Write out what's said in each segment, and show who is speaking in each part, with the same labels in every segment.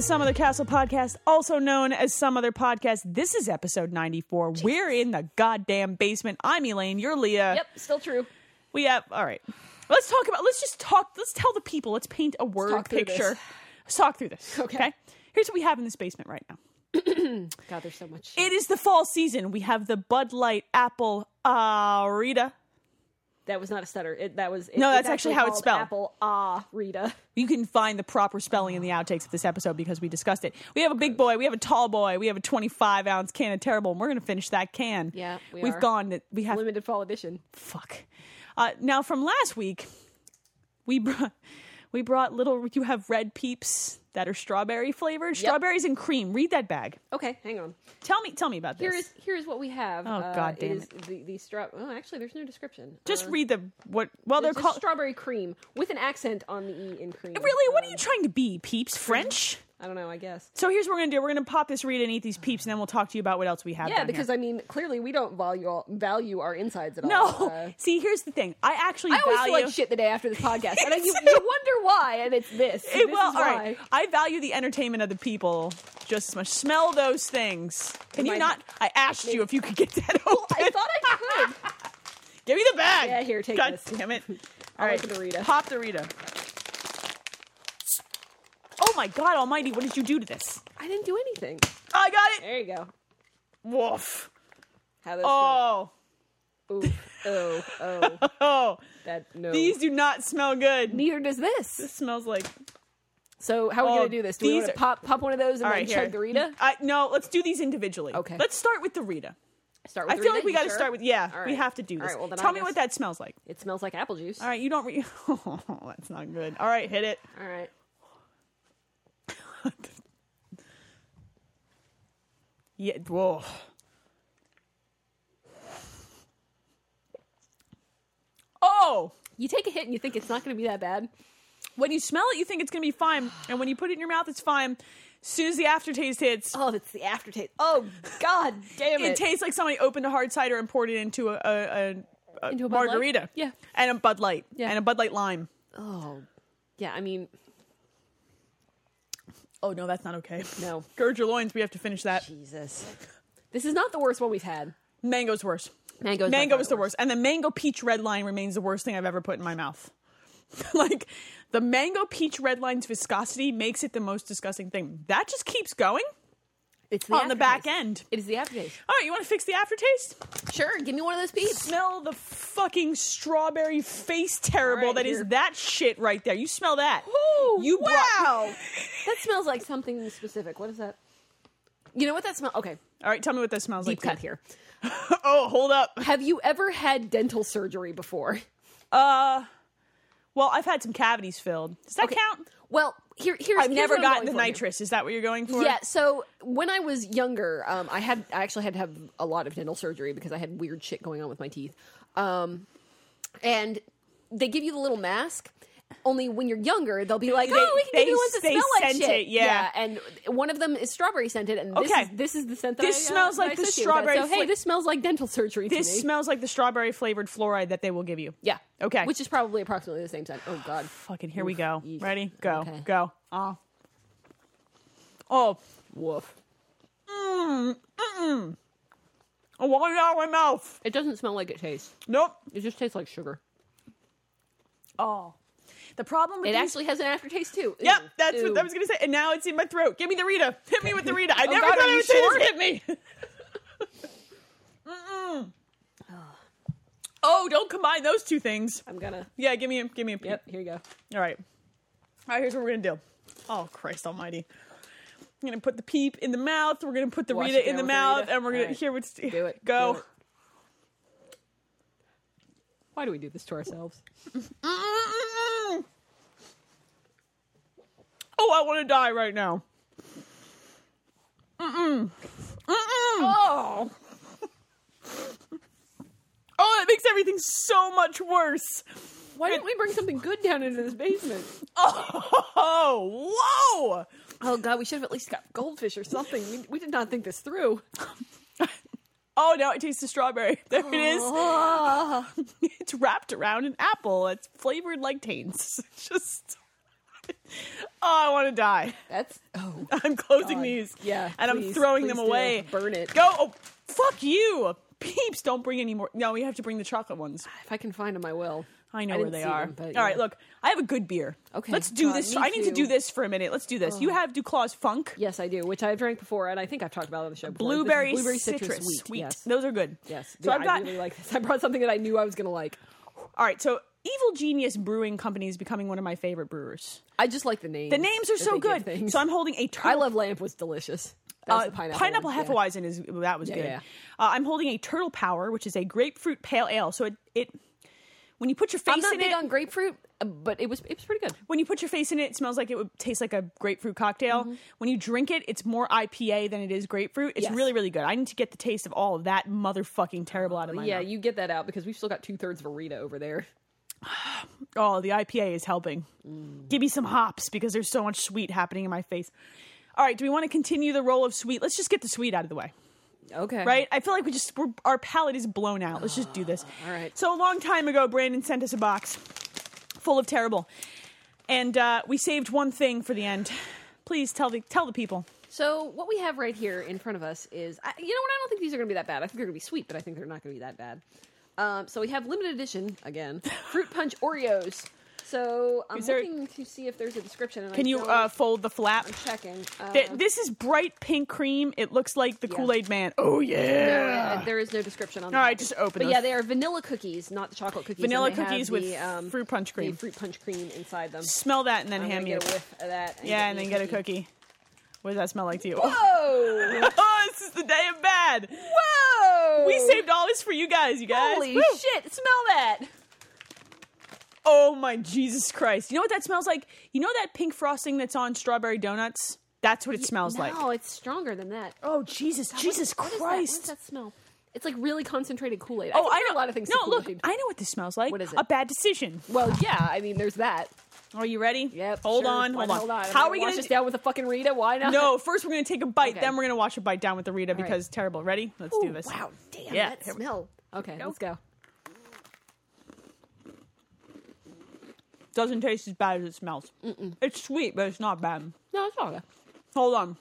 Speaker 1: Some Other Castle podcast, also known as Some Other Podcast. This is episode 94. We're in the goddamn basement. I'm Elaine. You're Leah.
Speaker 2: Yep, still true.
Speaker 1: We have, all right. Let's talk about, let's just talk, let's tell the people, let's paint a word
Speaker 2: talk through
Speaker 1: picture.
Speaker 2: this.
Speaker 1: Let's talk through this.
Speaker 2: Okay.
Speaker 1: okay. Here's what we have in this basement right now.
Speaker 2: God, there's so much.
Speaker 1: It is the fall season. We have the Bud Light Apple uh, Rita.
Speaker 2: that was not a stutter. It, that was it,
Speaker 1: No,
Speaker 2: it's
Speaker 1: that's actually how it's
Speaker 2: called
Speaker 1: spelled.
Speaker 2: Apple ah Rita.
Speaker 1: You can find the proper spelling in the outtakes of this episode because we discussed it. We have a big boy, we have a tall boy, we have a 25 ounce can of terrible, and we're going to finish that can.
Speaker 2: Yeah, we
Speaker 1: have
Speaker 2: are.
Speaker 1: gone. to- We have
Speaker 2: Limited fall edition.
Speaker 1: fuck. Uh, now from last week, we brought we brought little. You have red peeps that are strawberry flavored, strawberries and cream. Read that bag.
Speaker 2: Okay, hang on.
Speaker 1: Tell me, tell me about this.
Speaker 2: Here is here is what we have. Oh
Speaker 1: God damn
Speaker 2: it! is The, the straw. Oh, actually, there's no description.
Speaker 1: Just
Speaker 2: Uh,
Speaker 1: read the what? Well, they're
Speaker 2: it's just
Speaker 1: called.
Speaker 2: strawberry cream with an accent on the e in cream.
Speaker 1: really, what are
Speaker 2: Um,
Speaker 1: you trying to be, peeps? French?
Speaker 2: I don't know. I guess.
Speaker 1: So here's what we're gonna do. We're gonna pop this, read, it, and eat these peeps, and then we'll talk to you about what else we have.
Speaker 2: Yeah,
Speaker 1: down here.
Speaker 2: because I mean, clearly we don't value all, value our insides at all.
Speaker 1: No,
Speaker 2: Uh,
Speaker 1: see, here's the thing. I actually
Speaker 2: I always
Speaker 1: value.
Speaker 2: feel like shit the day after this podcast, and I, you, you
Speaker 1: too.
Speaker 2: wonder why. And it's this.
Speaker 1: It-
Speaker 2: this
Speaker 1: well,
Speaker 2: is
Speaker 1: all
Speaker 2: why.
Speaker 1: right. I value the entertainment of the people just as much. Smell those things. Can you
Speaker 2: Mine-
Speaker 1: not? I asked you if you could get that open.
Speaker 2: I thought I could.
Speaker 1: Give me the bag.
Speaker 2: Yeah, here, take
Speaker 1: God
Speaker 2: this.
Speaker 1: damn it.
Speaker 2: I'll
Speaker 1: All right,
Speaker 2: open the Rita.
Speaker 1: pop the Rita. Oh my God Almighty! What did you do to this?
Speaker 2: I didn't do anything.
Speaker 1: I got it.
Speaker 2: There you go.
Speaker 1: Woof.
Speaker 2: How those
Speaker 1: Oh,
Speaker 2: smell. Ooh, oh, oh,
Speaker 1: oh.
Speaker 2: that no.
Speaker 1: These do not smell good.
Speaker 2: neither does this.
Speaker 1: This smells like.
Speaker 2: So how are we
Speaker 1: Oh,
Speaker 2: gonna do this? Do we
Speaker 1: these
Speaker 2: want to
Speaker 1: are-
Speaker 2: pop pop one of those and
Speaker 1: All
Speaker 2: then
Speaker 1: right, here.
Speaker 2: chug the Rita?
Speaker 1: I, no, let's do these individually.
Speaker 2: Okay.
Speaker 1: Let's start with the Rita.
Speaker 2: Start
Speaker 1: I
Speaker 2: with
Speaker 1: feel
Speaker 2: Rita,
Speaker 1: like we
Speaker 2: you
Speaker 1: got to
Speaker 2: sure?
Speaker 1: start with yeah.
Speaker 2: All
Speaker 1: We
Speaker 2: right.
Speaker 1: have to do
Speaker 2: All
Speaker 1: this.
Speaker 2: right, well, then
Speaker 1: Tell
Speaker 2: I
Speaker 1: me
Speaker 2: guess-
Speaker 1: what that smells like.
Speaker 2: It smells like apple juice.
Speaker 1: All right, you don't. Re- oh, that's not good. All right, hit it.
Speaker 2: All right.
Speaker 1: Yeah. Whoa. Oh,
Speaker 2: You take a hit and you think it's not gonna be that bad.
Speaker 1: when you smell it, you think it's gonna be fine, and when you put it in your mouth, it's fine. As soon as the aftertaste hits,
Speaker 2: Oh, it's the aftertaste. Oh God, damn
Speaker 1: it
Speaker 2: it!
Speaker 1: tastes like somebody opened a hard cider and poured it into a, a, a, a
Speaker 2: Into a Bud Light?
Speaker 1: Uh, margarita.
Speaker 2: Yeah.
Speaker 1: and a Bud Light.
Speaker 2: Yeah.
Speaker 1: and a Bud Light lime.
Speaker 2: oh, yeah. I mean,
Speaker 1: Oh no, that's not okay.
Speaker 2: No.
Speaker 1: gird your loins. We have to finish that.
Speaker 2: Jesus, this is not the worst one we've had.
Speaker 1: Mango's worse.
Speaker 2: Mango.
Speaker 1: mango is the worst. And the mango peach red line remains the worst thing I've ever put in my mouth. like the mango peach red line's viscosity makes it the most disgusting thing. That just keeps going
Speaker 2: It's
Speaker 1: on the back
Speaker 2: aftertaste.
Speaker 1: end.
Speaker 2: It is the aftertaste.
Speaker 1: All right, you want to fix the aftertaste?
Speaker 2: Sure, give me one of those peeps.
Speaker 1: Smell the fucking strawberry face terrible
Speaker 2: All right,
Speaker 1: that is
Speaker 2: here.
Speaker 1: that shit right there. You smell that.
Speaker 2: Ooh,
Speaker 1: you brought-
Speaker 2: wow. that smells like something specific. What is that? You know what that smell? Okay,
Speaker 1: All right, tell me what that smells
Speaker 2: deep
Speaker 1: like.
Speaker 2: cut here.
Speaker 1: Oh, hold up.
Speaker 2: Have you ever had dental surgery before?
Speaker 1: Uh well, I've had some cavities filled. Does that
Speaker 2: Okay.
Speaker 1: count?
Speaker 2: Well, here, here's
Speaker 1: I've
Speaker 2: here's
Speaker 1: never
Speaker 2: what I'm
Speaker 1: gotten the
Speaker 2: going for here.
Speaker 1: nitrous. Is that what you're going for?
Speaker 2: Yeah, so when I was younger, um, I had I actually had to have a lot of dental surgery because I had weird shit going on with my teeth. Um, and they give you the little mask. Only when you're younger, they'll be like,
Speaker 1: They-
Speaker 2: "Oh, we can
Speaker 1: they-
Speaker 2: give you ones that
Speaker 1: they
Speaker 2: smell like
Speaker 1: scent
Speaker 2: shit."
Speaker 1: it, yeah.
Speaker 2: and one of them is strawberry scented, and this,
Speaker 1: Okay.
Speaker 2: is, this is the scent that
Speaker 1: This
Speaker 2: I, uh,
Speaker 1: smells
Speaker 2: that I
Speaker 1: like the
Speaker 2: associate with that.
Speaker 1: strawberry
Speaker 2: So hey,
Speaker 1: fla-
Speaker 2: this smells like dental surgery. to
Speaker 1: This
Speaker 2: me.
Speaker 1: smells like the strawberry flavored fluoride that they will give you.
Speaker 2: yeah,
Speaker 1: Okay.
Speaker 2: which is probably approximately the same scent. Oh god,
Speaker 1: Fucking here we go.
Speaker 2: Eek.
Speaker 1: Ready? Go.
Speaker 2: Okay.
Speaker 1: Go. Oh. Oh. Mm,
Speaker 2: woof!
Speaker 1: I want Oh, it out of my mouth.
Speaker 2: It doesn't smell like it tastes.
Speaker 1: Nope.
Speaker 2: It just tastes like sugar.
Speaker 1: Oh. The problem with
Speaker 2: It
Speaker 1: these-
Speaker 2: actually has an aftertaste too.
Speaker 1: Mm. Yep,
Speaker 2: Ew.
Speaker 1: that's
Speaker 2: Ew.
Speaker 1: what I was gonna say. And now it's in my throat. Give me the Rita. Hit me with the Rita. I
Speaker 2: Oh,
Speaker 1: never
Speaker 2: God,
Speaker 1: thought
Speaker 2: are
Speaker 1: I
Speaker 2: you
Speaker 1: would say
Speaker 2: sure?
Speaker 1: this. Hit me. Mm-mm. Oh, don't combine those two things.
Speaker 2: I'm gonna.
Speaker 1: Yeah, give me a give me a peep.
Speaker 2: Yep, here you go.
Speaker 1: All right. All right, here's what we're going to do. Oh, Christ almighty. I'm going to put the peep in the mouth. We're going to put the
Speaker 2: Wash it
Speaker 1: Rita in
Speaker 2: down
Speaker 1: the
Speaker 2: with the
Speaker 1: mouth.
Speaker 2: Rita.
Speaker 1: And we're going
Speaker 2: All
Speaker 1: to
Speaker 2: right.
Speaker 1: hear what's.
Speaker 2: Do it.
Speaker 1: Go.
Speaker 2: Do it. Why do we do this to ourselves?
Speaker 1: Mm-mm-mm. Oh, I want to die right now. Mm-mm. Mm-mm.
Speaker 2: Oh,
Speaker 1: Oh, that makes everything so much worse.
Speaker 2: why didn't we bring something good down into this basement?
Speaker 1: Oh, whoa.
Speaker 2: Oh God, we should have at least got goldfish or something. We, we did not think this through.
Speaker 1: Oh, now it tastes of strawberry. There it is.
Speaker 2: Ah.
Speaker 1: it's wrapped around an apple. It's flavored like taints. It's just Oh, I want to die.
Speaker 2: That's oh
Speaker 1: I'm closing
Speaker 2: God.
Speaker 1: these.
Speaker 2: Yeah,
Speaker 1: And I'm
Speaker 2: please,
Speaker 1: throwing them
Speaker 2: please do.
Speaker 1: away.
Speaker 2: Burn it.
Speaker 1: Go. Oh, fuck you. Peeps, don't bring any more. No, we have to bring the chocolate ones.
Speaker 2: if I can find them, I will.
Speaker 1: I know
Speaker 2: I
Speaker 1: where
Speaker 2: didn't
Speaker 1: they
Speaker 2: see
Speaker 1: are.
Speaker 2: them, but, yeah.
Speaker 1: All right, look, I have a good beer.
Speaker 2: Okay.
Speaker 1: Let's do
Speaker 2: God,
Speaker 1: this.
Speaker 2: me
Speaker 1: I need to
Speaker 2: too. Oh.
Speaker 1: do this for a minute. Let's do this. You have Duclaw's Funk.
Speaker 2: Yes, I do, which I've drank before, and I think I've talked about it on the show. Before. This is
Speaker 1: Blueberry,
Speaker 2: blueberry
Speaker 1: citrus,
Speaker 2: wheat. Yes,
Speaker 1: Those are good.
Speaker 2: yes.
Speaker 1: So
Speaker 2: Yeah,
Speaker 1: I've got.
Speaker 2: I really like this. I brought something that I knew I was going to like.
Speaker 1: all right. So Evil Genius Brewing Company is becoming one of my favorite brewers.
Speaker 2: I just like the names.
Speaker 1: The names are
Speaker 2: that
Speaker 1: so
Speaker 2: they give
Speaker 1: good.
Speaker 2: things.
Speaker 1: So I'm holding a turtle.
Speaker 2: I love lamp was delicious. That was
Speaker 1: uh,
Speaker 2: the
Speaker 1: pineapple
Speaker 2: pineapple. one. Yeah.
Speaker 1: Hefeweizen is that was good.
Speaker 2: yeah.
Speaker 1: Uh, I'm holding a Turtle Power, which is a grapefruit pale ale. So it it when you put your face
Speaker 2: I'm not
Speaker 1: in
Speaker 2: big
Speaker 1: it,
Speaker 2: on grapefruit, uh, but it was it was pretty good.
Speaker 1: when you put your face in it, it smells like it would taste like a grapefruit cocktail. When you drink it, it's more IPA than it is grapefruit. It's
Speaker 2: Mm-hmm. Yes.
Speaker 1: really, really good. I need to get the taste of all of that motherfucking terrible out of my
Speaker 2: yeah,
Speaker 1: mouth.
Speaker 2: you get that out because we've still got two thirds of a Rita over there.
Speaker 1: Oh, the IPA is helping.
Speaker 2: Mm.
Speaker 1: Give me some hops because there's so much sweet happening in my face. All right, do we want to continue the roll of sweet? Let's just get the sweet out of the way.
Speaker 2: Okay,
Speaker 1: right? I feel like we just we're, our palate is blown out. Let's just do this.
Speaker 2: Ah, all right.
Speaker 1: So a long time ago, Brandon sent us a box full of terrible, and uh, we saved one thing for the end. Please tell the tell the people.
Speaker 2: So what we have right here in front of us is, I, you know what? I don't think these are going to be that bad. I think they're going to be sweet, but I think they're not going to be that bad. Um, so we have limited edition again, fruit punch Oreos. So I'm
Speaker 1: Is there-
Speaker 2: looking to see if there's a description. And
Speaker 1: Can
Speaker 2: I
Speaker 1: you
Speaker 2: don't-
Speaker 1: uh, fold the flap?
Speaker 2: I'm checking. Uh,
Speaker 1: Th- this is bright pink cream. It looks like the Kool Aid Man. Oh yeah.
Speaker 2: no, uh, there is no description on. the
Speaker 1: All right,
Speaker 2: package.
Speaker 1: just open
Speaker 2: But
Speaker 1: those.
Speaker 2: yeah, they are vanilla cookies, not the chocolate cookies. and
Speaker 1: Vanilla
Speaker 2: they have
Speaker 1: cookies with
Speaker 2: the, um,
Speaker 1: fruit punch
Speaker 2: the
Speaker 1: cream.
Speaker 2: fruit punch cream inside them.
Speaker 1: Smell that and then
Speaker 2: I'm
Speaker 1: hand
Speaker 2: gonna
Speaker 1: me.
Speaker 2: get
Speaker 1: it.
Speaker 2: a whiff of that.
Speaker 1: yeah, and then
Speaker 2: me
Speaker 1: get a cookie. What does that smell like to you?
Speaker 2: Whoa!
Speaker 1: oh, this is the day of bad.
Speaker 2: Whoa!
Speaker 1: We saved all this for you guys. You guys.
Speaker 2: Holy
Speaker 1: Woo.
Speaker 2: shit! Smell that.
Speaker 1: Oh my Jesus Christ. You know what that smells like? You know that pink frosting that's on strawberry donuts? That's what it smells like.
Speaker 2: No, it's stronger than that.
Speaker 1: Oh Jesus, Jesus
Speaker 2: What is that? What is
Speaker 1: Christ.
Speaker 2: that smell? It's like really concentrated Kool Aid.
Speaker 1: Oh, I
Speaker 2: know
Speaker 1: know
Speaker 2: a lot of things. to
Speaker 1: No, look,
Speaker 2: Kool-Aid.
Speaker 1: I know what this smells like.
Speaker 2: What is it?
Speaker 1: A bad decision.
Speaker 2: well, yeah. I mean, there's that.
Speaker 1: Are you ready?
Speaker 2: Yep.
Speaker 1: Hold
Speaker 2: sure,
Speaker 1: on,
Speaker 2: why
Speaker 1: hold on.
Speaker 2: not? Hold on.
Speaker 1: How are we
Speaker 2: going
Speaker 1: gonna
Speaker 2: to
Speaker 1: do-
Speaker 2: down with a fucking Rita? Why not?
Speaker 1: No, first we're gonna take a bite,
Speaker 2: Okay.
Speaker 1: then we're gonna wash a bite down with the Rita
Speaker 2: right.
Speaker 1: because terrible. Ready? Let's
Speaker 2: Ooh,
Speaker 1: do this.
Speaker 2: Wow. Damn.
Speaker 1: Yeah,
Speaker 2: That
Speaker 1: here we-
Speaker 2: smell. Okay. Let's go.
Speaker 1: Doesn't taste as bad as it smells. It's sweet, but it's not bad.
Speaker 2: No, it's all good.
Speaker 1: Hold on.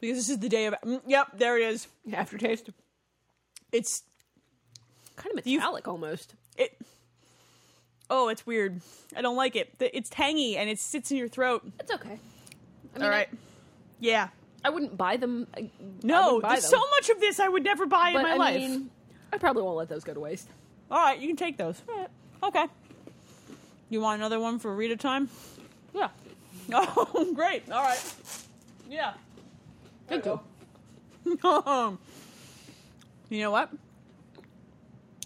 Speaker 1: Because this is the day of mm, yep, there it is.
Speaker 2: Aftertaste.
Speaker 1: It's
Speaker 2: Kind of metallic almost.
Speaker 1: it oh it's weird i don't like it Th- it's tangy and it sits in your throat
Speaker 2: It's okay. I mean,
Speaker 1: all right
Speaker 2: I,
Speaker 1: yeah
Speaker 2: I wouldn't buy them. I- I
Speaker 1: no
Speaker 2: wouldn't buy
Speaker 1: there's
Speaker 2: them.
Speaker 1: so much of this i would never buy in
Speaker 2: But
Speaker 1: my
Speaker 2: I
Speaker 1: life
Speaker 2: mean, I probably won't let those go to waste.
Speaker 1: all right you can take those okay you want another one for rita time
Speaker 2: Yeah.
Speaker 1: oh great all right yeah
Speaker 2: Thank you.
Speaker 1: you know what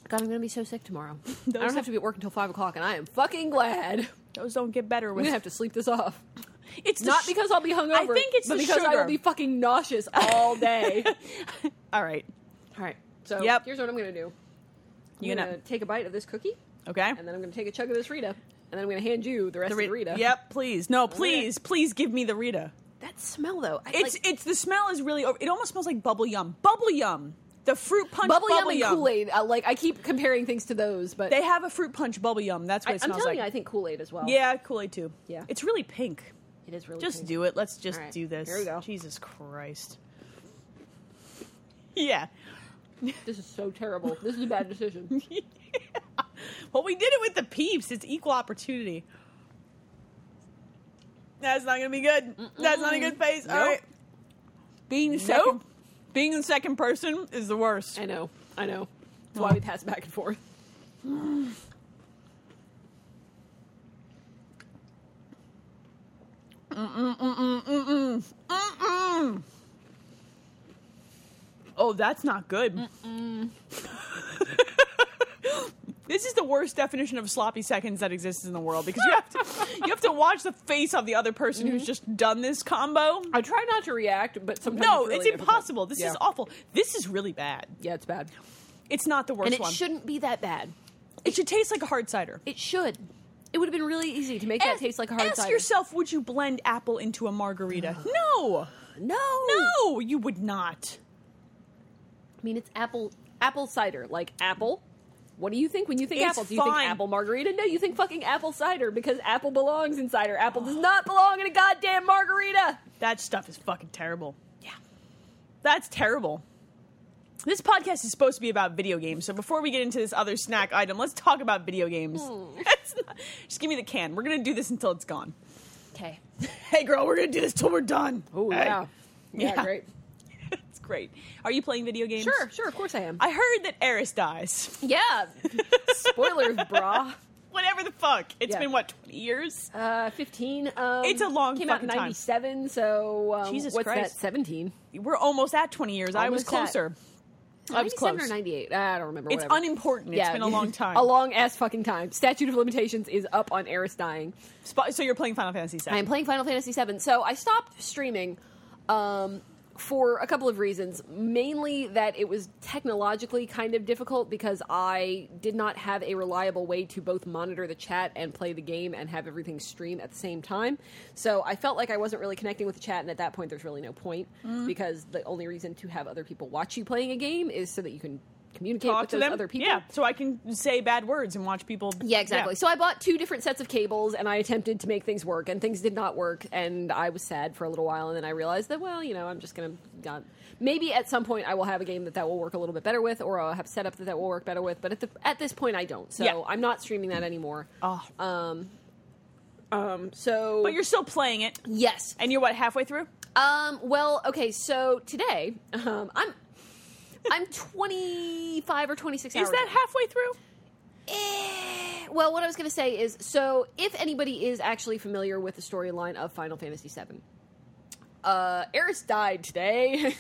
Speaker 2: God, I'm gonna be so sick tomorrow. I
Speaker 1: Those
Speaker 2: don't have to be at work until five o'clock, and I am fucking glad. I'm
Speaker 1: those don't get better with
Speaker 2: gonna have to sleep this off.
Speaker 1: it's the
Speaker 2: Not
Speaker 1: sh-
Speaker 2: because I'll be hungover.
Speaker 1: I think it's
Speaker 2: but
Speaker 1: the
Speaker 2: because I
Speaker 1: sugar.
Speaker 2: will be fucking nauseous all day.
Speaker 1: all right
Speaker 2: all right. So
Speaker 1: Yep.
Speaker 2: here's what I'm gonna do. I'm
Speaker 1: You
Speaker 2: gonna,
Speaker 1: gonna-
Speaker 2: take a bite of this cookie,
Speaker 1: okay
Speaker 2: and then I'm gonna take a chug of this Rita, and then I'm gonna hand you the rest of the Rita.
Speaker 1: yep please no please please give me the rita
Speaker 2: That smell though. I,
Speaker 1: It's
Speaker 2: like,
Speaker 1: it's the smell is really. It almost smells like bubble yum. Bubble yum. The fruit punch
Speaker 2: bubble,
Speaker 1: bubble,
Speaker 2: yum and Kool Aid. Like I keep comparing things to those, but
Speaker 1: They have a fruit punch bubble yum. That's what
Speaker 2: I,
Speaker 1: it
Speaker 2: am
Speaker 1: smells
Speaker 2: telling
Speaker 1: like.
Speaker 2: you, I think Kool Aid as well.
Speaker 1: yeah, Kool Aid too.
Speaker 2: Yeah.
Speaker 1: it's really pink.
Speaker 2: it is really.
Speaker 1: Just
Speaker 2: tasty.
Speaker 1: do it. Let's just
Speaker 2: All right.
Speaker 1: do this.
Speaker 2: Here we go.
Speaker 1: Jesus Christ. Yeah.
Speaker 2: This is so terrible. This is a bad decision.
Speaker 1: Well, we did it with the peeps. It's equal opportunity. That's not gonna be good. That's not a good face. All
Speaker 2: Nope.
Speaker 1: right. Being the second,
Speaker 2: Nope.
Speaker 1: being the second person is the worst.
Speaker 2: I know. I know. That's why we pass back and forth.
Speaker 1: Oh, that's not good. this is the worst definition of sloppy seconds that exists in the world because you have to you have to watch the face of the other person who's just done this combo.
Speaker 2: I try not to react, but sometimes
Speaker 1: No,
Speaker 2: really
Speaker 1: it's
Speaker 2: difficult.
Speaker 1: impossible. This
Speaker 2: Yeah.
Speaker 1: is awful. This is really bad.
Speaker 2: Yeah, it's bad,
Speaker 1: It's not the worst
Speaker 2: and it
Speaker 1: one.
Speaker 2: shouldn't be that bad.
Speaker 1: it should taste like a hard cider.
Speaker 2: It should. It would have been really easy to make that
Speaker 1: Ask-
Speaker 2: taste like a hard
Speaker 1: ask
Speaker 2: cider.
Speaker 1: yourself, would you blend apple into a margarita? no,
Speaker 2: no,
Speaker 1: no, you would not.
Speaker 2: I mean, it's apple apple cider, like apple, What do you think when you think
Speaker 1: It's
Speaker 2: apple? Do you think
Speaker 1: fine.
Speaker 2: apple margarita? No, you think fucking apple cider because apple belongs in cider. Apple does not belong in a goddamn margarita.
Speaker 1: That stuff is fucking terrible. Yeah. That's terrible. This podcast is supposed to be about video games, so before we get into this other snack item, let's talk about video games.
Speaker 2: Hmm.
Speaker 1: That's not- just give me the can. We're gonna do this until it's gone.
Speaker 2: Okay.
Speaker 1: Hey, girl, we're gonna do this till we're done.
Speaker 2: Oh
Speaker 1: Hey.
Speaker 2: yeah. yeah.
Speaker 1: Yeah.
Speaker 2: Great.
Speaker 1: it's great. Are you playing video games?
Speaker 2: Sure. Sure. Of course I am.
Speaker 1: I heard that Eris dies.
Speaker 2: yeah. Spoilers, brah.
Speaker 1: Whatever the fuck. It's
Speaker 2: Yeah.
Speaker 1: been what twenty years.
Speaker 2: Uh, fifteen. Um,
Speaker 1: It's a long
Speaker 2: Came out
Speaker 1: fucking
Speaker 2: in
Speaker 1: time.
Speaker 2: '97, so um,
Speaker 1: Jesus
Speaker 2: what's
Speaker 1: Christ.
Speaker 2: that? Seventeen.
Speaker 1: We're almost at twenty years. I was
Speaker 2: Almost at-
Speaker 1: closer. I was
Speaker 2: 97
Speaker 1: close.
Speaker 2: or 98. I don't remember.
Speaker 1: It's
Speaker 2: whatever.
Speaker 1: unimportant. It's been a long time.
Speaker 2: a long ass fucking time. Statute of limitations is up on Eris dying.
Speaker 1: Sp- so you're playing Final Fantasy VII.
Speaker 2: I am playing Final Fantasy VII. So I stopped streaming um, for a couple of reasons. Mainly that it was technologically kind of difficult because I did not have a reliable way to both monitor the chat and play the game and have everything stream at the same time. So I felt like I wasn't really connecting with the chat, and at that point, there's really no point
Speaker 1: Mm.
Speaker 2: because the only reason to have other people watch you playing a game is so that you can communicate
Speaker 1: talk
Speaker 2: with
Speaker 1: to
Speaker 2: those
Speaker 1: them.
Speaker 2: other people.
Speaker 1: Yeah, so I can say bad words and watch people.
Speaker 2: Yeah, exactly. So I bought two different sets of cables and I attempted to make things work and things did not work and I was sad for a little while and then I realized that well, you know, I'm just going to maybe at some point I will have a game that that will work a little bit better with or I'll have setup that that will work better with, but at the at this point I don't. So
Speaker 1: Yeah.
Speaker 2: I'm not streaming that anymore.
Speaker 1: Oh.
Speaker 2: Um um so
Speaker 1: but you're still playing it,
Speaker 2: yes.
Speaker 1: and you're what halfway through?
Speaker 2: Um well, okay, so today um I'm I'm 25 or 26 hours.
Speaker 1: Is that
Speaker 2: in.
Speaker 1: halfway through?
Speaker 2: Eh, well, what I was going to say is so if anybody is actually familiar with the storyline of Final Fantasy VII, uh, Eris died today.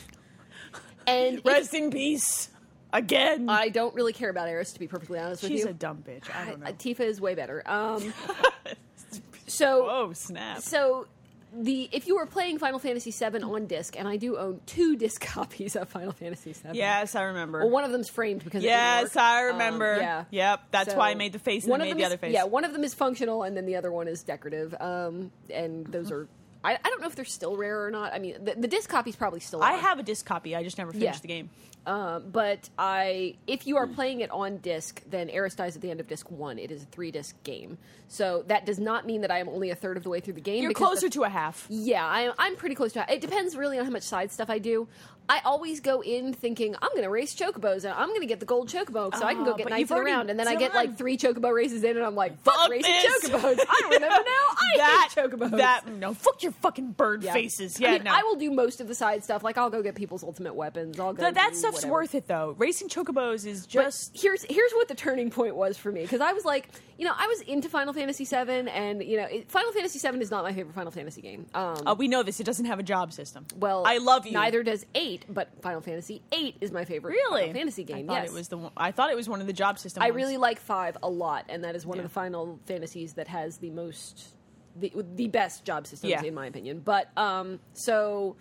Speaker 2: and if-
Speaker 1: Rest in peace. Again,
Speaker 2: I don't really care about Eris, to be perfectly honest with
Speaker 1: she's
Speaker 2: you.
Speaker 1: a dumb bitch. I don't know.
Speaker 2: Uh, Tifa is way better. Um, so.
Speaker 1: oh snap!
Speaker 2: So the if you were playing Final Fantasy VII on disc, and I do own two disc copies of Final Fantasy VII.
Speaker 1: Yes, I remember.
Speaker 2: Well, one of them's framed because it didn't
Speaker 1: yes,
Speaker 2: work.
Speaker 1: I
Speaker 2: Um,
Speaker 1: remember.
Speaker 2: yeah.
Speaker 1: Yep. That's
Speaker 2: So,
Speaker 1: why I made the face and
Speaker 2: one
Speaker 1: then
Speaker 2: of
Speaker 1: made
Speaker 2: them
Speaker 1: the
Speaker 2: is-
Speaker 1: other face.
Speaker 2: Yeah, one of them is functional, and then the other one is decorative. Um, and those are I, I don't know if they're still rare or not. I mean, the, the disc copy's probably still.
Speaker 1: I
Speaker 2: on.
Speaker 1: have a disc copy. I just never finished
Speaker 2: Yeah.
Speaker 1: the game.
Speaker 2: um, but I if you are playing it on disc, then Eris dies at the end of disc one. It is a three disc game, so that does not mean that I am only a third of the way through the game.
Speaker 1: You're
Speaker 2: because
Speaker 1: closer
Speaker 2: the-
Speaker 1: to a half.
Speaker 2: yeah, I'm, I'm pretty close to. It depends really on how much side stuff I do. I always go in thinking I'm going to race chocobos and I'm going to get the gold chocobo so I can
Speaker 1: Ah,
Speaker 2: go get
Speaker 1: but
Speaker 2: ninth
Speaker 1: you've
Speaker 2: in the
Speaker 1: already
Speaker 2: round, and then I
Speaker 1: done-
Speaker 2: get like three chocobo races in, and I'm like, fuck,
Speaker 1: Fuck
Speaker 2: racing
Speaker 1: this.
Speaker 2: chocobos. I don't remember now. I
Speaker 1: that
Speaker 2: hate chocobos.
Speaker 1: that no. Fuck your fucking bird
Speaker 2: Yeah.
Speaker 1: faces.
Speaker 2: I
Speaker 1: Yeah,
Speaker 2: mean,
Speaker 1: no.
Speaker 2: I will do most of the side stuff. Like I'll go get people's ultimate weapons. I'll go.
Speaker 1: Th- that
Speaker 2: do
Speaker 1: stuff's
Speaker 2: whatever.
Speaker 1: worth it though. Racing chocobos is
Speaker 2: But
Speaker 1: just
Speaker 2: here's here's what the turning point was for me because I was like, you know, I was into Final Fantasy VII, and you know, it, Final Fantasy VII is not my favorite Final Fantasy game. Um,
Speaker 1: Uh, we know this. It doesn't have a job system.
Speaker 2: Well,
Speaker 1: I love you.
Speaker 2: Neither does eight, but Final Fantasy eight is my favorite
Speaker 1: really
Speaker 2: Final Fantasy game.
Speaker 1: I thought
Speaker 2: yes,
Speaker 1: it was the. One, I thought it was one of the job system.
Speaker 2: I
Speaker 1: ones.
Speaker 2: really like five a lot, and that is one
Speaker 1: Yeah.
Speaker 2: of the Final Fantasies that has the most, the, the best job systems
Speaker 1: Yeah.
Speaker 2: in my opinion. But um, so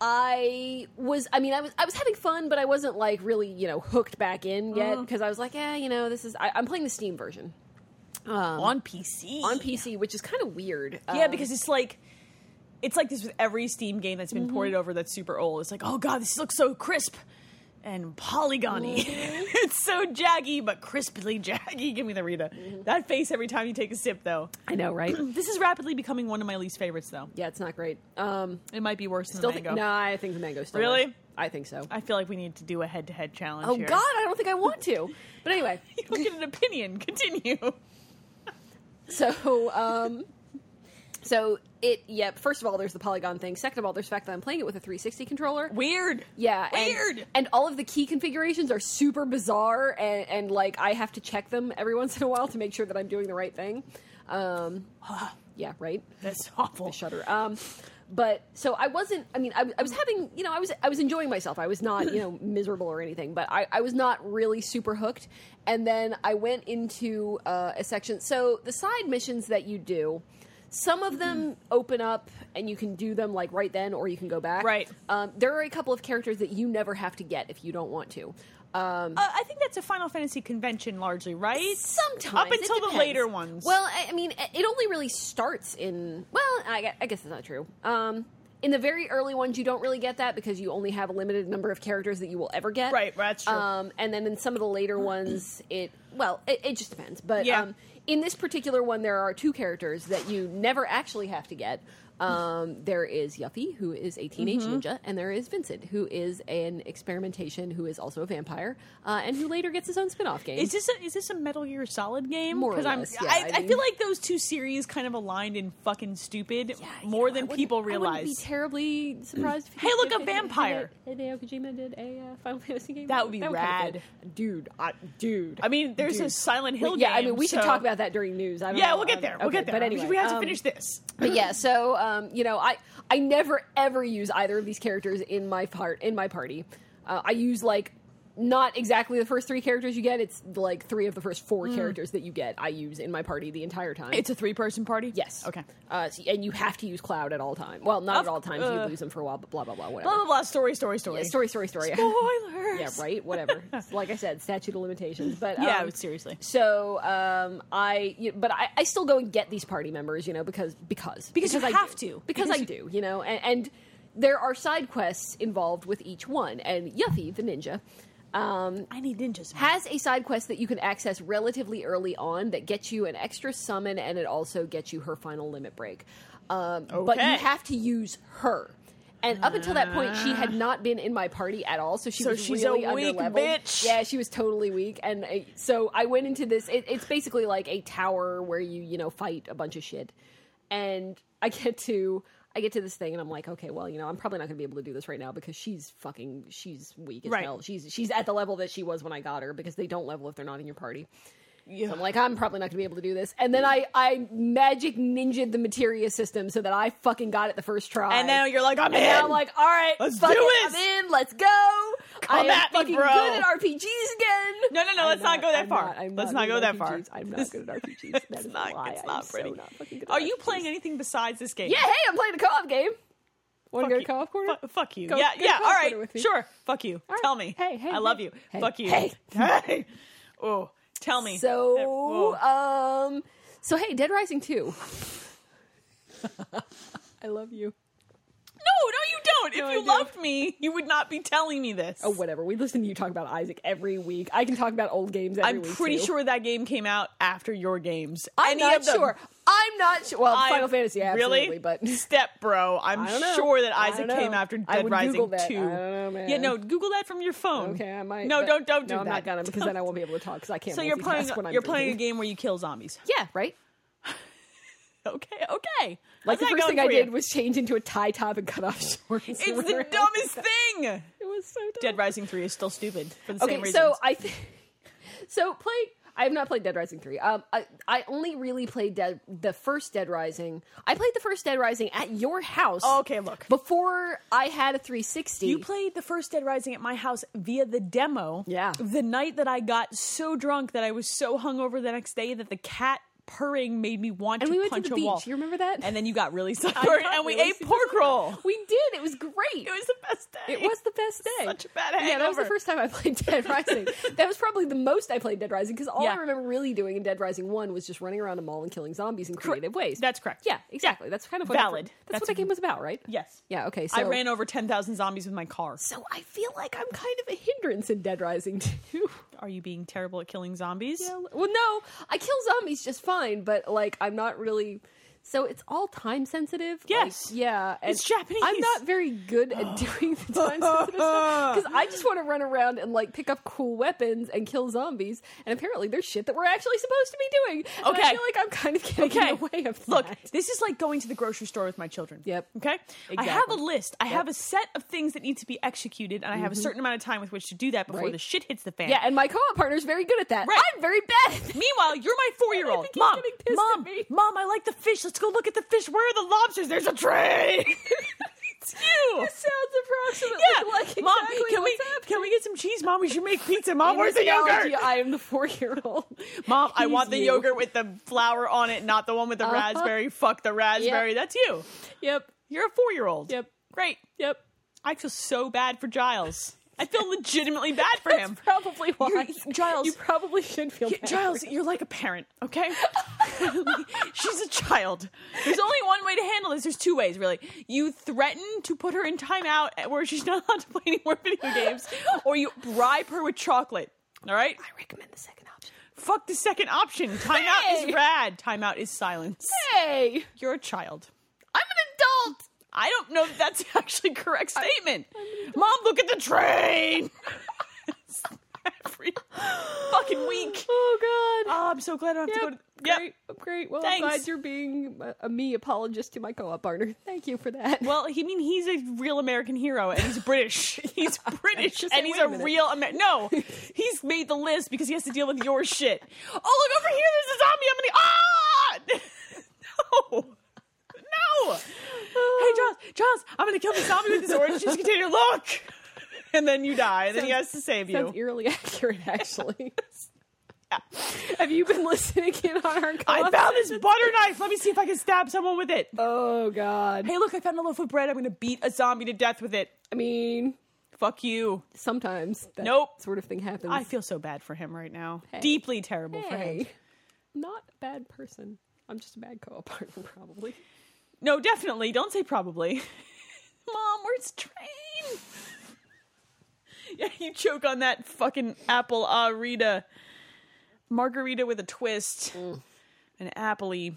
Speaker 2: I was, I mean, I was, I was having fun, but I wasn't like really, you know, hooked back in yet
Speaker 1: Mm-hmm.
Speaker 2: because I was like, yeah, you know, this is. I, I'm playing the Steam version
Speaker 1: on PC.
Speaker 2: on PC, which is kind of weird.
Speaker 1: Yeah,
Speaker 2: Um,
Speaker 1: because it's like. It's like this with every Steam game that's
Speaker 2: Mm-hmm.
Speaker 1: been ported over that's super old. It's like, oh god, this looks so crisp and polygony.
Speaker 2: Mm-hmm.
Speaker 1: it's so jaggy, but crisply jaggy. Give me the Rita.
Speaker 2: Mm-hmm.
Speaker 1: That face every time you take a sip, though.
Speaker 2: I know, right?
Speaker 1: This is rapidly becoming one of my least favorites, though.
Speaker 2: yeah, it's not great. Um,
Speaker 1: It might be worse than
Speaker 2: still
Speaker 1: the
Speaker 2: think,
Speaker 1: mango.
Speaker 2: no, I think the mango still
Speaker 1: Really?
Speaker 2: works. I think so.
Speaker 1: I feel like we need to do a head-to-head challenge.
Speaker 2: Oh
Speaker 1: here.
Speaker 2: God, I don't think I want to. But anyway,
Speaker 1: you don't get an opinion. Continue.
Speaker 2: so um, so it. Yep. first of all, there's the polygon thing. Second of all, there's the fact that I'm playing it with a 360 controller.
Speaker 1: Weird.
Speaker 2: yeah, and-
Speaker 1: Weird.
Speaker 2: And, all of the key configurations are super bizarre, and, and like I have to check them every once in a while to make sure that I'm doing the right thing. Um, yeah, right.
Speaker 1: Ah, That's awful.
Speaker 2: I shudder. Um, but so I wasn't. I mean, I, I was having. You know, I was. I was enjoying myself. I was not. You know, miserable or anything. But I, I was not really super hooked. And then I went into uh, a section. So the side missions that you do. Some of them open up and you can do them like right then, or you can go back.
Speaker 1: Right.
Speaker 2: Um, there are a couple of characters that you never have to get if you don't want to. Um,
Speaker 1: Uh, I think that's a Final Fantasy convention largely, right?
Speaker 2: Sometimes
Speaker 1: Up
Speaker 2: It
Speaker 1: until the
Speaker 2: depends.
Speaker 1: later ones.
Speaker 2: Well, I, I mean, it only really starts in. Well, I, gue- I guess it's not true. Um, in the very early ones, you don't really get that because you only have a limited number of characters that you will ever get.
Speaker 1: Right, that's true.
Speaker 2: Um, and then in some of the later ones, it well, it, it just depends. But
Speaker 1: Yeah.
Speaker 2: um, in this particular one, there are two characters that you never actually have to get. Um, there is Yuffie, who is a teenage
Speaker 1: Mm-hmm.
Speaker 2: ninja, and there is Vincent, who is an experimentation, who is also a vampire, uh, and who later gets his own spin off game.
Speaker 1: Is this a, is this a Metal Gear Solid game?
Speaker 2: More or
Speaker 1: I'm
Speaker 2: less, yeah,
Speaker 1: I,
Speaker 2: I
Speaker 1: I,
Speaker 2: mean-
Speaker 1: feel like those two series kind of aligned in fucking stupid
Speaker 2: Yeah, you
Speaker 1: more
Speaker 2: know, I
Speaker 1: than
Speaker 2: wouldn't-
Speaker 1: people
Speaker 2: I wouldn't be
Speaker 1: realize.
Speaker 2: terribly surprised. If
Speaker 1: Hey, look, a
Speaker 2: if Hideo-
Speaker 1: vampire.
Speaker 2: Hideo Hideo Kojima did a uh, Final Fantasy game.
Speaker 1: That would be
Speaker 2: kinda
Speaker 1: rad.
Speaker 2: cool. dude. I, dude.
Speaker 1: I mean, there's a
Speaker 2: dude.
Speaker 1: Silent Hill
Speaker 2: Wait, yeah, I
Speaker 1: game,
Speaker 2: mean, we should
Speaker 1: so-
Speaker 2: talk about that during news. I don't
Speaker 1: Yeah,
Speaker 2: know,
Speaker 1: we'll get
Speaker 2: um,
Speaker 1: there. We'll
Speaker 2: okay,
Speaker 1: get there.
Speaker 2: But anyway,
Speaker 1: we have to
Speaker 2: um,
Speaker 1: finish this.
Speaker 2: But yeah, so um, you know, I I never ever use either of these characters in my part in my party. Uh, I use like not exactly the first three characters you get. It's like three of the first four
Speaker 1: Mm.
Speaker 2: characters that you get. I use in my party the entire time.
Speaker 1: It's a three person party.
Speaker 2: Yes.
Speaker 1: Okay.
Speaker 2: Uh, so- and you have to use Cloud at all times. Well, not
Speaker 1: Of
Speaker 2: at all
Speaker 1: cou-
Speaker 2: times.
Speaker 1: uh,
Speaker 2: you lose them for a while. But blah blah blah. Whatever.
Speaker 1: Blah blah blah. Story story story.
Speaker 2: Yeah, story, story, story.
Speaker 1: Spoilers.
Speaker 2: yeah, right. Whatever. like I said, statute of limitations. But um,
Speaker 1: Yeah, seriously.
Speaker 2: So um, I, you but I, I still go and get these party members, you know, because because
Speaker 1: Because you
Speaker 2: I
Speaker 1: have
Speaker 2: do.
Speaker 1: to.
Speaker 2: because,
Speaker 1: Because
Speaker 2: I do, you know, and, and there are side quests involved with each one. And Yuffie, the ninja, um,
Speaker 1: I need ninjas.
Speaker 2: has a side quest that you can access relatively early on that gets you an extra summon and it also gets you her final limit break. Um, But you
Speaker 1: Okay.
Speaker 2: have to use her. And up until that point, she had not been in my party at all, so she
Speaker 1: So
Speaker 2: was
Speaker 1: she's
Speaker 2: really
Speaker 1: a weak
Speaker 2: underleveled.
Speaker 1: bitch.
Speaker 2: Yeah, she was totally weak, and uh, so I went into this. It, it's basically like a tower where you you know fight a bunch of shit, and I get to I get to this thing, and I'm like, okay, well, you know, I'm probably not going to be able to do this right now because she's fucking she's weak as
Speaker 1: Right.
Speaker 2: hell. She's she's at the level that she was when I got her because they don't level if they're not in your party.
Speaker 1: Yeah.
Speaker 2: So I'm like, I'm probably not gonna be able to do this. And then I, I magic ninja the materia system so that I fucking got it the first try.
Speaker 1: and now you're like, I'm
Speaker 2: And
Speaker 1: in.
Speaker 2: now I'm like, all right,
Speaker 1: Let's
Speaker 2: fuck
Speaker 1: do
Speaker 2: it,
Speaker 1: this.
Speaker 2: I'm in. Let's go. I am
Speaker 1: at me,
Speaker 2: fucking
Speaker 1: bro.
Speaker 2: good at RPGs again.
Speaker 1: No, no, no,
Speaker 2: I'm
Speaker 1: let's not go that
Speaker 2: I'm
Speaker 1: far.
Speaker 2: not- I'm
Speaker 1: Let's not
Speaker 2: good
Speaker 1: go
Speaker 2: at
Speaker 1: that far.
Speaker 2: RPGs. I'm not good at RPGs. That is
Speaker 1: it's
Speaker 2: a
Speaker 1: not.
Speaker 2: lie.
Speaker 1: It's
Speaker 2: I'm
Speaker 1: not
Speaker 2: so
Speaker 1: pretty.
Speaker 2: not fucking good at
Speaker 1: Are you
Speaker 2: RPGs.
Speaker 1: playing anything besides this game?
Speaker 2: Yeah, hey, I'm playing a co-op game. Want
Speaker 1: Fuck
Speaker 2: to go
Speaker 1: you.
Speaker 2: to co-op corner?
Speaker 1: Fu- fuck you.
Speaker 2: Go-
Speaker 1: yeah,
Speaker 2: go
Speaker 1: yeah.
Speaker 2: co-op
Speaker 1: All
Speaker 2: corner
Speaker 1: right.
Speaker 2: with me.
Speaker 1: Sure. Fuck you.
Speaker 2: right.
Speaker 1: Tell me.
Speaker 2: Hey, hey,
Speaker 1: I love
Speaker 2: hey.
Speaker 1: you.
Speaker 2: Hey,
Speaker 1: Fuck you.
Speaker 2: hey.
Speaker 1: Hey. Oh, tell me. That-
Speaker 2: So,
Speaker 1: whoa.
Speaker 2: um, so hey, Dead Rising two. I love you.
Speaker 1: no, no, you don't.
Speaker 2: No,
Speaker 1: if
Speaker 2: I
Speaker 1: you
Speaker 2: do.
Speaker 1: loved me, you would not be telling me this.
Speaker 2: Oh, whatever. We listen to you talk about Isaac every week. I can talk about old games every
Speaker 1: I'm
Speaker 2: week.
Speaker 1: pretty
Speaker 2: too.
Speaker 1: sure that game came out after your games.
Speaker 2: I'm
Speaker 1: Any
Speaker 2: not
Speaker 1: of them.
Speaker 2: sure. I'm not sure. Well,
Speaker 1: I'm-
Speaker 2: Final Fantasy, absolutely,
Speaker 1: really?
Speaker 2: but
Speaker 1: Step Bro. I'm
Speaker 2: I don't know.
Speaker 1: sure that
Speaker 2: I
Speaker 1: Isaac
Speaker 2: don't
Speaker 1: came
Speaker 2: know.
Speaker 1: after Dead
Speaker 2: I would
Speaker 1: Rising
Speaker 2: Google that.
Speaker 1: 2.
Speaker 2: I don't know,
Speaker 1: Yeah,
Speaker 2: man.
Speaker 1: no, Google that from your phone.
Speaker 2: okay, I might.
Speaker 1: No,
Speaker 2: but-
Speaker 1: don't don't do
Speaker 2: no,
Speaker 1: that.
Speaker 2: I'm not gonna because then I won't be able to talk because I can't.
Speaker 1: So you're playing
Speaker 2: multitask when I'm
Speaker 1: you're playing a
Speaker 2: drinking.
Speaker 1: game where you kill zombies.
Speaker 2: Yeah, right.
Speaker 1: Okay, okay. How's
Speaker 2: Like the
Speaker 1: that
Speaker 2: first
Speaker 1: going
Speaker 2: thing I
Speaker 1: for you?
Speaker 2: did was change into a tie top and cut off shorts.
Speaker 1: It's the dumbest thing.
Speaker 2: It was so dumb.
Speaker 1: Dead Rising 3 is still stupid for the
Speaker 2: okay,
Speaker 1: same reason.
Speaker 2: so I think so play. I have not played Dead Rising three. Um, I I only really played Dead, the first Dead Rising. I played the first Dead Rising at your house.
Speaker 1: Okay, look.
Speaker 2: Before I had a three sixty.
Speaker 1: you played the first Dead Rising at my house via the demo.
Speaker 2: Yeah.
Speaker 1: The night that I got so drunk that I was so hungover the next day that the cat purring made me want
Speaker 2: and
Speaker 1: to
Speaker 2: we went to
Speaker 1: punch
Speaker 2: the
Speaker 1: a
Speaker 2: beach.
Speaker 1: wall.
Speaker 2: You remember that?
Speaker 1: And then you got really
Speaker 2: I
Speaker 1: sunburned
Speaker 2: got
Speaker 1: and we
Speaker 2: really
Speaker 1: ate pork roll.
Speaker 2: We did. It was great.
Speaker 1: It was the best day.
Speaker 2: It was the best day.
Speaker 1: Such a bad
Speaker 2: Yeah, that was the
Speaker 1: hangover.
Speaker 2: first time I played Dead Rising. that was probably the most I played Dead Rising because all I
Speaker 1: Yeah.
Speaker 2: remember really doing in Dead Rising one was just running around a mall and killing zombies in creative ways.
Speaker 1: That's correct.
Speaker 2: yeah, exactly. That's kind of what
Speaker 1: Valid.
Speaker 2: That's, what
Speaker 1: That's-
Speaker 2: that game was about, right?
Speaker 1: Yes.
Speaker 2: Yeah. Okay. So
Speaker 1: I ran over 10,000 zombies with my car.
Speaker 2: So I feel like I'm kind of a hindrance in Dead Rising too.
Speaker 1: Are you being terrible at killing zombies?
Speaker 2: well, no, I kill zombies just fine, but like I'm not really. So it's all time sensitive. Like,
Speaker 1: Yes.
Speaker 2: yeah. and
Speaker 1: It's Japanese.
Speaker 2: I'm not very good at doing the time sensitive stuff because I just want to run around and like pick up cool weapons and kill zombies. And apparently, there's shit that we're actually supposed to be doing. And I
Speaker 1: Okay.
Speaker 2: feel like I'm kind of getting
Speaker 1: Okay.
Speaker 2: in the way of
Speaker 1: Look,
Speaker 2: that.
Speaker 1: this is like going to the grocery store with my children.
Speaker 2: Yep.
Speaker 1: Okay? I have a
Speaker 2: Exactly.
Speaker 1: list. I have a set of things that need to be executed, and I have a certain amount of time with which to do that before
Speaker 2: Mm-hmm. Right.
Speaker 1: the shit hits the fan.
Speaker 2: Yeah, and my co-op partner's very good at that.
Speaker 1: Right.
Speaker 2: I'm very bad at that.
Speaker 1: Meanwhile, you're my four year
Speaker 2: I
Speaker 1: old.
Speaker 2: think he's
Speaker 1: Mom,
Speaker 2: getting pissed at
Speaker 1: mom,
Speaker 2: me.
Speaker 1: mom, I like the fish. Let's go look at the fish. Where are the lobsters? There's a tray. it's you.
Speaker 2: It sounds approximately
Speaker 1: Yeah.
Speaker 2: like exactly
Speaker 1: mom, can we
Speaker 2: what's happening.
Speaker 1: can we get some cheese? Mom, we should make pizza. Mom,
Speaker 2: In
Speaker 1: where's
Speaker 2: this
Speaker 1: the yogurt?
Speaker 2: analogy, I am the four-year-old.
Speaker 1: Mom, I
Speaker 2: He's
Speaker 1: want the
Speaker 2: you. Uh-huh.
Speaker 1: yogurt with the flour on it, not the one with the raspberry. Fuck the raspberry. That's you.
Speaker 2: Yep.
Speaker 1: You're a four year old.
Speaker 2: Yep.
Speaker 1: Great.
Speaker 2: Yep.
Speaker 1: I feel so bad for Giles. I feel legitimately bad for him.
Speaker 2: Probably why.
Speaker 1: You're- Giles-
Speaker 2: You probably should feel bad.
Speaker 1: Giles, you're like a parent, okay? She's a child. There's only one way to handle this. There's two ways, really. You threaten to put her in timeout at- where she's not allowed to play any more video games, or you bribe her with chocolate. All right?
Speaker 2: I recommend the second option.
Speaker 1: Fuck the second option. Timeout
Speaker 2: Hey!
Speaker 1: is rad. Timeout is silence.
Speaker 2: Hey,
Speaker 1: You're a child.
Speaker 2: I'm an adult.
Speaker 1: I don't know if that's actually a correct statement. Mom, look at the train. Every fucking week.
Speaker 2: Oh God.
Speaker 1: Oh, I'm so glad I don't have to go to. Yep.
Speaker 2: Great. Great. Well,
Speaker 1: Thanks.
Speaker 2: I'm glad you're being a- a me apologist to my co-op partner. Thank you for that.
Speaker 1: Well, he I mean he's a real American hero and he's British. He's British
Speaker 2: Just say,
Speaker 1: and he's
Speaker 2: "Wait a
Speaker 1: a
Speaker 2: minute."
Speaker 1: real Amer- No, he's made the list because he has to deal with your shit. Oh, look over here! There's a zombie. I'm gonna ah! no, no. Hey, Charles, Charles, I'm gonna kill the zombie with this orange juice container. Look, and then you die, and then he has to save
Speaker 2: Sounds
Speaker 1: you.
Speaker 2: eerily accurate, actually. Have you been listening in on our?
Speaker 1: I
Speaker 2: co-op?
Speaker 1: found this butter knife. Let me see if I can stab someone with it.
Speaker 2: Oh God.
Speaker 1: Hey, look, I found a loaf of bread. I'm gonna beat a zombie to death with it.
Speaker 2: I mean,
Speaker 1: Fuck you.
Speaker 2: sometimes that
Speaker 1: Nope.
Speaker 2: sort of thing happens.
Speaker 1: I feel so bad for him right now.
Speaker 2: Hey.
Speaker 1: Deeply terrible for him.
Speaker 2: hey, not a bad person. I'm just a bad co-op partner, probably.
Speaker 1: No, definitely. Don't say probably. Mom, where's train? yeah, you choke on that fucking apple ah Rita. Margarita with a twist.
Speaker 2: Mm.
Speaker 1: An appley,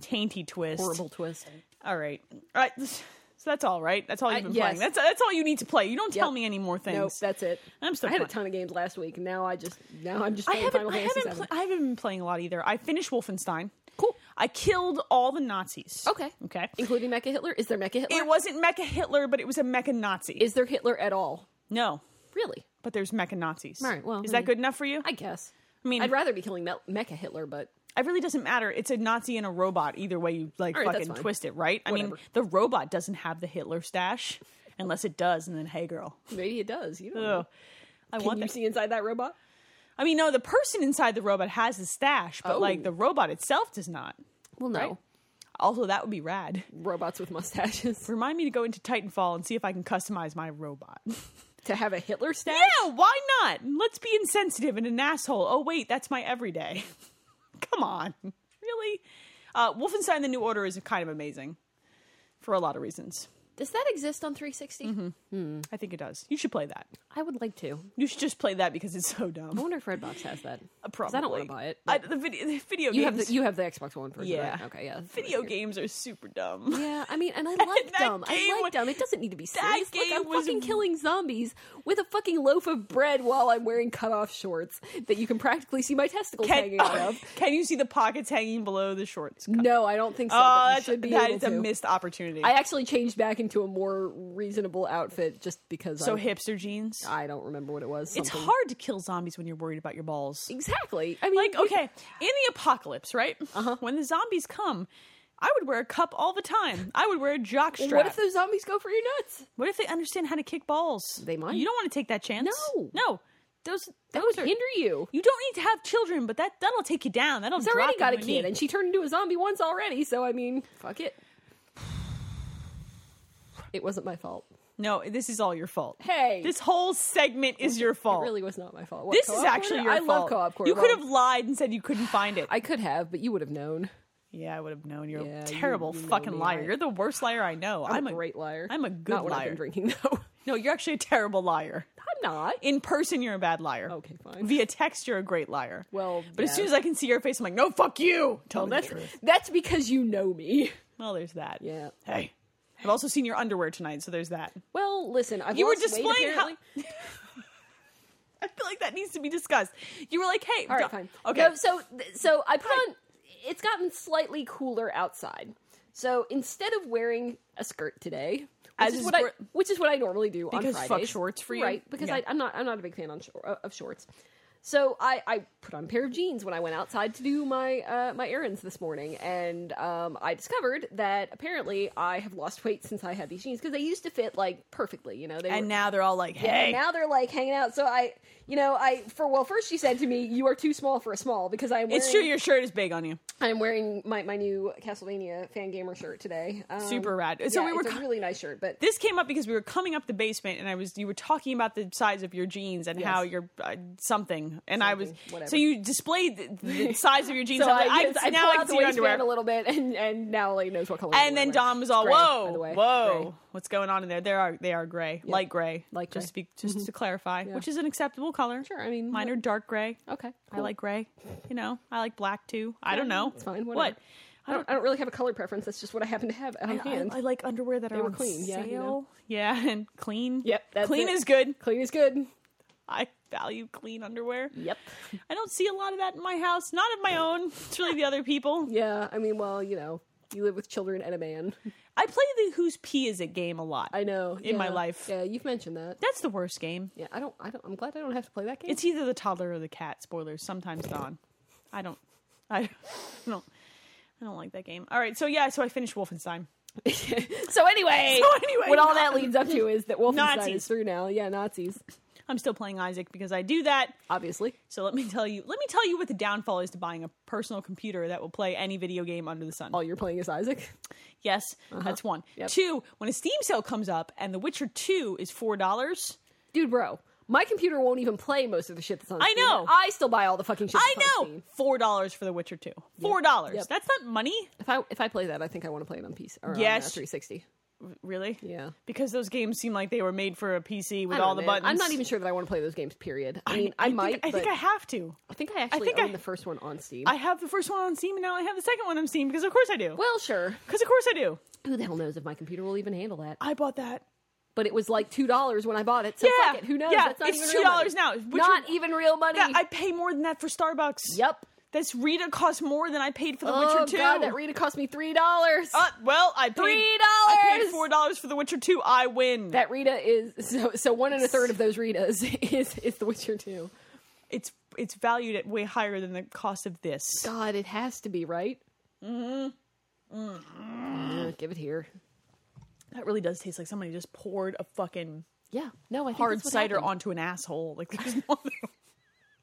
Speaker 1: tainty twist.
Speaker 2: twist.
Speaker 1: All right. All right. So that's all right. That's all you've been
Speaker 2: yes.
Speaker 1: playing. That's that's all you need to play. You don't tell
Speaker 2: Yep.
Speaker 1: me any more things.
Speaker 2: Nope, that's it.
Speaker 1: I'm still
Speaker 2: I had a
Speaker 1: playing.
Speaker 2: ton of games last week, and now I just now I'm just
Speaker 1: I
Speaker 2: playing
Speaker 1: haven't,
Speaker 2: Final
Speaker 1: I,
Speaker 2: Fantasy
Speaker 1: haven't
Speaker 2: VII.
Speaker 1: pla- I haven't been playing a lot either. I finished Wolfenstein.
Speaker 2: Cool.
Speaker 1: I killed all the Nazis.
Speaker 2: Okay.
Speaker 1: Okay.
Speaker 2: Including Mecha Hitler. Is there Mecha Hitler?
Speaker 1: It wasn't Mecha Hitler, but it was a Mecha Nazi.
Speaker 2: Is there Hitler at all?
Speaker 1: no,
Speaker 2: Really?
Speaker 1: but there's Mecha Nazis.
Speaker 2: All right, well,
Speaker 1: is
Speaker 2: I
Speaker 1: that
Speaker 2: mean-
Speaker 1: good enough for you?
Speaker 2: I guess.
Speaker 1: I mean,
Speaker 2: I'd rather be killing Me- Mecha Hitler, but
Speaker 1: it really doesn't matter. It's a Nazi and a robot. Either way, you like
Speaker 2: All right, that's
Speaker 1: fucking
Speaker 2: fine.
Speaker 1: twist it, right? I mean,
Speaker 2: Whatever.
Speaker 1: the robot doesn't have the Hitler stash, unless it does, and then hey, girl,
Speaker 2: maybe it does. You don't know.
Speaker 1: Ugh. I
Speaker 2: Can
Speaker 1: want
Speaker 2: you
Speaker 1: that.
Speaker 2: see inside that robot?
Speaker 1: I mean, no, the person inside the robot has the stash, but
Speaker 2: Oh.
Speaker 1: like the robot itself does not.
Speaker 2: Well, no.
Speaker 1: Right? Also, that would be rad.
Speaker 2: Robots with mustaches
Speaker 1: Remind me to go into Titanfall and see if I can customize my robot.
Speaker 2: to have a Hitler stash.
Speaker 1: Yeah, why not? Let's be insensitive and an asshole. Oh wait, that's my everyday. Come on, really? Uh, Wolfenstein: The New Order is kind of amazing for a lot of reasons.
Speaker 2: Does that exist on 360?
Speaker 1: I think it does. You should play that.
Speaker 2: I would like to.
Speaker 1: You should just play that because it's so
Speaker 2: I
Speaker 1: dumb.
Speaker 2: wonder if Redbox has that. Because
Speaker 1: Probably.
Speaker 2: I don't want to buy it.
Speaker 1: I, the video, the video
Speaker 2: you have
Speaker 1: games.
Speaker 2: the you have the Xbox One version.
Speaker 1: yeah.
Speaker 2: Right? Okay. Yeah. that's what I
Speaker 1: Video
Speaker 2: figured.
Speaker 1: games are super dumb.
Speaker 2: Yeah, I mean, and I like
Speaker 1: that
Speaker 2: dumb.
Speaker 1: game
Speaker 2: I
Speaker 1: was-
Speaker 2: like dumb. It doesn't need to be
Speaker 1: That
Speaker 2: serious. Look,
Speaker 1: game
Speaker 2: I'm
Speaker 1: was-
Speaker 2: fucking killing zombies with a fucking loaf of bread while I'm wearing cutoff shorts that you can practically see my testicles
Speaker 1: Can,
Speaker 2: hanging out of.
Speaker 1: can you see the pockets hanging below the shorts?
Speaker 2: No, I don't think so. but
Speaker 1: Oh,
Speaker 2: you
Speaker 1: that's,
Speaker 2: should be
Speaker 1: that
Speaker 2: able
Speaker 1: is
Speaker 2: to.
Speaker 1: a missed opportunity.
Speaker 2: I actually changed back into a more reasonable outfit just because
Speaker 1: so
Speaker 2: I,
Speaker 1: hipster jeans.
Speaker 2: I don't remember what it was.
Speaker 1: It's
Speaker 2: something.
Speaker 1: hard to kill zombies when you're worried about your balls.
Speaker 2: Exactly. I mean,
Speaker 1: like okay in the apocalypse right uh-huh. when the zombies come i would wear a cup all the time i would wear a jock strap
Speaker 2: What if those zombies go for your nuts?
Speaker 1: what if they understand how to kick balls
Speaker 2: They might.
Speaker 1: you don't want to take that chance
Speaker 2: No.
Speaker 1: no those
Speaker 2: That
Speaker 1: those
Speaker 2: would
Speaker 1: are
Speaker 2: hinder you.
Speaker 1: you don't need to have children but that that'll take you down that'll
Speaker 2: He's
Speaker 1: drop
Speaker 2: already
Speaker 1: you
Speaker 2: got a
Speaker 1: to
Speaker 2: kid,
Speaker 1: your knee.
Speaker 2: and she turned into a zombie once already. So I mean, fuck it. It wasn't my fault.
Speaker 1: no this is all your fault
Speaker 2: Hey.
Speaker 1: this whole segment is your fault
Speaker 2: It really was not my fault. What,
Speaker 1: this is
Speaker 2: co-op
Speaker 1: actually
Speaker 2: corner?
Speaker 1: your
Speaker 2: I
Speaker 1: fault
Speaker 2: love co-op corner.
Speaker 1: you could have
Speaker 2: Well,
Speaker 1: lied and said you couldn't find it
Speaker 2: I could have, but you would have known.
Speaker 1: yeah i would have known you're
Speaker 2: Yeah,
Speaker 1: a
Speaker 2: you-
Speaker 1: terrible
Speaker 2: you know
Speaker 1: fucking
Speaker 2: me,
Speaker 1: liar
Speaker 2: I-
Speaker 1: you're the worst liar i know i'm,
Speaker 2: a great liar.
Speaker 1: i'm a good
Speaker 2: not when I've
Speaker 1: liar.
Speaker 2: been drinking though.
Speaker 1: no you're actually a terrible liar
Speaker 2: I'm not.
Speaker 1: in person you're a bad liar.
Speaker 2: Okay, fine.
Speaker 1: Via text you're a great liar.
Speaker 2: Well,
Speaker 1: but as
Speaker 2: yeah.
Speaker 1: soon as I can see your face, I'm like, no, fuck you. Tell
Speaker 2: Well,
Speaker 1: me
Speaker 2: that's
Speaker 1: the truth.
Speaker 2: that's because you know me.
Speaker 1: Well, there's that.
Speaker 2: Yeah.
Speaker 1: Hey, I've also seen your underwear tonight, so there's that.
Speaker 2: Well, listen, I've
Speaker 1: You were
Speaker 2: lost weight,
Speaker 1: displaying how.
Speaker 2: apparently.
Speaker 1: I feel like that needs to be discussed. You were like, hey,
Speaker 2: All right,
Speaker 1: duh.
Speaker 2: fine.
Speaker 1: okay.
Speaker 2: No, so so I put on. It's gotten slightly cooler outside, so instead of wearing a skirt today, which
Speaker 1: As
Speaker 2: is
Speaker 1: is
Speaker 2: what I
Speaker 1: wor-
Speaker 2: which is what I normally do on
Speaker 1: Because
Speaker 2: Fridays,
Speaker 1: fuck shorts for you?
Speaker 2: right? Because
Speaker 1: Yeah.
Speaker 2: I, I'm not I'm not a big fan on shor- uh, of shorts. So I, I put on a pair of jeans when I went outside to do my uh, my errands this morning, and um, I discovered that apparently I have lost weight since I had these jeans because they used to fit like perfectly, you know. They
Speaker 1: and
Speaker 2: were,
Speaker 1: now they're all like, hey.
Speaker 2: and now they're like hanging out. So I, you know, I for well, first she said to me, "You are too small for a small," because I'm wearing,
Speaker 1: it's true, your shirt is big on you.
Speaker 2: I'm wearing my, my new Castlevania fan gamer shirt today. Um,
Speaker 1: Super rad.
Speaker 2: Yeah,
Speaker 1: So we were
Speaker 2: it's
Speaker 1: co-
Speaker 2: a really nice shirt, but
Speaker 1: This came up because we were coming up the basement, and I was you were talking about the size of your jeans and how
Speaker 2: Yes.
Speaker 1: your uh, something something. And I was
Speaker 2: Something, whatever.
Speaker 1: so you displayed the, the size of your jeans.
Speaker 2: So
Speaker 1: I, was like,
Speaker 2: I,
Speaker 1: I, now I can see your underwear.
Speaker 2: a little bit, and and now Ellie knows what color.
Speaker 1: And then Dom was all, "Whoa, whoa,
Speaker 2: Gray.
Speaker 1: what's going on in there? They are they are gray, light gray,
Speaker 2: Light
Speaker 1: just to
Speaker 2: gray. Mm-hmm.
Speaker 1: be, just to clarify, which is an acceptable color.
Speaker 2: Sure, I mean,
Speaker 1: mine are dark gray.
Speaker 2: Okay,
Speaker 1: I
Speaker 2: cool.
Speaker 1: like gray. You know, I like black too. I don't know.
Speaker 2: It's fine.
Speaker 1: What?
Speaker 2: Whatever. I don't. I don't really have a color preference. That's just what I happen to have on
Speaker 1: I,
Speaker 2: hand.
Speaker 1: I like underwear that are
Speaker 2: were
Speaker 1: on
Speaker 2: clean,
Speaker 1: sale.
Speaker 2: yeah, you know.
Speaker 1: Yeah, and clean.
Speaker 2: Yep, that's
Speaker 1: clean
Speaker 2: it.
Speaker 1: is good.
Speaker 2: Clean is good.
Speaker 1: I value clean underwear.
Speaker 2: Yep.
Speaker 1: I don't see a lot of that in my house. Not of my own. It's really the other people.
Speaker 2: Yeah. I mean, well, you know, you live with children and a man.
Speaker 1: I play the Whose Pee Is It game a lot.
Speaker 2: I know.
Speaker 1: In my
Speaker 2: yeah.
Speaker 1: life.
Speaker 2: Yeah, you've mentioned that.
Speaker 1: That's the worst game.
Speaker 2: Yeah, I don't. I don't. I'm glad I don't have to play that game.
Speaker 1: It's either the toddler or the cat. Spoilers. Sometimes Dawn. I don't. I don't. I don't, I don't like that game. All right. So yeah. So I finished Wolfenstein.
Speaker 2: so anyway.
Speaker 1: So anyway,
Speaker 2: what all that leads up to is that Wolfenstein
Speaker 1: Nazis.
Speaker 2: is through now. Yeah, Nazis.
Speaker 1: I'm still playing Isaac because I do that.
Speaker 2: Obviously.
Speaker 1: So let me tell you. Let me tell you what the downfall is to buying a personal computer that will play any video game under the sun.
Speaker 2: All you're playing is Isaac.
Speaker 1: Yes, that's one.
Speaker 2: Oh, Yep.
Speaker 1: Two, when a Steam sale comes up and The Witcher 2 is $4,
Speaker 2: Dude, bro, my computer won't even play most of the shit that's on.
Speaker 1: I
Speaker 2: Steam.
Speaker 1: know.
Speaker 2: I still buy all the fucking shit.
Speaker 1: I
Speaker 2: that's on
Speaker 1: know!
Speaker 2: Steam.
Speaker 1: $4 for The Witcher 2. $4.
Speaker 2: Yep.
Speaker 1: That's not money,
Speaker 2: If I if I play that, I think I want to play it on PC or on, uh,
Speaker 1: Yes.
Speaker 2: 360.
Speaker 1: really.
Speaker 2: Yeah.
Speaker 1: Because those games seem like they were made for a PC
Speaker 2: I
Speaker 1: with
Speaker 2: don't
Speaker 1: all
Speaker 2: know,
Speaker 1: the
Speaker 2: man.
Speaker 1: buttons.
Speaker 2: I'm not even sure that I want to play those games. Period. I mean, I,
Speaker 1: think-
Speaker 2: might.
Speaker 1: I think
Speaker 2: but
Speaker 1: I have to.
Speaker 2: I think I actually
Speaker 1: think
Speaker 2: own
Speaker 1: I-
Speaker 2: the first one on Steam.
Speaker 1: I have the first one on Steam and now I have the second one on Steam because of course I do.
Speaker 2: well, sure.
Speaker 1: Because of course I do.
Speaker 2: Who the hell knows if my computer will even handle that?
Speaker 1: I bought that.
Speaker 2: But it was like two dollars when I bought it. So
Speaker 1: Yeah.
Speaker 2: fuck it. Who knows?
Speaker 1: Yeah,
Speaker 2: That's not
Speaker 1: it's
Speaker 2: even real
Speaker 1: $2
Speaker 2: money.
Speaker 1: now, which
Speaker 2: Not even real money.
Speaker 1: Yeah, I pay more than that for Starbucks.
Speaker 2: yep.
Speaker 1: This Rita costs more than I paid for The
Speaker 2: oh
Speaker 1: Witcher 2.
Speaker 2: god, that Rita cost me three dollars.
Speaker 1: Uh, well, I paid I paid
Speaker 2: $3.
Speaker 1: four dollars for The Witcher Two. I win.
Speaker 2: that Rita is so so one and a third of those Ritas is is The Witcher Two.
Speaker 1: it's it's valued at way higher than the cost of this.
Speaker 2: God, it has to be right. Mm-hmm. give it here.
Speaker 1: That really does taste like somebody just poured a fucking
Speaker 2: Yeah, no, I think
Speaker 1: hard
Speaker 2: that's what
Speaker 1: cider
Speaker 2: happened.
Speaker 1: onto an asshole. Like there's no.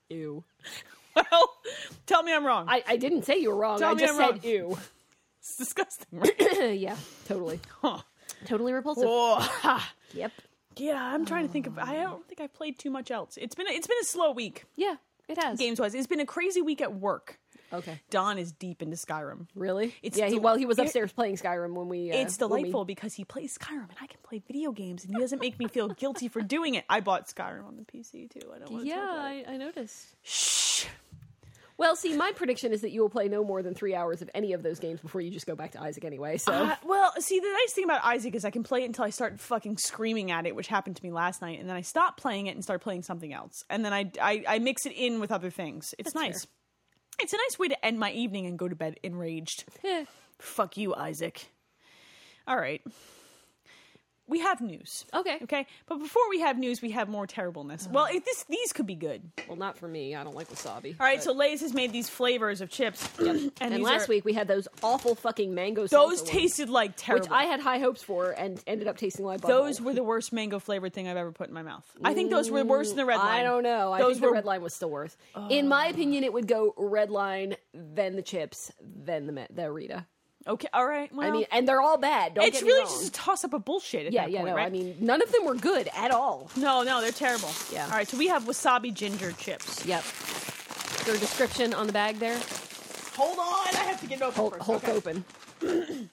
Speaker 2: Ew.
Speaker 1: well, tell me I'm wrong.
Speaker 2: I, I didn't say you were wrong.
Speaker 1: Tell
Speaker 2: I
Speaker 1: me
Speaker 2: just
Speaker 1: I'm
Speaker 2: said
Speaker 1: wrong.
Speaker 2: ew.
Speaker 1: it's disgusting. Right?
Speaker 2: yeah, totally,
Speaker 1: Huh.
Speaker 2: totally repulsive.
Speaker 1: Oh, ha.
Speaker 2: Yep.
Speaker 1: yeah, I'm trying to think of. I don't think I played too much else. It's been a, it's been a slow week
Speaker 2: Yeah, it has.
Speaker 1: games wise. It's been a crazy week at work.
Speaker 2: Okay.
Speaker 1: Don is deep into Skyrim.
Speaker 2: Really?
Speaker 1: It's
Speaker 2: yeah. He,
Speaker 1: del-
Speaker 2: well, he was
Speaker 1: it-
Speaker 2: upstairs playing Skyrim when we. Uh,
Speaker 1: It's
Speaker 2: when we-
Speaker 1: delightful because he plays Skyrim and I can play video games and he doesn't make me feel guilty for doing it. I bought Skyrim on the PC too. I don't want to
Speaker 2: yeah,
Speaker 1: talk about it.
Speaker 2: I, I noticed.
Speaker 1: Shh.
Speaker 2: Well, see, my prediction is that you will play no more than three hours of any of those games before you just go back to Isaac anyway. So
Speaker 1: Uh, well, see, the nice thing about Isaac is I can play it until I start fucking screaming at it, which happened to me last night, and then I stop playing it and start playing something else, and then I I, I mix it in with other things. It's nice. It's a nice way to end my evening and go to bed enraged.
Speaker 2: Eh.
Speaker 1: Fuck you, Isaac. All right. We have news.
Speaker 2: okay. Uh-huh.
Speaker 1: Okay, but before we have news, we have more terribleness. Well, if this these could be good.
Speaker 2: Well, not for me. I don't like wasabi.
Speaker 1: All right, so Lay's has made these flavors of chips, and,
Speaker 2: and
Speaker 1: these are-
Speaker 2: last week we had those awful fucking mango.
Speaker 1: those
Speaker 2: salsa ones,
Speaker 1: tasted like terrible.
Speaker 2: which I had high hopes for and ended up tasting like
Speaker 1: Those were the worst mango flavored thing I've ever put in my mouth. I think those were worse than the red line.
Speaker 2: I don't know. I
Speaker 1: those
Speaker 2: think
Speaker 1: were Oh.
Speaker 2: the red line was still worse. In my opinion, it would go red line, then the chips, then the ma- the Rita.
Speaker 1: okay. All right. Well,
Speaker 2: I mean, and they're all bad. Don't
Speaker 1: it's
Speaker 2: get me
Speaker 1: really
Speaker 2: wrong.
Speaker 1: just a toss up of bullshit. At
Speaker 2: yeah,
Speaker 1: that
Speaker 2: yeah.
Speaker 1: point,
Speaker 2: no,
Speaker 1: right?
Speaker 2: I mean, none of them were good at all.
Speaker 1: no, no, they're terrible.
Speaker 2: Yeah.
Speaker 1: All right, so we have wasabi ginger chips.
Speaker 2: Yep. Their description on the bag there.
Speaker 1: Hold on, I have to get it open
Speaker 2: Hulk,
Speaker 1: first.
Speaker 2: Hulk
Speaker 1: Okay.
Speaker 2: open.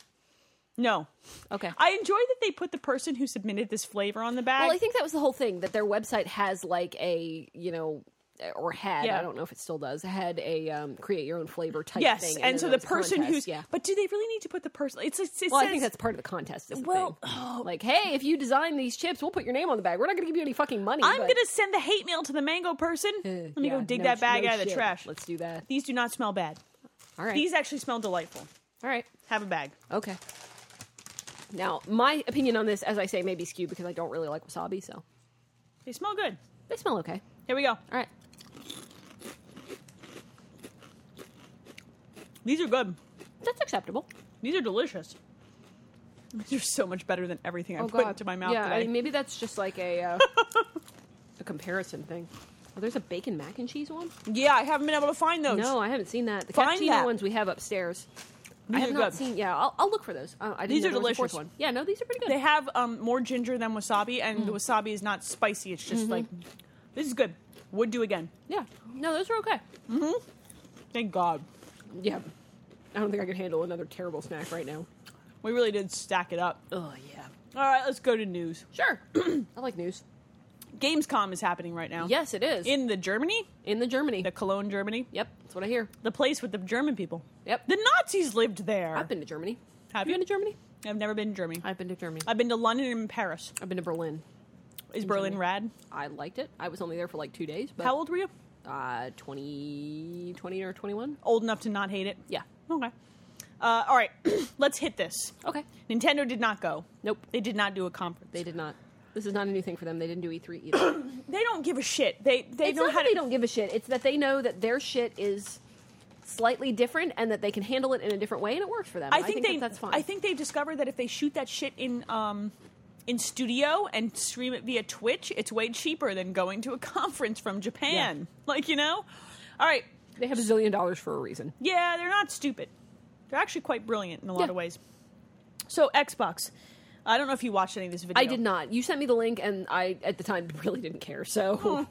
Speaker 1: No,
Speaker 2: Okay.
Speaker 1: I enjoy that they put the person who submitted this flavor on the bag.
Speaker 2: Well, I think that was the whole thing that their website has like a you know or had
Speaker 1: Yeah.
Speaker 2: I don't know if it still does had a um, create your own flavor type.
Speaker 1: yes,
Speaker 2: thing,
Speaker 1: and,
Speaker 2: then
Speaker 1: so
Speaker 2: there
Speaker 1: the
Speaker 2: was a
Speaker 1: person
Speaker 2: contest,
Speaker 1: who's
Speaker 2: yeah.
Speaker 1: but do they really need to put the person? It's, it's it
Speaker 2: Well,
Speaker 1: says,
Speaker 2: I think that's part of the contest. Is the
Speaker 1: Well, oh.
Speaker 2: thing. like, hey, if you design these chips, we'll put your name on the bag. We're not going to give you any fucking money.
Speaker 1: I'm
Speaker 2: but-
Speaker 1: gonna send a hate mail to the mango person. Let me go
Speaker 2: Uh, Yeah,
Speaker 1: dig
Speaker 2: no
Speaker 1: that
Speaker 2: sh-
Speaker 1: bag
Speaker 2: no
Speaker 1: out of the
Speaker 2: shit.
Speaker 1: trash.
Speaker 2: Let's do that.
Speaker 1: These do not smell bad.
Speaker 2: All right.
Speaker 1: These actually smell delightful.
Speaker 2: All right.
Speaker 1: Have a bag.
Speaker 2: Okay. Now, my opinion on this, as I say, may be skewed because I don't really like wasabi, so
Speaker 1: They smell good.
Speaker 2: they smell okay.
Speaker 1: Here we go.
Speaker 2: All right.
Speaker 1: These are good.
Speaker 2: That's acceptable.
Speaker 1: These are delicious. These are so much better than everything I
Speaker 2: oh,
Speaker 1: put
Speaker 2: God.
Speaker 1: into my mouth
Speaker 2: Yeah,
Speaker 1: today.
Speaker 2: I- maybe that's just like a uh, a comparison thing. Oh, there's a bacon mac and cheese one.
Speaker 1: yeah, I haven't been able to find those.
Speaker 2: No, I haven't seen that. The
Speaker 1: Oh, Find
Speaker 2: cappuccino
Speaker 1: that.
Speaker 2: ones we have upstairs.
Speaker 1: These
Speaker 2: I have
Speaker 1: are
Speaker 2: not
Speaker 1: good.
Speaker 2: seen. Yeah, I'll, I'll look for those. Uh, I didn't
Speaker 1: These
Speaker 2: know
Speaker 1: are
Speaker 2: there was a fourth
Speaker 1: delicious.
Speaker 2: One. Yeah, no, these are pretty good.
Speaker 1: They
Speaker 2: Mm. Mm-hmm.
Speaker 1: have um, more ginger than wasabi, and the wasabi is not spicy. It's just like this is good. Would do again.
Speaker 2: Yeah. No, those were okay.
Speaker 1: Thank God.
Speaker 2: Yeah. I don't think I could handle another terrible snack right now.
Speaker 1: We really did stack it up.
Speaker 2: Oh, yeah.
Speaker 1: All right, let's go to news.
Speaker 2: Sure. I like news.
Speaker 1: Gamescom is happening right now.
Speaker 2: Yes, it is.
Speaker 1: In the Germany,
Speaker 2: in the Germany.
Speaker 1: the Cologne, Germany,
Speaker 2: Yep, that's what I hear.
Speaker 1: the place with the German people.
Speaker 2: Yep.
Speaker 1: The Nazis lived there.
Speaker 2: I've been to Germany.
Speaker 1: Have
Speaker 2: you
Speaker 1: you?
Speaker 2: been to Germany?
Speaker 1: I've never been to Germany.
Speaker 2: I've been to Germany.
Speaker 1: I've been to London and Paris.
Speaker 2: I've been to Berlin.
Speaker 1: Is Berlin rad?
Speaker 2: I liked it. I was only there for like two days. But,
Speaker 1: How old were you?
Speaker 2: Uh, 20, 20 or 21?
Speaker 1: Old enough to not hate it.
Speaker 2: Yeah.
Speaker 1: Okay. Uh, all right, let's hit this.
Speaker 2: Okay.
Speaker 1: Nintendo did not go.
Speaker 2: Nope.
Speaker 1: They did not do a conference.
Speaker 2: They did not. This is not a new thing for them. They didn't do E3 either.
Speaker 1: They don't give a shit. They they
Speaker 2: it's
Speaker 1: know
Speaker 2: not
Speaker 1: how
Speaker 2: that
Speaker 1: to.
Speaker 2: they don't give a shit. It's that they know that their shit is slightly different and that they can handle it in a different way and it works for them.
Speaker 1: I think, they.
Speaker 2: that that's fine.
Speaker 1: I think they've discovered that if they shoot that shit in um, in studio and stream it via Twitch, it's way cheaper than going to a conference from Japan.
Speaker 2: Yeah.
Speaker 1: Like you know, all right,
Speaker 2: they have a zillion dollars for a reason.
Speaker 1: yeah, they're not stupid. They're actually quite brilliant in a lot
Speaker 2: Yeah.
Speaker 1: of ways. So Xbox, I don't know if you watched any of this video.
Speaker 2: I did not. You sent me the link, and I at the time really didn't care. So,
Speaker 1: Hmm.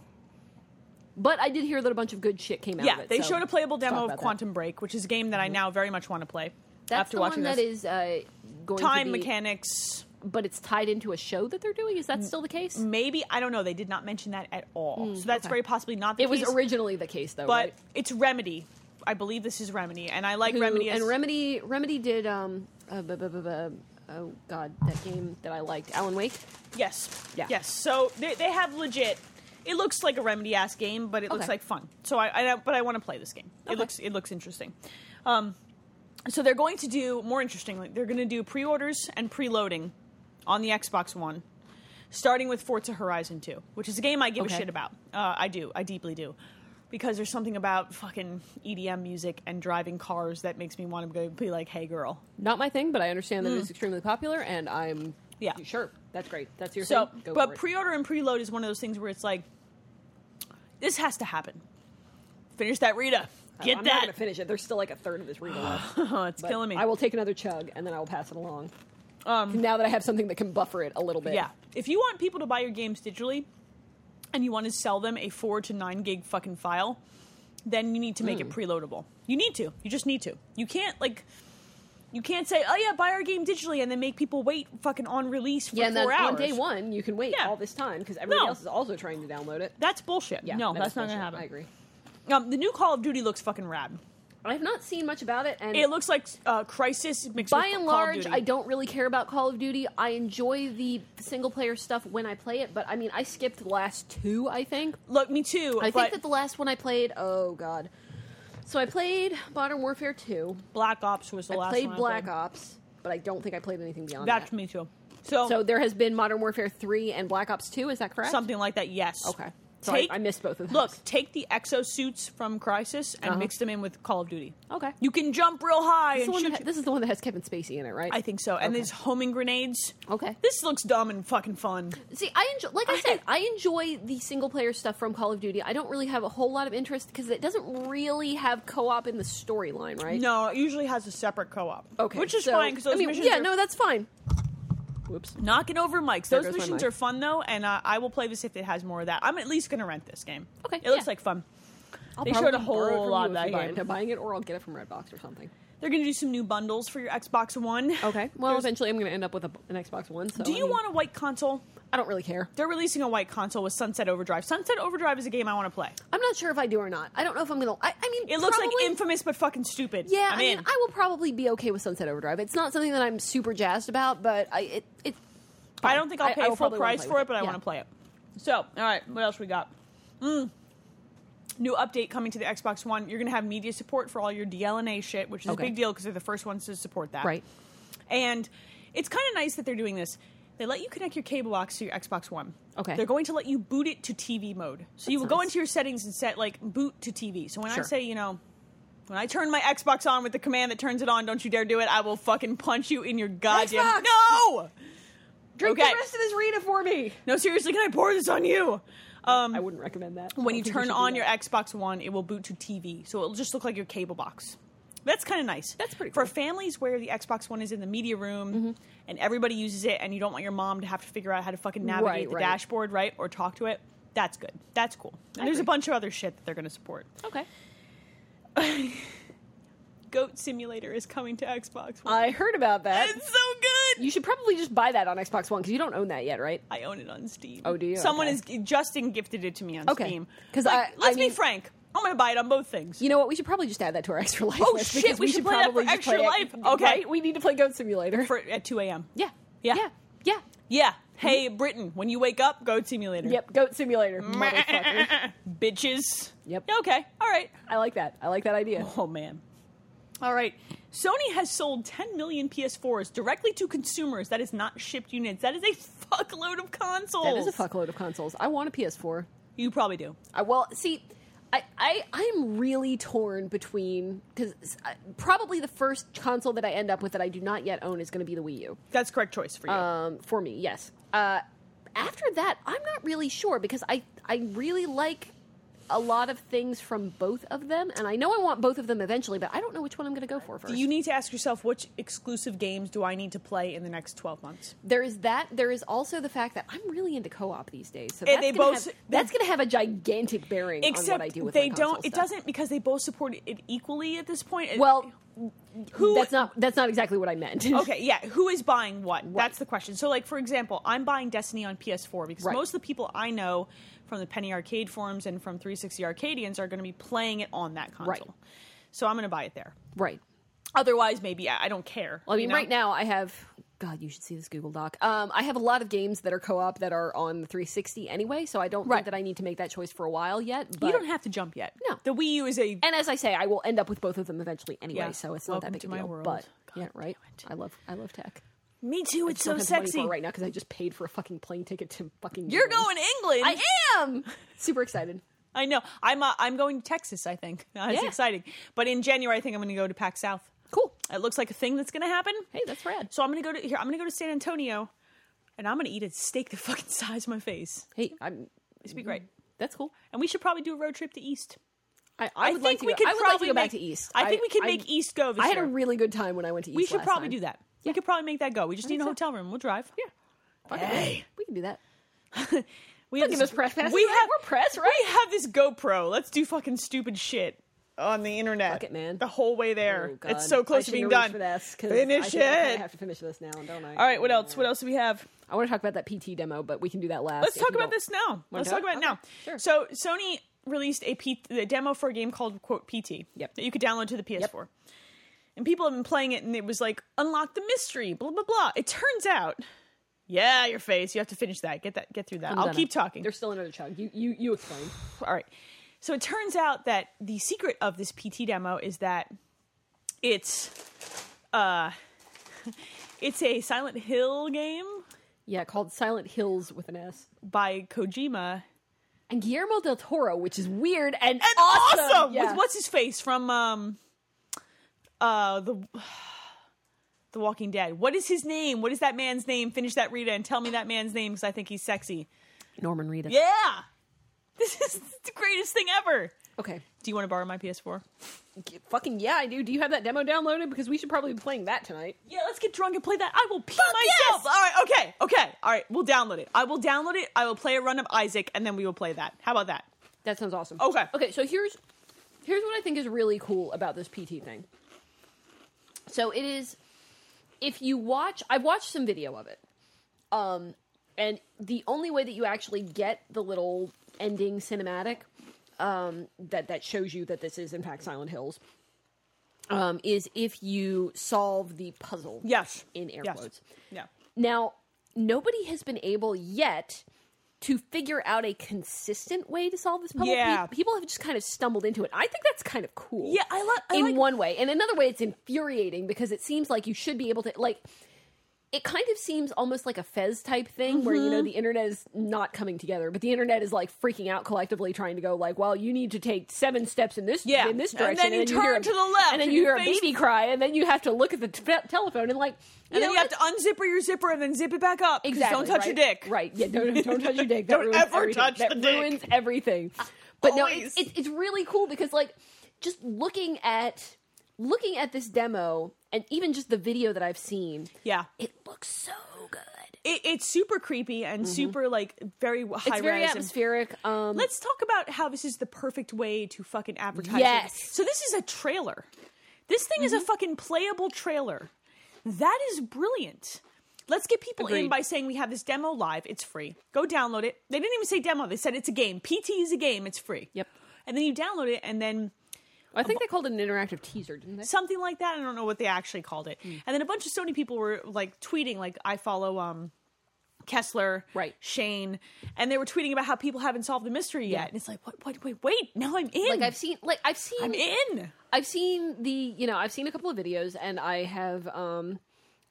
Speaker 2: but I did hear that a bunch of good shit came out.
Speaker 1: Yeah,
Speaker 2: of it,
Speaker 1: they
Speaker 2: so
Speaker 1: showed a playable
Speaker 2: let's talk
Speaker 1: demo
Speaker 2: about
Speaker 1: of
Speaker 2: that. Mm-hmm.
Speaker 1: Quantum Break, which is a game that I now very much want to play.
Speaker 2: That's
Speaker 1: after
Speaker 2: the
Speaker 1: watching
Speaker 2: one
Speaker 1: this.
Speaker 2: that is uh, going
Speaker 1: time
Speaker 2: to be,
Speaker 1: mechanics.
Speaker 2: but it's tied into a show that they're doing. Is that still the case?
Speaker 1: Maybe I don't know. They did not mention that at all. so that's
Speaker 2: Mm, okay.
Speaker 1: very possibly not the
Speaker 2: It was
Speaker 1: case.
Speaker 2: originally the case, though.
Speaker 1: but
Speaker 2: right?
Speaker 1: it's Remedy. I believe this is Remedy, and I like
Speaker 2: Who-
Speaker 1: Remedy. As,
Speaker 2: and Remedy. Remedy did. Um, uh, bu- bu- bu- bu- oh God, that game that I liked, Alan Wake.
Speaker 1: yes,
Speaker 2: Yeah.
Speaker 1: yes. So they, they have legit. It looks like a Remedy ass game, but it looks
Speaker 2: Okay.
Speaker 1: like fun. So I, I don't- but I want to play this game.
Speaker 2: Okay.
Speaker 1: It looks it looks interesting. Um, so they're going to do more interestingly. They're going to do pre-orders and preloading on the Xbox One, starting with Forza Horizon Two, which is a game I give
Speaker 2: Okay.
Speaker 1: a shit about. Uh, I do, I deeply do, because there's something about fucking EDM music and driving cars that makes me want to go be like, "Hey, girl,
Speaker 2: Not my thing, but I understand that
Speaker 1: Mm.
Speaker 2: it's extremely popular, and I'm
Speaker 1: Yeah.
Speaker 2: sure that's great. That's your
Speaker 1: So,
Speaker 2: thing. Go for
Speaker 1: but
Speaker 2: it.
Speaker 1: pre-order and preload is one of those things where it's like, this has to happen. Finish that Rita. Get
Speaker 2: I'm not
Speaker 1: that.
Speaker 2: gonna finish it. There's still like a third of this reader left.
Speaker 1: oh, it's
Speaker 2: but
Speaker 1: killing me. Um,
Speaker 2: I will take another chug and then I will pass it along. now that I have something that can buffer it a little bit.
Speaker 1: yeah. If you want people to buy your games digitally, and you want to sell them a four to nine gig fucking file, then you need to make it
Speaker 2: Hmm.
Speaker 1: preloadable. You need to. You just need to. You can't like. You can't say, "Oh yeah, buy our game digitally," and then make people wait fucking on release for
Speaker 2: Yeah, and then
Speaker 1: four hours.
Speaker 2: on day one you can wait
Speaker 1: Yeah.
Speaker 2: all this time because everybody
Speaker 1: No.
Speaker 2: else is also trying to download it.
Speaker 1: That's bullshit.
Speaker 2: Yeah,
Speaker 1: no,
Speaker 2: that
Speaker 1: that's
Speaker 2: is
Speaker 1: not gonna
Speaker 2: bullshit.
Speaker 1: happen.
Speaker 2: I agree.
Speaker 1: Um, the new Call of Duty looks fucking rad.
Speaker 2: I have not seen much about it, and
Speaker 1: It looks like uh, Crisis mixed
Speaker 2: by
Speaker 1: with
Speaker 2: and
Speaker 1: Call of
Speaker 2: large,
Speaker 1: Duty.
Speaker 2: I don't really care about Call of Duty. I enjoy the single player stuff when I play it, but I mean, I skipped the last two. I think.
Speaker 1: Look, me too.
Speaker 2: I
Speaker 1: but
Speaker 2: think that the last one I played. Oh God. So I played Modern Warfare Two.
Speaker 1: Black Ops was the
Speaker 2: I
Speaker 1: last
Speaker 2: played
Speaker 1: one.
Speaker 2: Black
Speaker 1: I played.
Speaker 2: Ops, but I don't think I played anything beyond
Speaker 1: That's
Speaker 2: that.
Speaker 1: me too. So,
Speaker 2: So there has been Modern Warfare 3 and Black Ops 2, is that correct?
Speaker 1: something like that. Yes.
Speaker 2: Okay. So I- I missed both of those.
Speaker 1: Look, take the exosuits from Crisis and
Speaker 2: Uh-huh.
Speaker 1: mix them in with Call of Duty.
Speaker 2: Okay.
Speaker 1: You can jump real high
Speaker 2: This is, the
Speaker 1: and
Speaker 2: one
Speaker 1: shoot.
Speaker 2: that ha-
Speaker 1: you-
Speaker 2: this is the one that has Kevin Spacey in it, right?
Speaker 1: I think so. And
Speaker 2: Okay.
Speaker 1: there's homing grenades.
Speaker 2: Okay.
Speaker 1: This looks dumb and fucking fun.
Speaker 2: See, I enjoy, like I said, I enjoy the single player stuff from Call of Duty. I don't really have a whole lot of interest because it doesn't really have co op in the storyline, right?
Speaker 1: No, it usually has a separate co-op.
Speaker 2: Okay.
Speaker 1: Which is
Speaker 2: so-
Speaker 1: fine because those
Speaker 2: I mean,
Speaker 1: missions
Speaker 2: yeah,
Speaker 1: are
Speaker 2: no, that's fine. Whoops.
Speaker 1: knocking over mics.
Speaker 2: There
Speaker 1: Those
Speaker 2: goes my
Speaker 1: missions
Speaker 2: mic.
Speaker 1: are fun though, and uh, I will play this if it has more of that. I'm at least going to rent this game.
Speaker 2: Okay,
Speaker 1: It looks
Speaker 2: yeah.
Speaker 1: like fun.
Speaker 2: I'll
Speaker 1: They showed a
Speaker 2: probably borrow it
Speaker 1: whole
Speaker 2: from
Speaker 1: lot of
Speaker 2: you if
Speaker 1: that
Speaker 2: you buy
Speaker 1: game.
Speaker 2: it. I'm buying it, or I'll get it from Redbox or something.
Speaker 1: They're going to do some new bundles for your Xbox One.
Speaker 2: Okay. Well,
Speaker 1: There's-
Speaker 2: eventually I'm going to end up with a, an Xbox One. So
Speaker 1: Do
Speaker 2: I
Speaker 1: you
Speaker 2: mean,
Speaker 1: want a white console?
Speaker 2: I don't really care.
Speaker 1: They're releasing a white console with Sunset Overdrive. Sunset Overdrive is a game I want to play.
Speaker 2: I'm not sure if I do or not. I don't know if I'm gonna. I, I mean,
Speaker 1: It looks
Speaker 2: probably-
Speaker 1: like infamous but fucking stupid.
Speaker 2: Yeah,
Speaker 1: I'm
Speaker 2: I mean,
Speaker 1: in.
Speaker 2: I will probably be okay with Sunset Overdrive. It's not something that I'm super jazzed about, but I it it.
Speaker 1: I don't think I'll
Speaker 2: I-
Speaker 1: pay
Speaker 2: I will
Speaker 1: full
Speaker 2: probably wanna
Speaker 1: price
Speaker 2: play
Speaker 1: for
Speaker 2: with
Speaker 1: it, but I
Speaker 2: it.
Speaker 1: want to
Speaker 2: Yeah.
Speaker 1: play it. So, all right, what else we got? Mm. New update coming to the Xbox One. You're going to have media support for all your DLNA shit, which is
Speaker 2: Okay.
Speaker 1: a big deal because they're the first ones to support that.
Speaker 2: Right.
Speaker 1: And it's kind of nice that they're doing this. They let you connect your cable box to your Xbox One.
Speaker 2: Okay.
Speaker 1: They're going to let you boot it to TV mode. So you will
Speaker 2: That's
Speaker 1: go
Speaker 2: nice.
Speaker 1: into your settings and set like boot to TV. So when I
Speaker 2: Sure.
Speaker 1: say, you know, when I turn my Xbox on with the command that turns it on, don't you dare do it. I will fucking punch you in your goddamn
Speaker 2: Xbox!
Speaker 1: No!
Speaker 2: Drink
Speaker 1: Okay.
Speaker 2: the rest of this Rita for me.
Speaker 1: No, seriously, can I pour this on you? Um,
Speaker 2: I wouldn't recommend that.
Speaker 1: when you turn on your Xbox One, it will boot to TV, so it'll just look like your cable box. That's kind of nice.
Speaker 2: That's pretty
Speaker 1: for
Speaker 2: cool. Mm-hmm.
Speaker 1: families where the Xbox One is in the media room and everybody uses it, and you don't want your mom to have to figure out how to fucking navigate
Speaker 2: Right,
Speaker 1: the
Speaker 2: right.
Speaker 1: dashboard, right, or talk to it. That's good. That's cool. And there's a
Speaker 2: agree.
Speaker 1: bunch of other shit that they're going to support.
Speaker 2: Okay.
Speaker 1: Goat Simulator is coming to Xbox. One.
Speaker 2: I heard about that.
Speaker 1: it's so good.
Speaker 2: You should probably just buy that on Xbox One because you don't own that yet, right?
Speaker 1: I own it on Steam.
Speaker 2: Oh, do you?
Speaker 1: Someone
Speaker 2: Okay.
Speaker 1: is Justin gifted it to me on
Speaker 2: Okay.
Speaker 1: Steam.
Speaker 2: 'Cause
Speaker 1: Like,
Speaker 2: I- I
Speaker 1: let's
Speaker 2: mean-
Speaker 1: be frank. I'm going to buy it on both things.
Speaker 2: You know what? We should probably just add that to our extra life.
Speaker 1: Oh,
Speaker 2: list
Speaker 1: shit,
Speaker 2: because
Speaker 1: we should play that for
Speaker 2: just
Speaker 1: Extra
Speaker 2: play it-
Speaker 1: Life. Okay.
Speaker 2: right? We need to play Goat Simulator.
Speaker 1: For, at 2 a.m.
Speaker 2: yeah.
Speaker 1: Yeah.
Speaker 2: Yeah. Yeah.
Speaker 1: Yeah. Hey, Britain, when you wake up, Goat Simulator.
Speaker 2: Mm-hmm. Yep. Goat Simulator. Motherfucker.
Speaker 1: Bitches.
Speaker 2: Yep.
Speaker 1: Okay. All right.
Speaker 2: I like that. I like that idea.
Speaker 1: Oh man. All right. Sony has sold 10 million PS4s directly to consumers. That is not shipped units. That is a fuckload of consoles.
Speaker 2: That is a fuckload of consoles. I want a PS4.
Speaker 1: You probably do.
Speaker 2: I, well, see, I, I I'm really torn between because probably the first console that I end up with that I do not yet own is going to be the Wii U.
Speaker 1: That's correct choice for you.
Speaker 2: Um, for me, yes. Uh, after that, I'm not really sure because I I really like a lot of things from both of them, and I know I want both of them eventually, but I don't know which one I'm going to go for first.
Speaker 1: you need to ask yourself which exclusive games do I need to play in the next 12 months?
Speaker 2: there is that. There is also the fact that I'm really into co-op these days, so
Speaker 1: And
Speaker 2: that's
Speaker 1: they
Speaker 2: gonna
Speaker 1: both-
Speaker 2: have, that's going to have a gigantic bearing on what I do with my
Speaker 1: they
Speaker 2: console
Speaker 1: don't it
Speaker 2: stuff.
Speaker 1: doesn't because they both support it equally at this point. It-
Speaker 2: Well,
Speaker 1: who Oh,
Speaker 2: that's not that's not exactly what I meant.
Speaker 1: Okay, yeah. Who is buying what? That's the question. So, like for example, I'm buying Destiny on PS4 because
Speaker 2: Right.
Speaker 1: most of the people I know from the Penny Arcade forums and from 360 Arcadians are going to be playing it on that console.
Speaker 2: Right.
Speaker 1: So I'm going to buy it there.
Speaker 2: right.
Speaker 1: Otherwise, maybe I, I don't care.
Speaker 2: Well, I mean,
Speaker 1: you know?
Speaker 2: right now I have. God, you should see this Google Doc. Um, I have a lot of games that are co-op that are on the 360 anyway, so I don't
Speaker 1: Right.
Speaker 2: think that I need to make that choice for a while yet. But,
Speaker 1: you don't have to jump yet.
Speaker 2: No.
Speaker 1: the Wii U is a
Speaker 2: and as I say, I will end up with both of them eventually anyway,
Speaker 1: Yeah.
Speaker 2: so it's not
Speaker 1: Welcome
Speaker 2: that big
Speaker 1: to
Speaker 2: a
Speaker 1: my
Speaker 2: deal.
Speaker 1: world.
Speaker 2: But
Speaker 1: God
Speaker 2: yeah, right.
Speaker 1: damn it.
Speaker 2: I love I love tech.
Speaker 1: me too. It's so
Speaker 2: Don't have the money for it
Speaker 1: sexy.
Speaker 2: right now because I just paid for a fucking plane ticket to fucking.
Speaker 1: You're
Speaker 2: England.
Speaker 1: going to England.
Speaker 2: I am super excited.
Speaker 1: I know. I'm uh, I'm going to Texas. I think that's
Speaker 2: Yeah.
Speaker 1: exciting. But in January, I think I'm going to go to Pack South.
Speaker 2: Cool.
Speaker 1: It looks like a thing that's going to happen.
Speaker 2: Hey, that's rad.
Speaker 1: So I'm gonna go to here. I'm gonna go to San Antonio, and I'm gonna eat a steak the fucking size of my face.
Speaker 2: Hey, I'm.
Speaker 1: It's gonna be great.
Speaker 2: That's cool.
Speaker 1: And we should probably do a road trip to East.
Speaker 2: I, I, would
Speaker 1: think
Speaker 2: like to
Speaker 1: we
Speaker 2: go,
Speaker 1: could
Speaker 2: I would like to
Speaker 1: probably
Speaker 2: go back
Speaker 1: make-
Speaker 2: to East.
Speaker 1: I think we could make
Speaker 2: I-
Speaker 1: East go this
Speaker 2: I had a
Speaker 1: year.
Speaker 2: really good time when I went to East.
Speaker 1: We should
Speaker 2: last
Speaker 1: probably
Speaker 2: time.
Speaker 1: do that. We could probably make that go. We just need a
Speaker 2: so.
Speaker 1: hotel room. We'll drive. Yeah.
Speaker 2: Fuck it.
Speaker 1: Hey.
Speaker 2: we can do that.
Speaker 1: We have
Speaker 2: give us press passes,
Speaker 1: We
Speaker 2: right?
Speaker 1: have
Speaker 2: We're press, right?
Speaker 1: We have this GoPro. Let's do fucking stupid shit on the internet.
Speaker 2: Fuck it, man.
Speaker 1: The whole way there.
Speaker 2: Oh, God.
Speaker 1: it's so
Speaker 2: I
Speaker 1: close to
Speaker 2: should
Speaker 1: being
Speaker 2: reach
Speaker 1: done.
Speaker 2: For this, 'cause I
Speaker 1: Finish
Speaker 2: think I kinda
Speaker 1: it.
Speaker 2: have to finish this now, don't I?
Speaker 1: All right. What else? What else do we have?
Speaker 2: I want to talk about that PT demo, but we can do that last.
Speaker 1: Let's
Speaker 2: if
Speaker 1: talk
Speaker 2: you
Speaker 1: about
Speaker 2: don't-
Speaker 1: this now. Let's
Speaker 2: do
Speaker 1: talk
Speaker 2: it?
Speaker 1: about it
Speaker 2: Okay,
Speaker 1: now.
Speaker 2: sure.
Speaker 1: So Sony released a P- the demo for a game called quote PT
Speaker 2: Yep.
Speaker 1: that you could download to the PS4. And people have been playing it and it was like unlock the mystery, blah blah blah. It turns out yeah, your face. You have to finish that. Get that get through that.
Speaker 2: I'm
Speaker 1: i will
Speaker 2: done.
Speaker 1: keep talking.
Speaker 2: There's still another chug. You you you explain.
Speaker 1: All right. So it turns out that the secret of this PT demo is that it's uh it's a Silent Hill game
Speaker 2: Yeah, called Silent Hills with an S.
Speaker 1: by Kojima
Speaker 2: And Guillermo del Toro, which is weird and,
Speaker 1: and awesome,
Speaker 2: Yeah.
Speaker 1: with what's his face from um uh the the Walking Dead. What is his name? What is that man's name? Finish that Rita and tell me that man's name because I think he's sexy.
Speaker 2: Norman Reedus.
Speaker 1: Yeah, this is the greatest thing ever.
Speaker 2: Okay.
Speaker 1: Do you want to borrow my PS4?
Speaker 2: G- Fucking yeah, I do. Do you have that demo downloaded? Because we should probably be playing that tonight.
Speaker 1: Yeah, let's get drunk and play that. I will pee myself.
Speaker 2: yes!
Speaker 1: All right, okay, okay, all right. We'll download it. I will download it. I will play a run of Isaac, and then we will play that. How about that?
Speaker 2: That sounds awesome.
Speaker 1: Okay.
Speaker 2: Okay, so here's here's what I think is really cool about this PT thing. So it is if you watch I've watched some video of it. Um and the only way that you actually get the little ending cinematic um that that shows you that this is in fact Silent Hills um is if you solve the puzzle.
Speaker 1: Yes.
Speaker 2: In air
Speaker 1: Yes.
Speaker 2: quotes.
Speaker 1: Yeah.
Speaker 2: Now, nobody has been able yet to figure out a consistent way to solve this puzzle.
Speaker 1: Yeah.
Speaker 2: Pe- People have just kind of stumbled into it. I think that's kind of cool.
Speaker 1: Yeah, I like- I
Speaker 2: in
Speaker 1: like-
Speaker 2: one way. In another way, it's infuriating because it seems like you should be able to like it kind of seems almost like a Fez type thing where you
Speaker 1: Mm-hmm.
Speaker 2: know the internet is not coming together, but the internet is like freaking out collectively, trying to go like, "Well, you need to take seven steps in this
Speaker 1: Yeah.
Speaker 2: in this
Speaker 1: And then
Speaker 2: direction,
Speaker 1: you
Speaker 2: hear
Speaker 1: turn
Speaker 2: a-
Speaker 1: to the left
Speaker 2: and then
Speaker 1: and
Speaker 2: you
Speaker 1: you
Speaker 2: hear a
Speaker 1: face-
Speaker 2: baby cry, and then you have to look at the t- telephone and like, you
Speaker 1: And then
Speaker 2: know,
Speaker 1: you have
Speaker 2: it-
Speaker 1: to unzipper your zipper and then zip it back up. 'cause
Speaker 2: Exactly.
Speaker 1: Don't touch
Speaker 2: right?
Speaker 1: your dick.
Speaker 2: Right. Yeah. Don't, don't touch your dick. That
Speaker 1: Don't
Speaker 2: ruins
Speaker 1: ever
Speaker 2: everything.
Speaker 1: touch
Speaker 2: that
Speaker 1: the dick. Uh,
Speaker 2: ruins everything. But no,
Speaker 1: Always.
Speaker 2: it's, it's it's really cool because like just looking at looking at this demo and even just the video that I've seen,
Speaker 1: Yeah.
Speaker 2: it looks so good.
Speaker 1: It, it's super creepy and super like very high
Speaker 2: Mm-hmm. It's very
Speaker 1: res and
Speaker 2: atmospheric. Um,
Speaker 1: Let's talk about how this is the perfect way to fucking advertise.
Speaker 2: Yes. Mm-hmm.
Speaker 1: it. So this is a trailer. This thing is a fucking playable trailer. That is brilliant. Let's get people in
Speaker 2: Agreed.
Speaker 1: by saying we have this demo live. It's free. Go download it. They didn't even say demo. They said it's a game. PT is a game. It's free.
Speaker 2: Yep.
Speaker 1: And then you download it, and then
Speaker 2: I think they called it an interactive teaser, didn't they?
Speaker 1: something like that. I don't know what they actually called it.
Speaker 2: Hmm.
Speaker 1: And then a bunch of Sony people were like tweeting, like I follow um Kessler,
Speaker 2: Right.
Speaker 1: Shane, and they were tweeting about how people haven't solved the mystery yet. And it's like, what, what, wait, wait, now I'm in.
Speaker 2: Like I've seen, like I've seen,
Speaker 1: I'm in.
Speaker 2: I've seen the, you know, I've seen a couple of videos, and I have um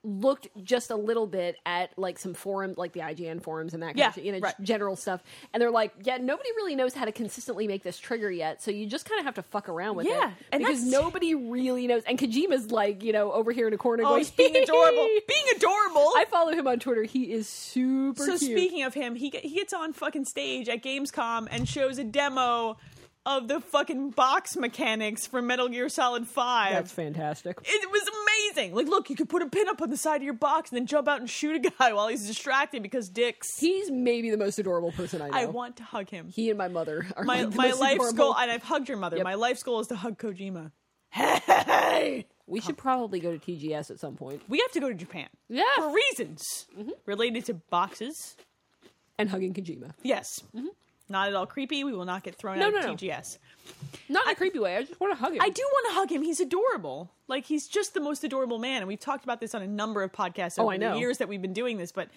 Speaker 2: looked just a little bit at like some forums, like the IGN forums and that kind
Speaker 1: Yeah,
Speaker 2: of shit, you know,
Speaker 1: right.
Speaker 2: just general stuff. And they're like, yeah, nobody really knows how to consistently make this trigger yet, so you just kind of have to fuck around with
Speaker 1: Yeah,
Speaker 2: it
Speaker 1: and
Speaker 2: because
Speaker 1: that's-
Speaker 2: nobody really knows. And Kojima's like, you know, over here in a corner,
Speaker 1: Oh,
Speaker 2: going,
Speaker 1: he's being adorable. Being adorable.
Speaker 2: I follow him on Twitter. He is super.
Speaker 1: so
Speaker 2: cute.
Speaker 1: speaking of him, he get- he gets on fucking stage at Gamescom and shows a demo of the fucking box mechanics for Metal Gear Solid Five.
Speaker 2: that's fantastic.
Speaker 1: it was amazing. Like, look, you could put a pin up on the side of your box and then jump out and shoot a guy while he's distracted because dicks.
Speaker 2: He's maybe the most adorable person I know.
Speaker 1: I want to hug him.
Speaker 2: he and my mother are
Speaker 1: my
Speaker 2: like the
Speaker 1: my
Speaker 2: most
Speaker 1: life's
Speaker 2: adorable.
Speaker 1: goal, and I've hugged your mother. My life's goal is to hug Kojima. Hey,
Speaker 2: We should probably go to TGS at some point
Speaker 1: we have to go to Japan.
Speaker 2: Yeah. Mm-hmm.
Speaker 1: for reasons related to boxes.
Speaker 2: and hugging Kojima.
Speaker 1: Yes, not at all creepy. We will not get thrown
Speaker 2: Mm-hmm. No,
Speaker 1: out
Speaker 2: no,
Speaker 1: of
Speaker 2: no.
Speaker 1: TGS.
Speaker 2: Not in a creepy way. I just want to hug him.
Speaker 1: I do want to hug him. He's adorable. Like he's just the most adorable man. And we've talked about this on a number of podcasts over
Speaker 2: Oh, I
Speaker 1: the
Speaker 2: know.
Speaker 1: years that we've been doing this, but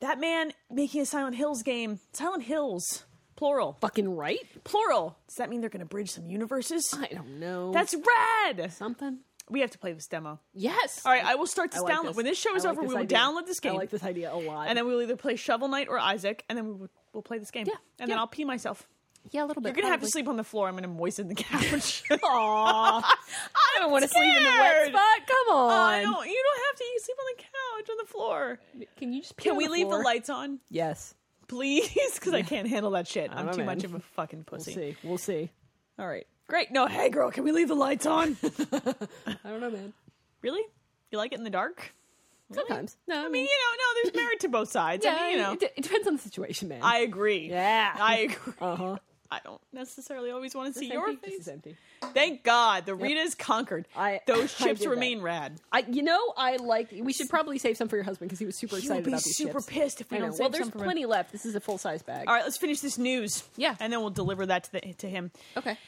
Speaker 1: that man making a Silent Hills game, Silent Hills, plural,
Speaker 2: fucking right.
Speaker 1: plural. Does that mean they're going to bridge some universes?
Speaker 2: I don't know.
Speaker 1: That's rad.
Speaker 2: something.
Speaker 1: We have to play this demo.
Speaker 2: Yes.
Speaker 1: All right, I will start this
Speaker 2: like
Speaker 1: download.
Speaker 2: this.
Speaker 1: When this show is
Speaker 2: I like
Speaker 1: over, we
Speaker 2: this
Speaker 1: will
Speaker 2: idea.
Speaker 1: download this game.
Speaker 2: I like this idea a lot.
Speaker 1: And then we will either play Shovel Knight or Isaac, and then we will, we'll play this game.
Speaker 2: Yeah,
Speaker 1: And then
Speaker 2: yeah.
Speaker 1: I'll pee myself.
Speaker 2: yeah, a little bit.
Speaker 1: You're going to have to sleep on the floor. I'm going to moisten the couch.
Speaker 2: Aww. I don't want to sleep in the wet
Speaker 1: scared.
Speaker 2: spot. Come
Speaker 1: Oh, I
Speaker 2: on.
Speaker 1: don't. You don't have to. You sleep on the couch on the floor.
Speaker 2: Can you just pee
Speaker 1: Can
Speaker 2: on
Speaker 1: we
Speaker 2: the
Speaker 1: leave
Speaker 2: floor?
Speaker 1: the lights on,
Speaker 2: Yes.
Speaker 1: please? Because I can't handle that shit. I'm
Speaker 2: know,
Speaker 1: too much of
Speaker 2: man.
Speaker 1: a fucking
Speaker 2: We'll
Speaker 1: pussy.
Speaker 2: see. We'll see.
Speaker 1: All right, great. No, hey girl, can we leave the lights on?
Speaker 2: I don't know, man.
Speaker 1: really? You like it in the dark?
Speaker 2: Sometimes. No, I
Speaker 1: I mean,
Speaker 2: mean,
Speaker 1: you know, no. There's merit to both sides. I
Speaker 2: yeah,
Speaker 1: mean, you know,
Speaker 2: it, it depends on the situation, man.
Speaker 1: I agree.
Speaker 2: Yeah.
Speaker 1: I agree.
Speaker 2: uh huh.
Speaker 1: I don't necessarily always want to see your
Speaker 2: empty. This
Speaker 1: face.
Speaker 2: is empty.
Speaker 1: Thank God, the Rita's conquered.
Speaker 2: I-
Speaker 1: Those
Speaker 2: I
Speaker 1: chips
Speaker 2: did that.
Speaker 1: remain rad.
Speaker 2: I, you know, I like. We should probably save some for your husband because he was super
Speaker 1: He will
Speaker 2: excited
Speaker 1: be
Speaker 2: about these
Speaker 1: super
Speaker 2: chips.
Speaker 1: pissed if we
Speaker 2: I know.
Speaker 1: don't
Speaker 2: Well,
Speaker 1: save
Speaker 2: there's
Speaker 1: some for him.
Speaker 2: plenty left. This is a full size bag.
Speaker 1: All right, let's finish this news.
Speaker 2: Yeah.
Speaker 1: and then we'll deliver that to the to him.
Speaker 2: Okay.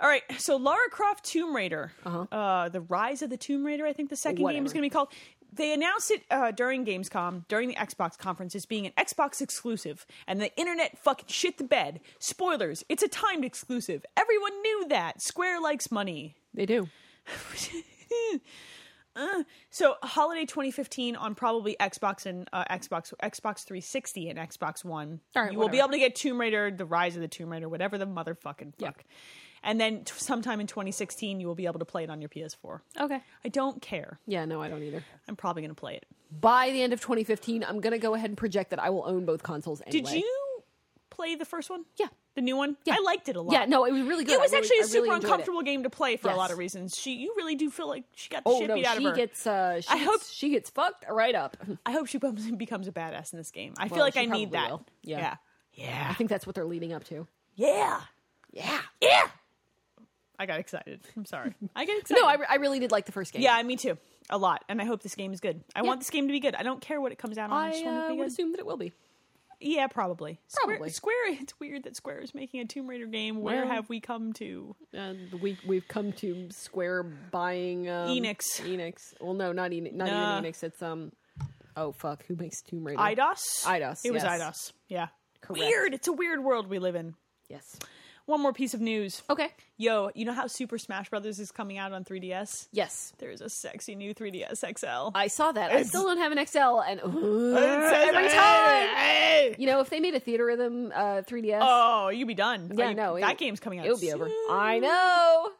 Speaker 1: All right, so Lara Croft Tomb Raider, uh the Rise of the Tomb Raider, I think the second game is
Speaker 2: Whatever.
Speaker 1: going to be called. They announced it uh, during Gamescom, during the Xbox conference, as being an Xbox exclusive, and the internet fucking shit the bed. Spoilers: it's a timed exclusive. Everyone knew that. Square likes money.
Speaker 2: They do.
Speaker 1: Hmm. Uh, so holiday 2015 on probably Xbox and uh, Xbox Xbox 360 and Xbox One.
Speaker 2: All right,
Speaker 1: you will be
Speaker 2: whatever.
Speaker 1: able to get Tomb Raider, The Rise of the Tomb Raider, whatever the motherfucking fuck.
Speaker 2: Yeah.
Speaker 1: And then t- sometime in 2016 you will be able to play it on your PS4.
Speaker 2: Okay.
Speaker 1: I don't care.
Speaker 2: Yeah. No, I don't either.
Speaker 1: I'm probably going to play it.
Speaker 2: By the end of 2015, I'm gonna go ahead and project that I will own both consoles.
Speaker 1: Did
Speaker 2: Anyway.
Speaker 1: you play the first one?
Speaker 2: Yeah.
Speaker 1: The new one? I liked it a lot.
Speaker 2: Yeah. No, it was really good.
Speaker 1: It was
Speaker 2: I really-
Speaker 1: actually a
Speaker 2: I
Speaker 1: super
Speaker 2: really enjoyed it.
Speaker 1: uncomfortable game to play for a
Speaker 2: Yes.
Speaker 1: lot of reasons. She, you really do feel like she got the
Speaker 2: Oh
Speaker 1: shit
Speaker 2: no,
Speaker 1: beat out of
Speaker 2: she
Speaker 1: her.
Speaker 2: gets. Uh, she
Speaker 1: I
Speaker 2: gets,
Speaker 1: hope-
Speaker 2: she gets fucked right up.
Speaker 1: I hope she becomes becomes a badass in this game. I feel
Speaker 2: Well,
Speaker 1: like
Speaker 2: she
Speaker 1: I need
Speaker 2: probably
Speaker 1: that.
Speaker 2: will. Yeah.
Speaker 1: Yeah.
Speaker 2: I think that's what they're leading up to.
Speaker 1: Yeah.
Speaker 2: Yeah.
Speaker 1: Yeah. I got excited. I'm sorry. I get excited.
Speaker 2: No, I, re- I really did like the first game.
Speaker 1: yeah, me too. A lot. And I hope this game is good. I want
Speaker 2: Yeah.
Speaker 1: this game to be good. I don't care what it comes out on. I,
Speaker 2: I
Speaker 1: just want it
Speaker 2: uh,
Speaker 1: to be
Speaker 2: would
Speaker 1: good.
Speaker 2: assume that it will be.
Speaker 1: Yeah, probably. Square,
Speaker 2: Probably.
Speaker 1: Square, it's weird that Square is making a Tomb Raider game. Where
Speaker 2: Well.
Speaker 1: have we come to?
Speaker 2: And we we've come to Square buying um,
Speaker 1: Enix.
Speaker 2: Enix. Well, no, not Enix. Not
Speaker 1: Nah.
Speaker 2: even Enix. It's um. Oh fuck! Who makes Tomb Raider?
Speaker 1: IDOS?
Speaker 2: Eidos,
Speaker 1: It was
Speaker 2: yes.
Speaker 1: IDOS. Yeah.
Speaker 2: Correct.
Speaker 1: Weird. It's a weird world we live in.
Speaker 2: Yes.
Speaker 1: One more piece of news.
Speaker 2: Okay.
Speaker 1: Yo, you know how Super Smash Brothers is coming out on 3DS?
Speaker 2: Yes.
Speaker 1: There's a sexy new 3DS XL.
Speaker 2: I saw that. I still don't have an XL, and ooh,
Speaker 1: every time.
Speaker 2: you know if they made a theater rhythm uh, 3ds,
Speaker 1: Oh, you'd be done.
Speaker 2: yeah,
Speaker 1: Are you-
Speaker 2: no,
Speaker 1: that
Speaker 2: it-
Speaker 1: game's coming out.
Speaker 2: It would be over.
Speaker 1: soon.
Speaker 2: I know.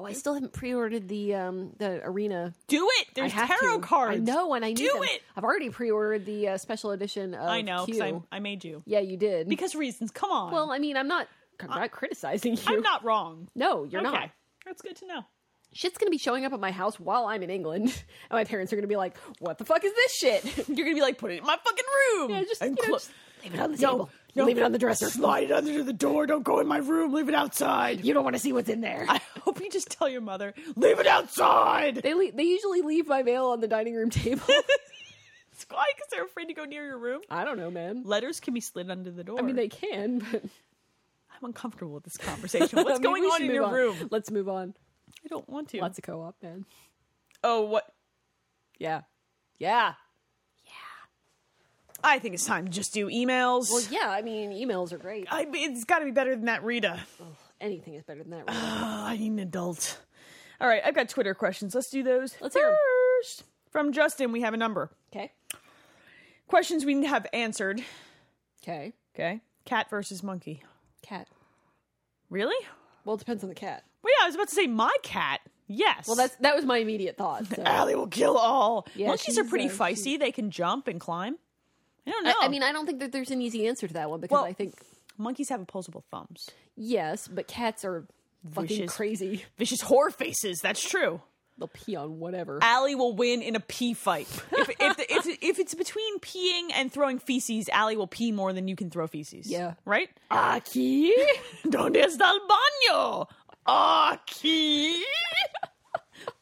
Speaker 2: Oh, I still haven't pre-ordered the um the arena.
Speaker 1: Do it.
Speaker 2: I
Speaker 1: There's
Speaker 2: have
Speaker 1: tarot
Speaker 2: to.
Speaker 1: cards.
Speaker 2: I know, and I need
Speaker 1: do
Speaker 2: them.
Speaker 1: it.
Speaker 2: I've already pre-ordered the uh, special edition of
Speaker 1: I know
Speaker 2: Q.
Speaker 1: because I, I made you
Speaker 2: Yeah, you did.
Speaker 1: because reasons. Come on.
Speaker 2: well, I mean, I'm not I'm not criticizing you.
Speaker 1: I'm not wrong.
Speaker 2: No, you're
Speaker 1: okay.
Speaker 2: not.
Speaker 1: That's good to know.
Speaker 2: shit's gonna be showing up at my house while I'm in England, and my parents are gonna be like, "What the fuck is this shit?"
Speaker 1: You're gonna be like, put it in my fucking room.
Speaker 2: Yeah, just,
Speaker 1: And
Speaker 2: you know,
Speaker 1: clo-
Speaker 2: just leave it on the
Speaker 1: No,
Speaker 2: table.
Speaker 1: no.
Speaker 2: Leave it on the dresser.
Speaker 1: Slide it under the door. Don't go in my room. Leave it outside.
Speaker 2: You don't want to see what's in there.
Speaker 1: I hope you just tell your mother, leave it outside.
Speaker 2: they le- they usually leave my mail on the dining room table.
Speaker 1: It's Why? Because they're afraid to go near your room.
Speaker 2: I don't know, man.
Speaker 1: Letters can be slid under the door.
Speaker 2: I mean, they can, but
Speaker 1: I'm uncomfortable with this conversation. What's
Speaker 2: Maybe
Speaker 1: going
Speaker 2: we
Speaker 1: on
Speaker 2: should
Speaker 1: in
Speaker 2: move
Speaker 1: your room?
Speaker 2: Let's move on.
Speaker 1: I don't want to.
Speaker 2: Lots of co-op, man.
Speaker 1: Oh, what?
Speaker 2: Yeah, yeah.
Speaker 1: I think it's time to just do emails.
Speaker 2: Well, yeah. I mean, emails are great.
Speaker 1: I, it's got to be better than that, Rita.
Speaker 2: Anything is better than that. Really.
Speaker 1: Oh, I need an adult. All right, I've got Twitter questions. Let's do those.
Speaker 2: Let's hear 'em.
Speaker 1: first. From Justin, we have a number.
Speaker 2: Okay.
Speaker 1: Questions we have answered.
Speaker 2: Okay.
Speaker 1: Okay. Cat versus monkey.
Speaker 2: Cat.
Speaker 1: Really?
Speaker 2: Well, it depends on the cat.
Speaker 1: Well, yeah, I was about to say my cat. Yes.
Speaker 2: Well, that's that was my immediate thought. So. I,
Speaker 1: Allie will kill all.
Speaker 2: Yeah,
Speaker 1: Monkeys are
Speaker 2: she's,
Speaker 1: pretty
Speaker 2: uh,
Speaker 1: feisty. They can jump and climb. I don't know.
Speaker 2: I mean, I don't think that there's an easy answer to that one because
Speaker 1: Well-
Speaker 2: I think
Speaker 1: monkeys have opposable thumbs.
Speaker 2: yes, but cats are fucking
Speaker 1: Vicious.
Speaker 2: crazy.
Speaker 1: Vicious horror faces. That's true.
Speaker 2: They'll pee on whatever.
Speaker 1: Allie will win in a pee fight. If, if, the, if, if it's between peeing and throwing feces, Allie will pee more than you can throw feces.
Speaker 2: Yeah.
Speaker 1: Right?
Speaker 2: Aki.
Speaker 1: ¿Dónde está el baño? Aquí.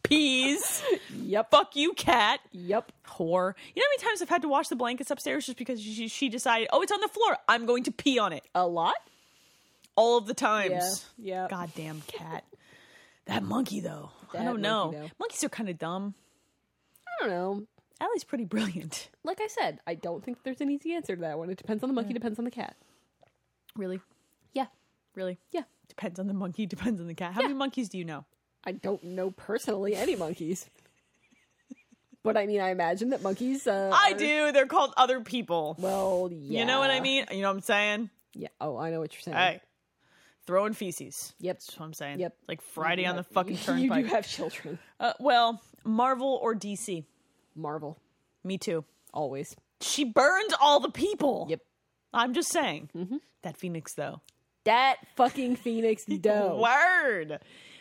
Speaker 1: Peas.
Speaker 2: yep.
Speaker 1: Fuck you, cat.
Speaker 2: Yep.
Speaker 1: Whore. You know how many times I've had to wash the blankets upstairs just because she, she decided, oh, it's on the floor. I'm going to pee on it.
Speaker 2: A lot.
Speaker 1: All of the times.
Speaker 2: Yeah, yeah.
Speaker 1: Goddamn cat. That monkey, though. I
Speaker 2: That
Speaker 1: don't know.
Speaker 2: monkey, though.
Speaker 1: Monkeys are kind of dumb.
Speaker 2: I don't know.
Speaker 1: Allie's pretty brilliant.
Speaker 2: Like I said, I don't think there's an easy answer to that one. It depends on the monkey. Depends on the cat.
Speaker 1: Really?
Speaker 2: Yeah.
Speaker 1: Really?
Speaker 2: Yeah.
Speaker 1: Depends on the monkey, depends on the cat. How many monkeys do you know?
Speaker 2: I don't know personally any monkeys. But I mean, I imagine that monkeys. Uh,
Speaker 1: I
Speaker 2: are-
Speaker 1: do. They're called other people.
Speaker 2: Well, yeah.
Speaker 1: You know what I mean? You know what I'm saying?
Speaker 2: Yeah. Oh, I know what you're saying.
Speaker 1: Hey, throwing feces.
Speaker 2: Yep.
Speaker 1: That's what I'm saying.
Speaker 2: Yep.
Speaker 1: Like Friday
Speaker 2: You
Speaker 1: on the
Speaker 2: have-
Speaker 1: fucking
Speaker 2: you- You
Speaker 1: turnpike.
Speaker 2: do have children.
Speaker 1: uh, well, Marvel or DC?
Speaker 2: Marvel.
Speaker 1: Me too.
Speaker 2: Always.
Speaker 1: She burned all the people.
Speaker 2: Yep. Mm-hmm.
Speaker 1: I'm just saying. That Phoenix, though.
Speaker 2: That fucking Phoenix dough.
Speaker 1: Word.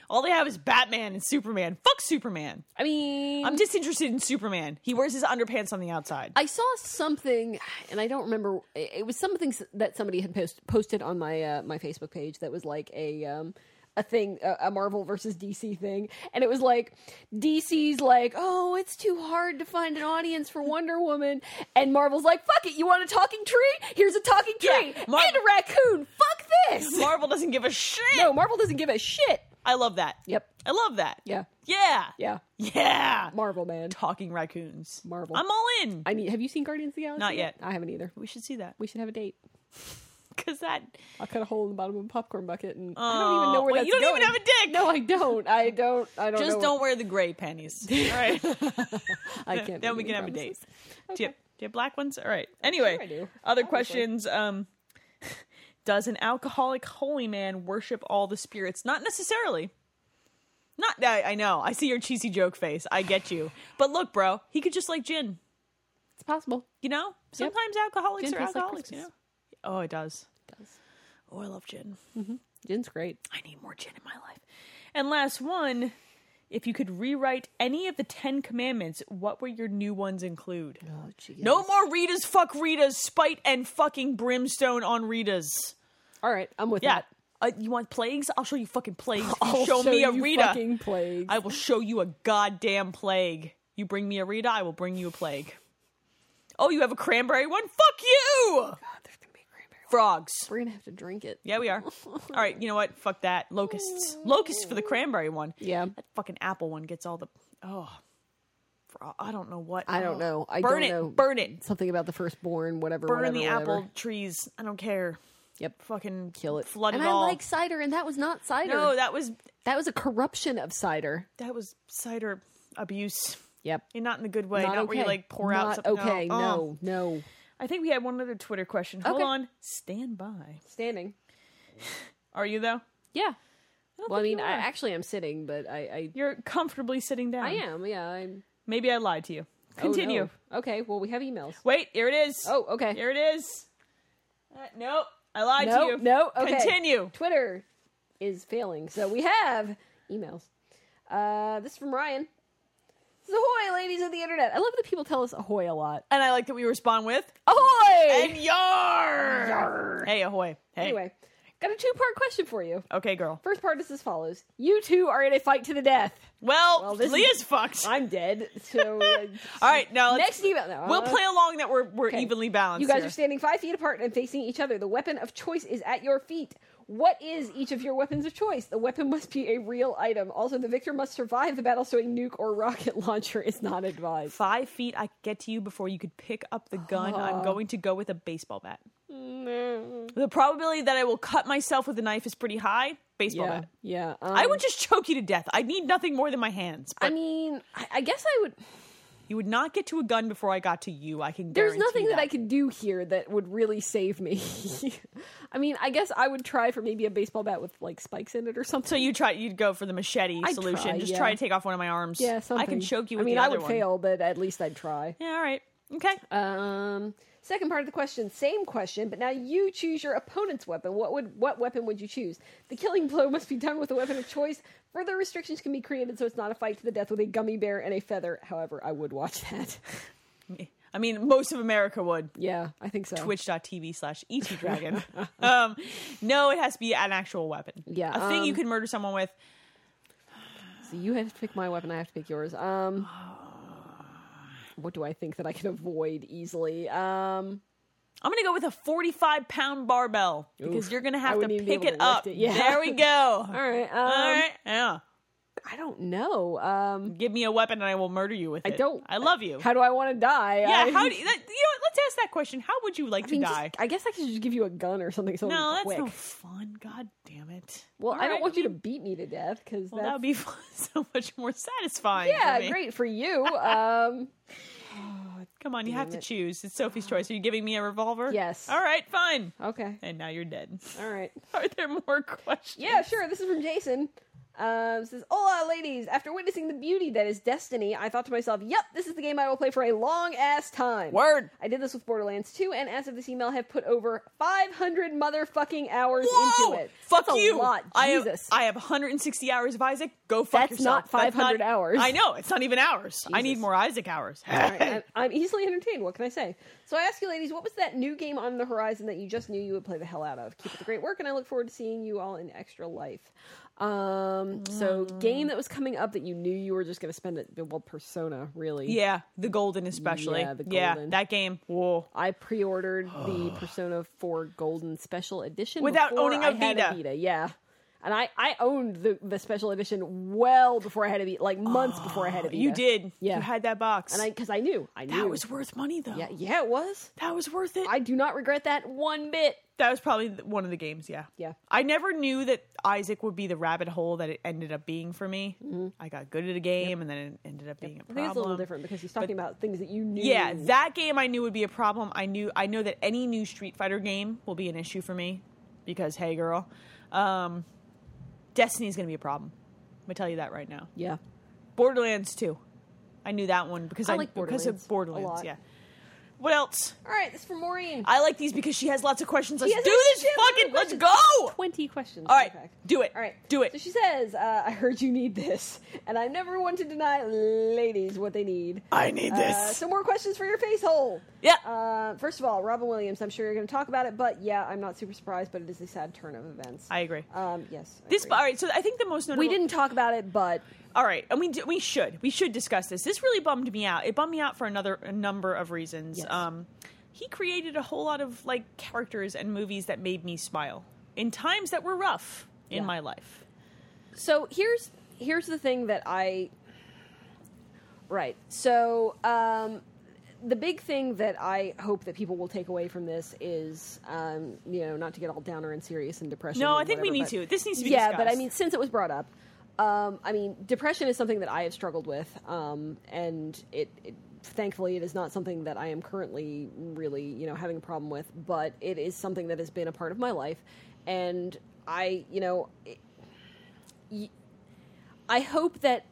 Speaker 1: All they have is Batman and Superman. Fuck Superman.
Speaker 2: I mean,
Speaker 1: I'm disinterested in Superman. He wears his underpants on the outside.
Speaker 2: Mm-hmm. I saw something, and I don't remember. It it was something s- that somebody had post, posted on my uh, my Facebook page that was like a um, a thing, a, a Marvel versus DC thing, and it was like DC's like, oh, it's too hard to find an audience for Wonder Woman, and Marvel's like, fuck it, you want a talking tree? Here's a talking tree
Speaker 1: Yeah, Mar-
Speaker 2: and a raccoon. Fuck this.
Speaker 1: Marvel doesn't give a shit.
Speaker 2: no, Marvel doesn't give a shit.
Speaker 1: I love that.
Speaker 2: Yep.
Speaker 1: I love that.
Speaker 2: Yeah.
Speaker 1: Yeah.
Speaker 2: Yeah.
Speaker 1: Yeah.
Speaker 2: Marvel man.
Speaker 1: Talking raccoons.
Speaker 2: Marvel.
Speaker 1: I'm all in.
Speaker 2: I mean, have you seen Guardians of the Galaxy?
Speaker 1: Not yet.
Speaker 2: I haven't either.
Speaker 1: we should see that.
Speaker 2: We should have a date.
Speaker 1: Because that
Speaker 2: I'll cut a hole in the bottom of a popcorn bucket, and I don't even know where
Speaker 1: Wait,
Speaker 2: that's
Speaker 1: you don't
Speaker 2: going.
Speaker 1: even have a dick.
Speaker 2: No, I don't. I don't. I don't.
Speaker 1: just
Speaker 2: know.
Speaker 1: don't wear the gray panties. All right,
Speaker 2: I can't.
Speaker 1: then
Speaker 2: make
Speaker 1: we can
Speaker 2: any
Speaker 1: have a date.
Speaker 2: promises.
Speaker 1: Do, you have, do you have black ones? All right. Anyway,
Speaker 2: I do.
Speaker 1: other
Speaker 2: Obviously.
Speaker 1: questions. Um, does an alcoholic holy man worship all the spirits? Not necessarily. Not. I, I know. I see your cheesy joke face. I get you. But look, bro, he could just like gin.
Speaker 2: It's possible.
Speaker 1: You know, sometimes alcoholics
Speaker 2: Gin
Speaker 1: are
Speaker 2: tastes like
Speaker 1: alcoholics. you know.
Speaker 2: Christmas.
Speaker 1: Oh, it does.
Speaker 2: It does.
Speaker 1: Oh, I love gin.
Speaker 2: Gin's great.
Speaker 1: I need more gin in my life. And last one, if you could rewrite any of the Ten Commandments, what would your new ones include?
Speaker 2: Oh, jeez.
Speaker 1: No more Rita's, fuck Rita's, spite and fucking brimstone on Rita's.
Speaker 2: All right, I'm with
Speaker 1: Yeah.
Speaker 2: that.
Speaker 1: Uh, you want plagues? I'll show you fucking plagues. If you
Speaker 2: I'll
Speaker 1: show, me a
Speaker 2: you
Speaker 1: Rita.
Speaker 2: Fucking plague.
Speaker 1: I will show you a goddamn plague. You bring me a Rita, I will bring you a plague. Oh, you have a cranberry one? Fuck you!
Speaker 2: God, there's gonna be a cranberry.
Speaker 1: Frogs.
Speaker 2: We're gonna have to drink it.
Speaker 1: Yeah, we are. All right, you know what? Fuck that. Locusts. Locusts for the cranberry one.
Speaker 2: Yeah.
Speaker 1: That fucking apple one gets all the oh, Fro- I don't know what.
Speaker 2: I
Speaker 1: oh.
Speaker 2: don't know. I
Speaker 1: burn
Speaker 2: don't
Speaker 1: it.
Speaker 2: know.
Speaker 1: Burn it.
Speaker 2: Something about the firstborn. Whatever.
Speaker 1: Burn
Speaker 2: whatever,
Speaker 1: the
Speaker 2: whatever.
Speaker 1: apple trees. I don't care.
Speaker 2: Yep.
Speaker 1: Fucking
Speaker 2: Kill it.
Speaker 1: Flood
Speaker 2: and
Speaker 1: it
Speaker 2: I
Speaker 1: all.
Speaker 2: like cider, and that was not cider.
Speaker 1: no, that was
Speaker 2: that was a corruption of cider.
Speaker 1: that was cider abuse.
Speaker 2: Yep.
Speaker 1: And not in the good way. Not,
Speaker 2: Not, okay.
Speaker 1: where you like pour out
Speaker 2: Not
Speaker 1: something.
Speaker 2: Okay.
Speaker 1: Oh.
Speaker 2: No. No.
Speaker 1: I think we had one other Twitter question. Hold
Speaker 2: Okay.
Speaker 1: on. Stand by.
Speaker 2: Standing.
Speaker 1: Are you though?
Speaker 2: Yeah.
Speaker 1: don't
Speaker 2: Well, I
Speaker 1: think
Speaker 2: mean,
Speaker 1: you
Speaker 2: I
Speaker 1: are.
Speaker 2: actually am sitting, but I, I
Speaker 1: You're comfortably sitting down.
Speaker 2: I am. Yeah, I'm.
Speaker 1: Maybe I lied to you.
Speaker 2: oh, no.
Speaker 1: Continue.
Speaker 2: Okay. Well, we have emails.
Speaker 1: Wait, here it is.
Speaker 2: Oh, okay.
Speaker 1: Here it is. Uh, nope, I lied to
Speaker 2: No,
Speaker 1: you.
Speaker 2: no, okay.
Speaker 1: Continue.
Speaker 2: Twitter is failing, so we have emails. Uh, this is from Ryan. This is Ahoy, ladies of the internet. I love that people tell us ahoy a lot.
Speaker 1: And I like that we respond with
Speaker 2: Ahoy!
Speaker 1: and yar. Hey ahoy. Hey.
Speaker 2: Anyway, got a two part question for you.
Speaker 1: Okay, girl.
Speaker 2: First part is as follows You two are in a fight to the death.
Speaker 1: Well,
Speaker 2: this
Speaker 1: Leah's fucked.
Speaker 2: I'm dead, so. Uh,
Speaker 1: All right, now let's,
Speaker 2: Next email. No,
Speaker 1: we'll
Speaker 2: uh,
Speaker 1: play along that we're we're evenly balanced.
Speaker 2: You guys
Speaker 1: here.
Speaker 2: are standing five feet apart and facing each other. The weapon of choice is at your feet. What is each of your weapons of choice? The weapon must be a real item. Also, the victor must survive the battle, so a nuke or rocket launcher is not advised.
Speaker 1: five feet. I could get to you before you could pick up the gun.
Speaker 2: Oh.
Speaker 1: I'm going to go with a baseball bat.
Speaker 2: Mm.
Speaker 1: The probability that I will cut myself with a knife is pretty high. Baseball
Speaker 2: Yeah,
Speaker 1: bat.
Speaker 2: yeah.
Speaker 1: I
Speaker 2: um,
Speaker 1: would just choke you to death. I need nothing more than my hands. But
Speaker 2: I mean, I, I guess I would.
Speaker 1: you would not get to a gun before I got to you. I can.
Speaker 2: There's
Speaker 1: guarantee
Speaker 2: nothing that.
Speaker 1: that
Speaker 2: I could do here that would really save me. I mean, I guess I would try for maybe a baseball bat with like spikes in it or something.
Speaker 1: So you try. You'd go for the machete
Speaker 2: I'd
Speaker 1: solution.
Speaker 2: try,
Speaker 1: just
Speaker 2: yeah.
Speaker 1: try to take off one of my arms.
Speaker 2: yeah, something.
Speaker 1: I can choke you.
Speaker 2: I
Speaker 1: With
Speaker 2: mean,
Speaker 1: the
Speaker 2: I
Speaker 1: other
Speaker 2: would
Speaker 1: one.
Speaker 2: fail, but at least I'd try.
Speaker 1: Yeah. All right. Okay.
Speaker 2: Um, second part of the question, same question, but now you choose your opponent's weapon. What would what weapon would you choose? The killing blow must be done with a weapon of choice. Further restrictions can be created so it's not a fight to the death with a gummy bear and a feather. However, I would watch that.
Speaker 1: I mean, most of America would.
Speaker 2: Yeah, I think so.
Speaker 1: twitch.tv slash etdragon. um, no, it has to be an actual weapon.
Speaker 2: Yeah,
Speaker 1: A thing you
Speaker 2: um,
Speaker 1: can murder someone with.
Speaker 2: So you have to pick my weapon. I have to pick yours. Um,
Speaker 1: Ah.
Speaker 2: what do I think that I can avoid easily? Um,
Speaker 1: I'm going to go with a 45 pound barbell because
Speaker 2: Oof.
Speaker 1: you're going to
Speaker 2: I
Speaker 1: have to
Speaker 2: wouldn't even be
Speaker 1: pick
Speaker 2: able
Speaker 1: it
Speaker 2: to lift
Speaker 1: up.
Speaker 2: it. Yeah.
Speaker 1: There we go.
Speaker 2: all right. Um,
Speaker 1: All right. Yeah.
Speaker 2: I don't know. Um,
Speaker 1: Give me a weapon and I will murder you with
Speaker 2: I
Speaker 1: it.
Speaker 2: don't.
Speaker 1: I love you.
Speaker 2: How do I want to die?
Speaker 1: yeah.
Speaker 2: I-
Speaker 1: How do you, that, you know what? Let's ask that question. How would you like
Speaker 2: I mean,
Speaker 1: to
Speaker 2: just-
Speaker 1: die?
Speaker 2: I guess I could just give you a gun or something. So
Speaker 1: no,
Speaker 2: it's
Speaker 1: that's
Speaker 2: quick.
Speaker 1: no fun. God damn it.
Speaker 2: Well,
Speaker 1: All
Speaker 2: I don't
Speaker 1: right.
Speaker 2: want you to beat me to death because
Speaker 1: Well, that would be so much more satisfying. for
Speaker 2: yeah,
Speaker 1: me.
Speaker 2: great for you. Um,
Speaker 1: Come on, you have to
Speaker 2: Damn it. Um,
Speaker 1: choose. It's Sophie's choice. Are you giving me a revolver?
Speaker 2: Yes.
Speaker 1: All right, fine.
Speaker 2: okay,
Speaker 1: And now you're dead.
Speaker 2: all right.
Speaker 1: Are there more questions?
Speaker 2: Yeah, sure. This is from Jason. Um, says, "Hola, ladies. After witnessing the beauty that is Destiny, I thought to myself, yep, this is the game I will play for a long ass time.'
Speaker 1: Word.
Speaker 2: I did this with Borderlands 2, and as of this email, have put over 500 motherfucking hours
Speaker 1: Whoa!
Speaker 2: into it.
Speaker 1: Fuck
Speaker 2: That's a
Speaker 1: you!
Speaker 2: lot.
Speaker 1: I have
Speaker 2: Jesus.
Speaker 1: I have 160 hours of Isaac. Go fuck
Speaker 2: That's
Speaker 1: yourself.
Speaker 2: not 500 hours.
Speaker 1: I know it's not even hours. I need
Speaker 2: Jesus.
Speaker 1: more Isaac hours.
Speaker 2: All right, I'm, I'm easily entertained. What can I say? So I ask you, ladies, what was that new game on the horizon that you just knew you would play the hell out of? Keep up the great work, and I look forward to seeing you all in Extra Life. Um, so
Speaker 1: Mm.
Speaker 2: game that was coming up that you knew you were just going to spend it. Well, Persona, really.
Speaker 1: yeah, the golden especially.
Speaker 2: Yeah, the golden.
Speaker 1: that game. Whoa.
Speaker 2: I pre-ordered the Persona 4 Golden Special Edition
Speaker 1: Without
Speaker 2: before
Speaker 1: owning a
Speaker 2: I had
Speaker 1: Vita.
Speaker 2: Yeah. And I, I owned the, the special edition well before I had a Vita, like months before I had a Vita.
Speaker 1: Ah, You did.
Speaker 2: Yeah.
Speaker 1: You had that box.
Speaker 2: And I, cause I knew, I knew.
Speaker 1: that was worth money though.
Speaker 2: yeah, yeah, it was.
Speaker 1: That was worth it.
Speaker 2: I do not regret that one bit.
Speaker 1: that was probably th- one of the games. Yeah.
Speaker 2: Yeah.
Speaker 1: I never knew that Isaac would be the rabbit hole that it ended up being for me. I got good at a game, and then it ended up being a
Speaker 2: Mm-hmm. I
Speaker 1: problem.
Speaker 2: think it's a little different Mm. because he's talking about things that you knew.
Speaker 1: Yeah, that game I knew would be a problem. I knew I know that any new Street Fighter game will be an issue for me because hey girl, um Destiny's going to be a problem. I'm going to tell you that right now.
Speaker 2: yeah.
Speaker 1: Borderlands 2. I knew that one because
Speaker 2: I
Speaker 1: I,
Speaker 2: like
Speaker 1: because of
Speaker 2: Borderlands a
Speaker 1: Borderlands,
Speaker 2: lot.
Speaker 1: yeah. What else?
Speaker 2: All right, this is for Maureen.
Speaker 1: I like these because she has lots of questions. Let's
Speaker 2: has-
Speaker 1: do this
Speaker 2: she has lots of
Speaker 1: fucking let's
Speaker 2: questions.
Speaker 1: go. All
Speaker 2: Twenty questions.
Speaker 1: right.
Speaker 2: Okay.
Speaker 1: Do it.
Speaker 2: All right,
Speaker 1: Do
Speaker 2: So
Speaker 1: it.
Speaker 2: she says, uh, "I heard you need this, and I'm never one to deny ladies what they need."
Speaker 1: I need this.
Speaker 2: Uh, some more questions for your face hole.
Speaker 1: Yeah.
Speaker 2: Uh, first of all, Robin Williams. I'm sure you're going to talk about it, but yeah, I'm not super surprised. But it is a sad turn of events.
Speaker 1: I agree.
Speaker 2: Um, yes. I
Speaker 1: this
Speaker 2: agree.
Speaker 1: all right, so I think the most notable
Speaker 2: We didn't talk about it, but
Speaker 1: All right, and we d- we should we should discuss this. This really bummed me out. It bummed me out for another a number of reasons.
Speaker 2: Yes.
Speaker 1: Um, he created a whole lot of like characters and movies that made me smile in times that were rough in
Speaker 2: Yeah.
Speaker 1: my life.
Speaker 2: so here's here's the thing that I right. So um, the big thing that I hope that people will take away from this is um, you know not to get all downer and serious and depression.
Speaker 1: No,
Speaker 2: and
Speaker 1: I think we
Speaker 2: whatever,
Speaker 1: need to.
Speaker 2: but-
Speaker 1: This needs to be
Speaker 2: yeah, but I
Speaker 1: discussed.
Speaker 2: mean since it was brought up, um, I mean depression is something that I have struggled with, um, and it. it Thankfully, it is not something that I am currently really, you know, having a problem with, but it is something that has been a part of my life. And I, you know, I hope that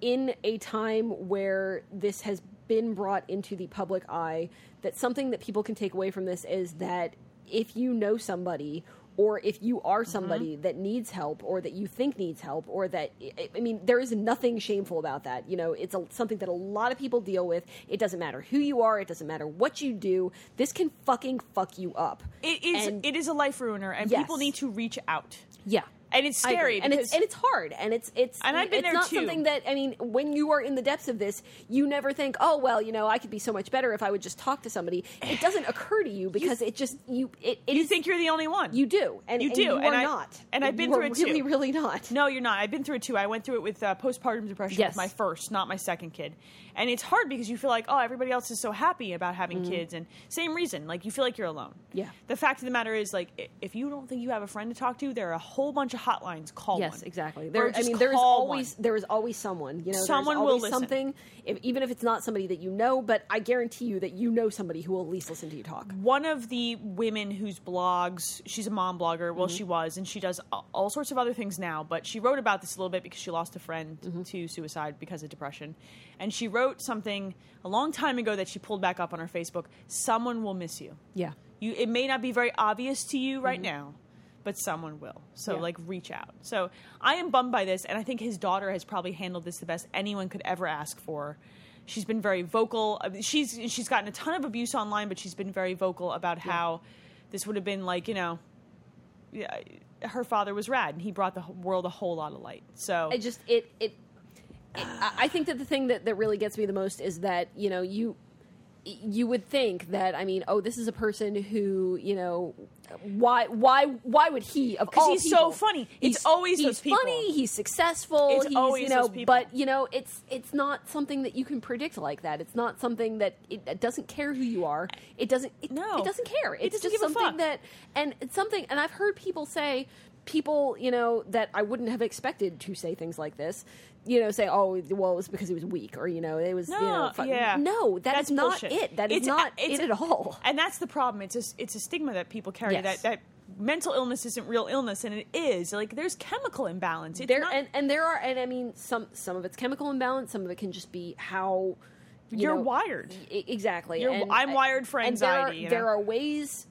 Speaker 2: in a time where this has been brought into the public eye, that something that people can take away from this is that if you know somebody or if you are somebody that needs help or that you think needs help or that I- i mean there is nothing shameful about that you know it's a, something that a lot of people deal with it doesn't matter who you are it doesn't matter what you do this can fucking fuck you up
Speaker 1: It is
Speaker 2: And-
Speaker 1: it is a life ruiner, and
Speaker 2: Yes.
Speaker 1: people need to reach out.
Speaker 2: yeah
Speaker 1: And it's
Speaker 2: I agree.
Speaker 1: scary
Speaker 2: and it's
Speaker 1: because-
Speaker 2: and it's hard, and it's it's
Speaker 1: And I've been
Speaker 2: it's
Speaker 1: there
Speaker 2: not
Speaker 1: too.
Speaker 2: something that I mean, when you are in the depths of this, you never think, oh well, you know, I could be so much better if I would just talk to somebody. It doesn't occur to you because it just you it, it
Speaker 1: You
Speaker 2: is-
Speaker 1: think you're the only one.
Speaker 2: you do and
Speaker 1: You
Speaker 2: and
Speaker 1: do,
Speaker 2: you are
Speaker 1: and I-
Speaker 2: not
Speaker 1: and I've been
Speaker 2: You are
Speaker 1: through it too.
Speaker 2: really really not
Speaker 1: No, you're not. I've been through it too. I went through it with uh, postpartum depression
Speaker 2: Yes.
Speaker 1: with my first, not my second kid. And it's hard because you feel like, oh, everybody else is so happy about having kids. And same reason, like you feel like you're alone.
Speaker 2: Mm-hmm. Yeah.
Speaker 1: The fact of the matter is, like, i- if you don't think you have a friend to talk to, there are a whole bunch of hotlines. Call one.
Speaker 2: Yes, exactly.
Speaker 1: Or
Speaker 2: There, I
Speaker 1: just
Speaker 2: mean, there is
Speaker 1: call
Speaker 2: always
Speaker 1: one.
Speaker 2: there is always someone. You know, there's
Speaker 1: Someone will
Speaker 2: always
Speaker 1: listen.
Speaker 2: something. If, even if it's not somebody that you know, but I guarantee you that you know somebody who will at least listen to you talk.
Speaker 1: one of the women whose blogs she's a mom blogger well she was and she does a- all sorts of other things now but she wrote about this a little bit because she lost a friend to suicide because of depression and she wrote something a long time ago that she pulled back up on her facebook someone will miss you
Speaker 2: Yeah,
Speaker 1: you it may not be very obvious to you right now but someone will so
Speaker 2: Mm-hmm. Yeah.
Speaker 1: like reach out so i am bummed by this and i think his daughter has probably handled this the best anyone could ever ask for she's been very vocal I mean, she's she's gotten a ton of abuse online but she's been very vocal about how this would have been like you know yeah, her father was rad and he brought the wh- world a whole lot of light so
Speaker 2: it just it it. it I I think that the thing that that really gets me the most is that you know you you would think that I mean oh this is a person who you know why why why would he of
Speaker 1: 'Cause
Speaker 2: all
Speaker 1: he's so
Speaker 2: people-
Speaker 1: funny. It's
Speaker 2: he's-
Speaker 1: always
Speaker 2: he's
Speaker 1: those people.
Speaker 2: funny he's successful
Speaker 1: It's
Speaker 2: he's
Speaker 1: always
Speaker 2: you know
Speaker 1: those people.
Speaker 2: but you know it's it's not something that you can predict like that it's not something that it, it doesn't care who you are it doesn't it,
Speaker 1: No.
Speaker 2: it doesn't care
Speaker 1: It
Speaker 2: it's
Speaker 1: doesn't
Speaker 2: just
Speaker 1: give a fuck.
Speaker 2: something that and it's something and i've heard people say people you know that i wouldn't have expected to say things like this you know say oh well it was because he was weak or you know it was you know
Speaker 1: No,
Speaker 2: fu-
Speaker 1: yeah.
Speaker 2: no that
Speaker 1: That's
Speaker 2: is not
Speaker 1: bullshit.
Speaker 2: it that is
Speaker 1: It's-
Speaker 2: not
Speaker 1: it's-
Speaker 2: it at all
Speaker 1: And that's the problem. It's a, it's a stigma that people carry
Speaker 2: Yes.
Speaker 1: that, that mental illness isn't real illness, and it is. Like, there's chemical imbalance. It's
Speaker 2: there
Speaker 1: not-
Speaker 2: and, and there are and i mean some some of it's chemical imbalance some of it can just be how you
Speaker 1: You're
Speaker 2: know,
Speaker 1: wired.
Speaker 2: e- exactly
Speaker 1: You're-
Speaker 2: And-
Speaker 1: I'm wired for
Speaker 2: and there are-
Speaker 1: anxiety, you know?
Speaker 2: there are ways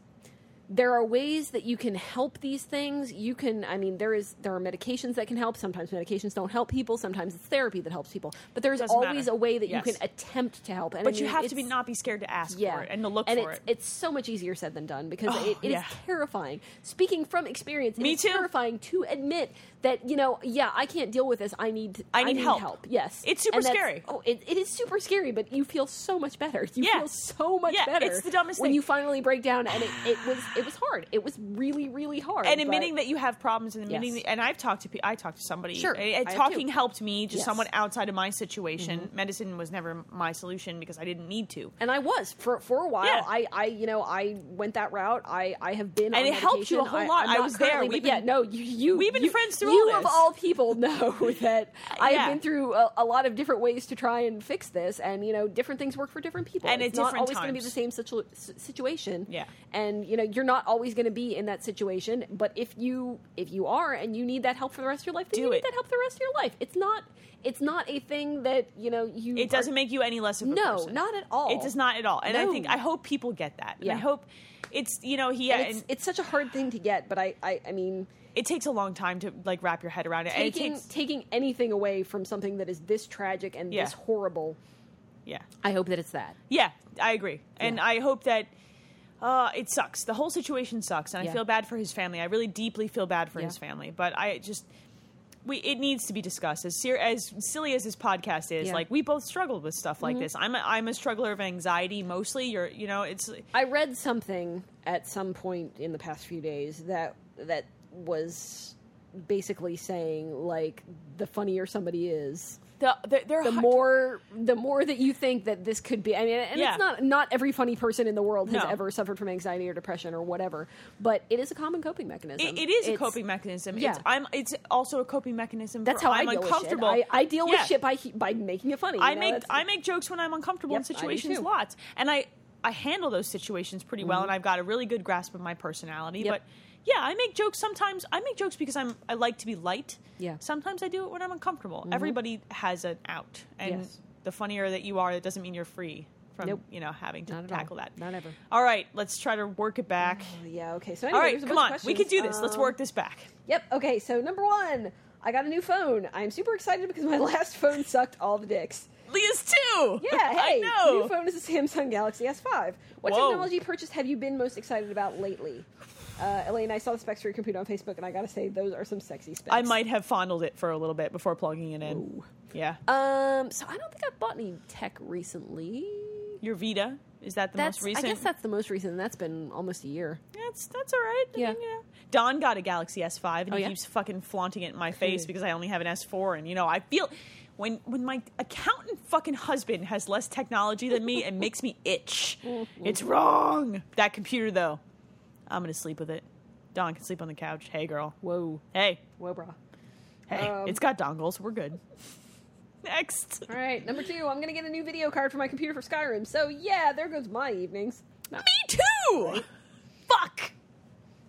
Speaker 2: there are ways that you can help these things you can i mean there is there are medications that can help sometimes medications don't help people sometimes it's therapy that helps people but there's
Speaker 1: Doesn't
Speaker 2: always
Speaker 1: matter.
Speaker 2: a way that
Speaker 1: Yes.
Speaker 2: you can attempt to help and I
Speaker 1: but you
Speaker 2: mean,
Speaker 1: have to be
Speaker 2: it's-
Speaker 1: not be scared to ask for it and to look for
Speaker 2: it's,
Speaker 1: it.
Speaker 2: It's so much easier said than done because
Speaker 1: Oh,
Speaker 2: it, it is
Speaker 1: yeah.
Speaker 2: terrifying. Speaking from experience,
Speaker 1: Me
Speaker 2: it's
Speaker 1: too.
Speaker 2: terrifying to admit that you know, yeah, I can't deal with this. I need,
Speaker 1: I need help.
Speaker 2: Yes,
Speaker 1: It's super
Speaker 2: And that's-
Speaker 1: scary.
Speaker 2: Oh, it, it is super scary, but you feel so much better. You
Speaker 1: Yeah.
Speaker 2: feel so much
Speaker 1: Yeah,
Speaker 2: better.
Speaker 1: it's the dumbest
Speaker 2: when
Speaker 1: thing.
Speaker 2: you finally break down, and it, it was it was hard. It was really really hard.
Speaker 1: and admitting
Speaker 2: but-
Speaker 1: that you have problems and admitting
Speaker 2: Yes.
Speaker 1: that, and I've talked to pe- I talked to somebody
Speaker 2: Sure,
Speaker 1: and- and
Speaker 2: I have
Speaker 1: talking
Speaker 2: too.
Speaker 1: helped me just
Speaker 2: Yes. Mm-hmm.
Speaker 1: someone outside of my situation medicine was never my solution because I didn't need to
Speaker 2: And I was for for a while.
Speaker 1: Yeah.
Speaker 2: I I you know I went that route. I I have been
Speaker 1: And it
Speaker 2: on
Speaker 1: helped you a
Speaker 2: medication.
Speaker 1: whole lot.
Speaker 2: I, I'm
Speaker 1: I
Speaker 2: not
Speaker 1: was there.
Speaker 2: currently-
Speaker 1: We've
Speaker 2: yeah,
Speaker 1: been-
Speaker 2: no, you, you
Speaker 1: we've been
Speaker 2: you-
Speaker 1: friends through
Speaker 2: You
Speaker 1: all
Speaker 2: of
Speaker 1: this.
Speaker 2: all people know that I
Speaker 1: Yeah.
Speaker 2: have been through a, a lot of different ways to try and fix this, and you know different things work for different people.
Speaker 1: And
Speaker 2: it's
Speaker 1: at
Speaker 2: not
Speaker 1: different
Speaker 2: always going to be
Speaker 1: times.
Speaker 2: the same situ- s- situation.
Speaker 1: Yeah.
Speaker 2: and you know you're not always going to be in that situation. But if you if you are and you need that help for the rest of your life, then
Speaker 1: Do
Speaker 2: you
Speaker 1: it.
Speaker 2: need that help for the rest of your life. It's not it's not a thing that you know you
Speaker 1: it
Speaker 2: are-
Speaker 1: doesn't make you any less of a
Speaker 2: No,
Speaker 1: person.
Speaker 2: not at all.
Speaker 1: it does not at all and I
Speaker 2: No.
Speaker 1: think I hope people get that and I
Speaker 2: Yeah.
Speaker 1: hope it's you know he yeah,
Speaker 2: And it's,
Speaker 1: and-
Speaker 2: it's such a hard thing to get, but I, I, I mean,
Speaker 1: it takes a long time to like wrap your head around it. and
Speaker 2: taking
Speaker 1: it takes,
Speaker 2: taking anything away from something that is this tragic and
Speaker 1: Yeah.
Speaker 2: this horrible,
Speaker 1: yeah,
Speaker 2: I hope that it's that.
Speaker 1: yeah, I agree, and
Speaker 2: Yeah.
Speaker 1: I hope that uh, it sucks. The whole situation sucks, and I
Speaker 2: Yeah.
Speaker 1: feel bad for his family. I really deeply feel bad for
Speaker 2: Yeah.
Speaker 1: his family, but I just we it needs to be discussed. As ser- as silly as this podcast is,
Speaker 2: Yeah. Mm-hmm.
Speaker 1: like we both struggled with stuff like this. I'm a, I'm a struggler of anxiety mostly. You're you know it's
Speaker 2: I read something at some point in the past few days that that was basically saying like the funnier somebody is
Speaker 1: the the, they're
Speaker 2: the
Speaker 1: hot-
Speaker 2: more the more that you think that this could be i mean and
Speaker 1: Yeah.
Speaker 2: it's not not every funny person in the world has
Speaker 1: No.
Speaker 2: ever suffered from anxiety or depression or whatever but it is a common coping mechanism
Speaker 1: It, it is a
Speaker 2: It's-
Speaker 1: coping mechanism. It's,
Speaker 2: yeah.
Speaker 1: I'm. It's also a coping mechanism.
Speaker 2: That's
Speaker 1: for,
Speaker 2: how i
Speaker 1: I'm
Speaker 2: deal
Speaker 1: uncomfortable.
Speaker 2: With shit. I, I deal with
Speaker 1: Yeah.
Speaker 2: shit by he- by making it funny. you
Speaker 1: I
Speaker 2: know?
Speaker 1: make
Speaker 2: That's-
Speaker 1: I make jokes when I'm uncomfortable in
Speaker 2: Yep, I do
Speaker 1: situations
Speaker 2: too. Mm-hmm.
Speaker 1: lots, and I I handle those situations pretty well, and I've got a really good grasp of my personality.
Speaker 2: Yep.
Speaker 1: But yeah, I make jokes sometimes. I make jokes because I'm I like to be light.
Speaker 2: Yeah. Mm-hmm.
Speaker 1: Sometimes I do it when I'm uncomfortable. Everybody has an out, and
Speaker 2: Yes.
Speaker 1: the funnier that you are, that doesn't mean you're free from
Speaker 2: Nope.
Speaker 1: you know having to
Speaker 2: Not at all.
Speaker 1: tackle that.
Speaker 2: Not ever.
Speaker 1: All right, let's try to work it back.
Speaker 2: Yeah. Okay. So
Speaker 1: All
Speaker 2: anyway,
Speaker 1: right,
Speaker 2: there's a
Speaker 1: come
Speaker 2: bunch
Speaker 1: on,
Speaker 2: of
Speaker 1: we can
Speaker 2: questions.
Speaker 1: do this. let's
Speaker 2: Um,
Speaker 1: work this back.
Speaker 2: Yep. Okay. So number one, I got a new phone. I'm super excited because my last phone sucked all the dicks.
Speaker 1: Leah's too.
Speaker 2: Yeah. Hey.
Speaker 1: I know.
Speaker 2: New phone is a Samsung Galaxy S5. What
Speaker 1: Whoa.
Speaker 2: technology purchase have you been most excited about lately? Uh, Elaine, I saw the specs for your computer on Facebook, and I gotta say, those are some sexy specs.
Speaker 1: I might have fondled it for a little bit before plugging it in. Yeah,
Speaker 2: Um. So I don't think I bought any tech recently.
Speaker 1: your Vita is that the
Speaker 2: That's.
Speaker 1: most recent?
Speaker 2: I guess that's the most recent. and That's been almost a year.
Speaker 1: That's that's all right. I
Speaker 2: Yeah.
Speaker 1: mean, you know. Don got a Galaxy S5 and
Speaker 2: Oh,
Speaker 1: he
Speaker 2: yeah?
Speaker 1: keeps fucking flaunting it in my face because I only have an S4 and you know, I feel when when my accountant fucking husband has less technology than me and makes me itch.
Speaker 2: Mm-hmm.
Speaker 1: it's wrong. That computer though. I'm going to sleep with it. Don can sleep on the couch. Hey girl.
Speaker 2: Whoa.
Speaker 1: Hey.
Speaker 2: Whoa, brah.
Speaker 1: Hey.
Speaker 2: Um.
Speaker 1: it's got dongles. We're good. Next.
Speaker 2: All right, number two, I'm gonna get a new video card for my computer for Skyrim. So yeah, there goes my evenings. No.
Speaker 1: Me too. Fuck.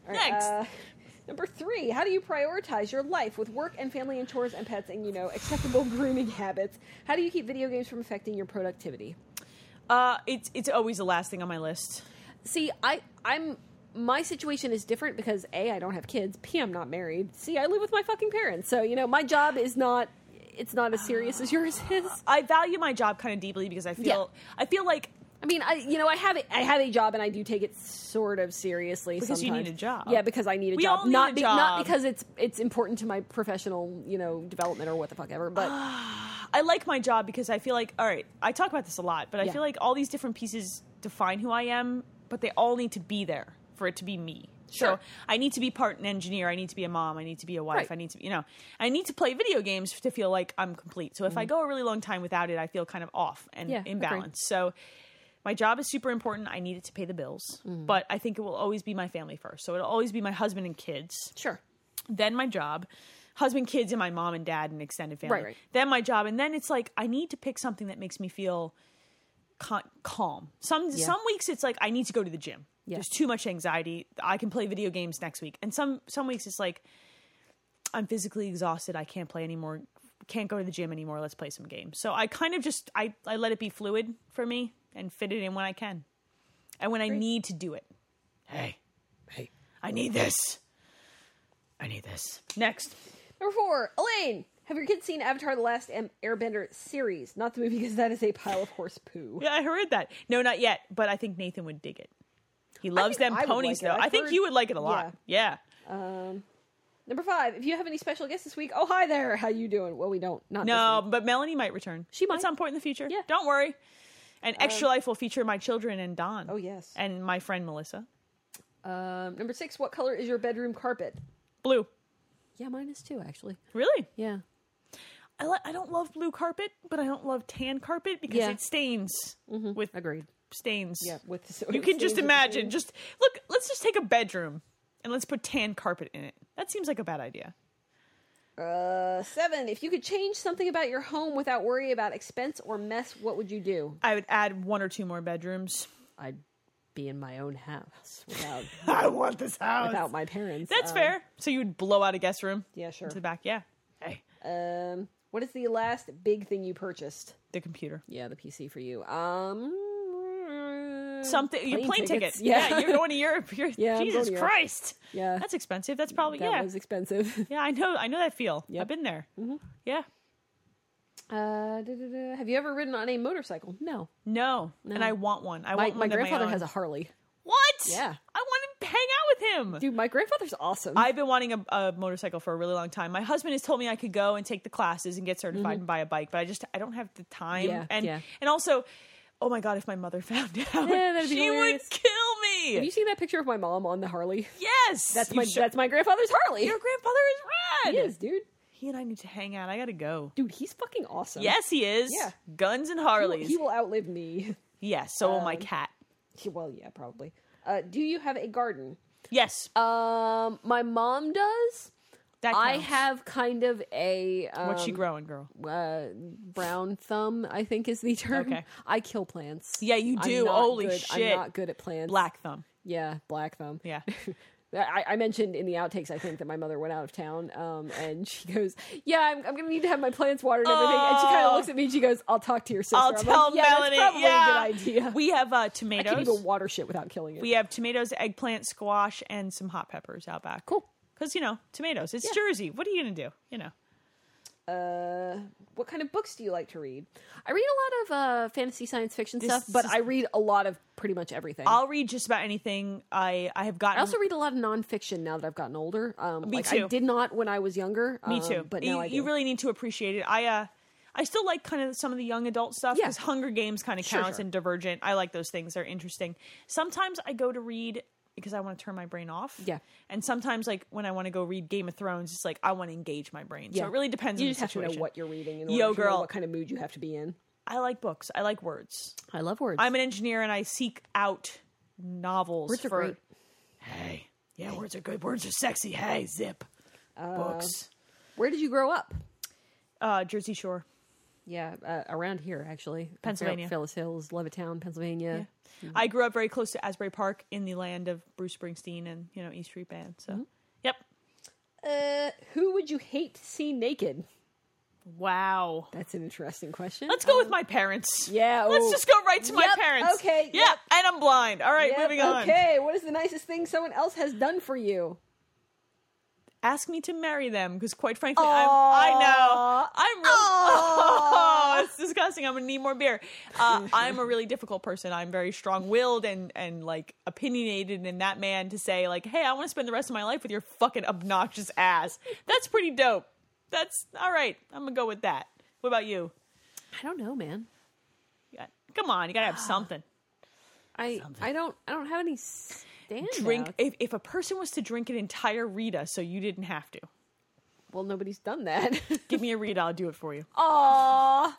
Speaker 2: All right,
Speaker 1: Next.
Speaker 2: uh, number three, how do you prioritize your life with work and family and chores and pets and you know acceptable grooming habits? How do you keep video games from affecting your productivity?
Speaker 1: Uh it's it's always the last thing on my list.
Speaker 2: See, I I'm my situation is different because a I don't have kids, p I'm not married, c I live with my fucking parents. So you know my job is not it's not as serious as yours is.
Speaker 1: I value my job kind of deeply because I feel I feel like
Speaker 2: I mean, I you know, I have I have a job and I do take it sort of seriously.
Speaker 1: Because you
Speaker 2: sometimes.
Speaker 1: need a job.
Speaker 2: Yeah, because I need a
Speaker 1: We
Speaker 2: job.
Speaker 1: all need
Speaker 2: not
Speaker 1: a
Speaker 2: be- not
Speaker 1: job.
Speaker 2: because it's it's important to my professional you know development or what the fuck ever. But
Speaker 1: I like my job because I feel like all right, I talk about this a lot, but I
Speaker 2: Yeah.
Speaker 1: feel like all these different pieces define who I am, but they all need to be there for it to be me. So
Speaker 2: Sure.
Speaker 1: I need to be part an engineer, I need to be a mom, I need to be a wife,
Speaker 2: Right.
Speaker 1: I need to be, you know, I need to play video games to feel like I'm complete. So if I go a really long time without it, I feel kind of off and
Speaker 2: Mm-hmm. Yeah,
Speaker 1: imbalanced.
Speaker 2: agree.
Speaker 1: So my job is super important. I need it to pay the bills,
Speaker 2: Mm-hmm.
Speaker 1: but I think it will always be my family first. So it'll always be my husband and kids
Speaker 2: sure,
Speaker 1: then my job, husband, kids, and my mom and dad and extended family.
Speaker 2: Right, right.
Speaker 1: Then my job, and then it's like I need to pick something that makes me feel ca- calm. Some some weeks it's like I need to go to the gym.
Speaker 2: Yeah.
Speaker 1: There's too much anxiety. I can play video games next week, and some some weeks it's like I'm physically exhausted. I can't play anymore. Can't go to the gym anymore. Let's play some games. So I kind of just I I let it be fluid for me and fit it in when I can, and when I need to do it. Hey,
Speaker 2: Hey.
Speaker 1: I need this. I need this. Next.
Speaker 2: number four, Elaine. Have your kids seen Avatar: The Last Am- Airbender series? Not the movie because that is a pile of horse poo.
Speaker 1: Yeah, I heard that. No, not yet, but I think Nathan would dig it. He loves
Speaker 2: think
Speaker 1: them
Speaker 2: I would
Speaker 1: ponies,
Speaker 2: like it.
Speaker 1: though.
Speaker 2: I've
Speaker 1: I think
Speaker 2: heard-
Speaker 1: you would like it a lot. Yeah.
Speaker 2: Um, number five, if you have any special guests this week, oh hi there, how you doing? Well, we don't. Not this
Speaker 1: No, but Melanie might Um, return.
Speaker 2: She might.
Speaker 1: At some point in the future.
Speaker 2: Yeah.
Speaker 1: Don't worry. And Extra Life will feature my children and Don.
Speaker 2: Oh, yes.
Speaker 1: And my friend Melissa.
Speaker 2: week. Um, number six, what color is your bedroom carpet?
Speaker 1: Blue.
Speaker 2: Yeah, mine is too actually.
Speaker 1: Really?
Speaker 2: Yeah.
Speaker 1: I, li- I don't love blue carpet, but I don't love tan carpet because
Speaker 2: Yeah.
Speaker 1: it stains with
Speaker 2: Agreed.
Speaker 1: stains.
Speaker 2: Yeah, with the,
Speaker 1: You
Speaker 2: with
Speaker 1: can just
Speaker 2: stains of the
Speaker 1: imagine.
Speaker 2: paint.
Speaker 1: Just look, let's just take a bedroom and let's put tan carpet in it. That seems like a bad idea.
Speaker 2: Uh, seven. If you could change something about your home without worry about expense or mess, what would you do?
Speaker 1: I would add one or two more bedrooms.
Speaker 2: I'd be in my own house without
Speaker 1: I want this house.
Speaker 2: without my parents.
Speaker 1: That's
Speaker 2: Um,
Speaker 1: fair. So you would blow out a guest room
Speaker 2: Yeah, sure.
Speaker 1: to the back. Yeah. Hey,
Speaker 2: Um, what is the last big thing you purchased?
Speaker 1: the computer.
Speaker 2: Yeah, the PC for you. Um,
Speaker 1: Something your plane ticket.
Speaker 2: Yeah,
Speaker 1: you're going to Europe. You're,
Speaker 2: Yeah, I'm
Speaker 1: Jesus
Speaker 2: going to Europe.
Speaker 1: Christ.
Speaker 2: Yeah.
Speaker 1: that's expensive. That's probably
Speaker 2: that
Speaker 1: yeah.
Speaker 2: was expensive.
Speaker 1: yeah, I know. I know that feel.
Speaker 2: Yep. Mm-hmm.
Speaker 1: I've been there. Yeah.
Speaker 2: Uh, da-da-da. have you ever ridden on a motorcycle? No.
Speaker 1: No. and I want one. I
Speaker 2: My,
Speaker 1: want
Speaker 2: my
Speaker 1: one of
Speaker 2: grandfather
Speaker 1: own.
Speaker 2: has a Harley.
Speaker 1: what?
Speaker 2: Yeah.
Speaker 1: I want to hang out with him.
Speaker 2: Dude, my grandfather's awesome.
Speaker 1: I've been wanting a, a motorcycle for a really long time. My husband has told me I could go and take the classes and get certified and buy a bike, but I just I don't have the time.
Speaker 2: Mm-hmm. Yeah,
Speaker 1: and
Speaker 2: yeah.
Speaker 1: and also, oh my god, if my mother found out,
Speaker 2: Yeah, that'd be
Speaker 1: she would
Speaker 2: hilarious.
Speaker 1: kill me.
Speaker 2: Have you seen that picture of my mom on the Harley?
Speaker 1: yes,
Speaker 2: That's
Speaker 1: You
Speaker 2: my
Speaker 1: sure-
Speaker 2: that's my grandfather's Harley.
Speaker 1: your grandfather is
Speaker 2: He
Speaker 1: rad.
Speaker 2: is, dude.
Speaker 1: He and I need to hang out. I gotta go.
Speaker 2: Dude, he's fucking awesome.
Speaker 1: Yes, he is.
Speaker 2: Yeah.
Speaker 1: Guns and
Speaker 2: He will-
Speaker 1: Harleys.
Speaker 2: He Um, will outlive me.
Speaker 1: yes, so will my cat.
Speaker 2: He- well, yeah, probably. Uh, do you have a garden?
Speaker 1: Yes,
Speaker 2: Um, my mom does.
Speaker 1: that
Speaker 2: I
Speaker 1: counts.
Speaker 2: have kind of a
Speaker 1: What's she
Speaker 2: um,
Speaker 1: growing, girl?
Speaker 2: uh, brown thumb, I think is the term.
Speaker 1: Okay.
Speaker 2: I kill plants.
Speaker 1: Yeah, you
Speaker 2: I'm
Speaker 1: do.
Speaker 2: not
Speaker 1: Holy
Speaker 2: good-
Speaker 1: shit.
Speaker 2: I'm not good at plants.
Speaker 1: Black thumb.
Speaker 2: Yeah, black thumb.
Speaker 1: Yeah.
Speaker 2: I, I mentioned in the outtakes, I think, that my mother went out of town, um, and she goes, "Yeah, I'm, I'm going to need to have my plants watered and everything." And she kind of
Speaker 1: Oh.
Speaker 2: looks at me and she goes, "I'll talk to your sister."
Speaker 1: I'll
Speaker 2: I'm like,
Speaker 1: tell
Speaker 2: yeah,
Speaker 1: Melanie.
Speaker 2: That's probably
Speaker 1: yeah,
Speaker 2: a good idea.
Speaker 1: We have uh,
Speaker 2: I can't
Speaker 1: tomatoes.
Speaker 2: even water shit without killing it.
Speaker 1: We have tomatoes, eggplant, squash, and some hot peppers out back.
Speaker 2: cool. Mm.
Speaker 1: Because you know tomatoes. It's Jersey. What are you gonna do? You know.
Speaker 2: Uh, what kind of books do you like to read? I read a lot of uh, fantasy science fiction stuff,
Speaker 1: is-
Speaker 2: but I read a lot of pretty much everything. i
Speaker 1: I'll read just about anything. I I have gotten.
Speaker 2: also read a lot of nonfiction now that I've gotten older. Um,
Speaker 1: Me
Speaker 2: like, I
Speaker 1: too.
Speaker 2: did not when I was younger.
Speaker 1: me
Speaker 2: um,
Speaker 1: too.
Speaker 2: but
Speaker 1: you,
Speaker 2: now I do.
Speaker 1: you really need to appreciate it. I uh, I still like kind of some of the young adult stuff
Speaker 2: Yeah.
Speaker 1: because Hunger Games kind of
Speaker 2: Sure,
Speaker 1: counts
Speaker 2: sure.
Speaker 1: and Divergent. I like those things. They're interesting. Sometimes I go to read because I want to turn my brain off.
Speaker 2: Yeah.
Speaker 1: And sometimes like when I want to go read Game of Thrones, it's like I want to engage my brain.
Speaker 2: Yeah.
Speaker 1: So it really depends
Speaker 2: You
Speaker 1: on
Speaker 2: just
Speaker 1: the
Speaker 2: have to
Speaker 1: situation.
Speaker 2: know what you're reading and
Speaker 1: Yo, girl.
Speaker 2: what kind of mood you have to be in.
Speaker 1: I like books. I like words.
Speaker 2: I love words.
Speaker 1: I'm an engineer and I seek out novels
Speaker 2: Words are
Speaker 1: for
Speaker 2: great.
Speaker 1: Hey. Yeah, words are good. Words are sexy. Hey, zip.
Speaker 2: Uh,
Speaker 1: books.
Speaker 2: Where did you grow up?
Speaker 1: Uh Jersey Shore.
Speaker 2: Yeah, uh, around here actually,
Speaker 1: Pennsylvania.
Speaker 2: Phyllis Hills, Levittown, Pennsylvania.
Speaker 1: I grew up very close to Asbury Park in the land of Bruce Springsteen and, you know, E Street Band. So,
Speaker 2: Mm-hmm.
Speaker 1: yep.
Speaker 2: Uh, who would you hate to see naked?
Speaker 1: Wow.
Speaker 2: That's an interesting question.
Speaker 1: Let's go with my parents.
Speaker 2: yeah,
Speaker 1: Let's
Speaker 2: oh.
Speaker 1: just go right to my
Speaker 2: Yep,
Speaker 1: parents.
Speaker 2: okay,
Speaker 1: Yeah,
Speaker 2: yep.
Speaker 1: and I'm blind. All right,
Speaker 2: Yep,
Speaker 1: moving on.
Speaker 2: Okay, what is the nicest thing someone else has done for you?
Speaker 1: Ask me to marry them because, quite frankly, I'm, I know I'm really. Oh, it's disgusting. I'm gonna need more beer. Uh, I'm a really difficult person. I'm very strong-willed and and like opinionated. And that man to say like, "Hey, I want to spend the rest of my life with your fucking obnoxious ass." That's pretty dope. That's all right. I'm gonna go with that. What about you?
Speaker 2: I don't know, man.
Speaker 1: You got- Come on, you gotta have something.
Speaker 2: I I don't I don't have any stand
Speaker 1: Drink. If, if a person was to drink an entire Rita, so you didn't have to,
Speaker 2: Well, nobody's done that.
Speaker 1: give me a Rita. I'll do it for you.
Speaker 2: Aww. Okay,
Speaker 1: I'll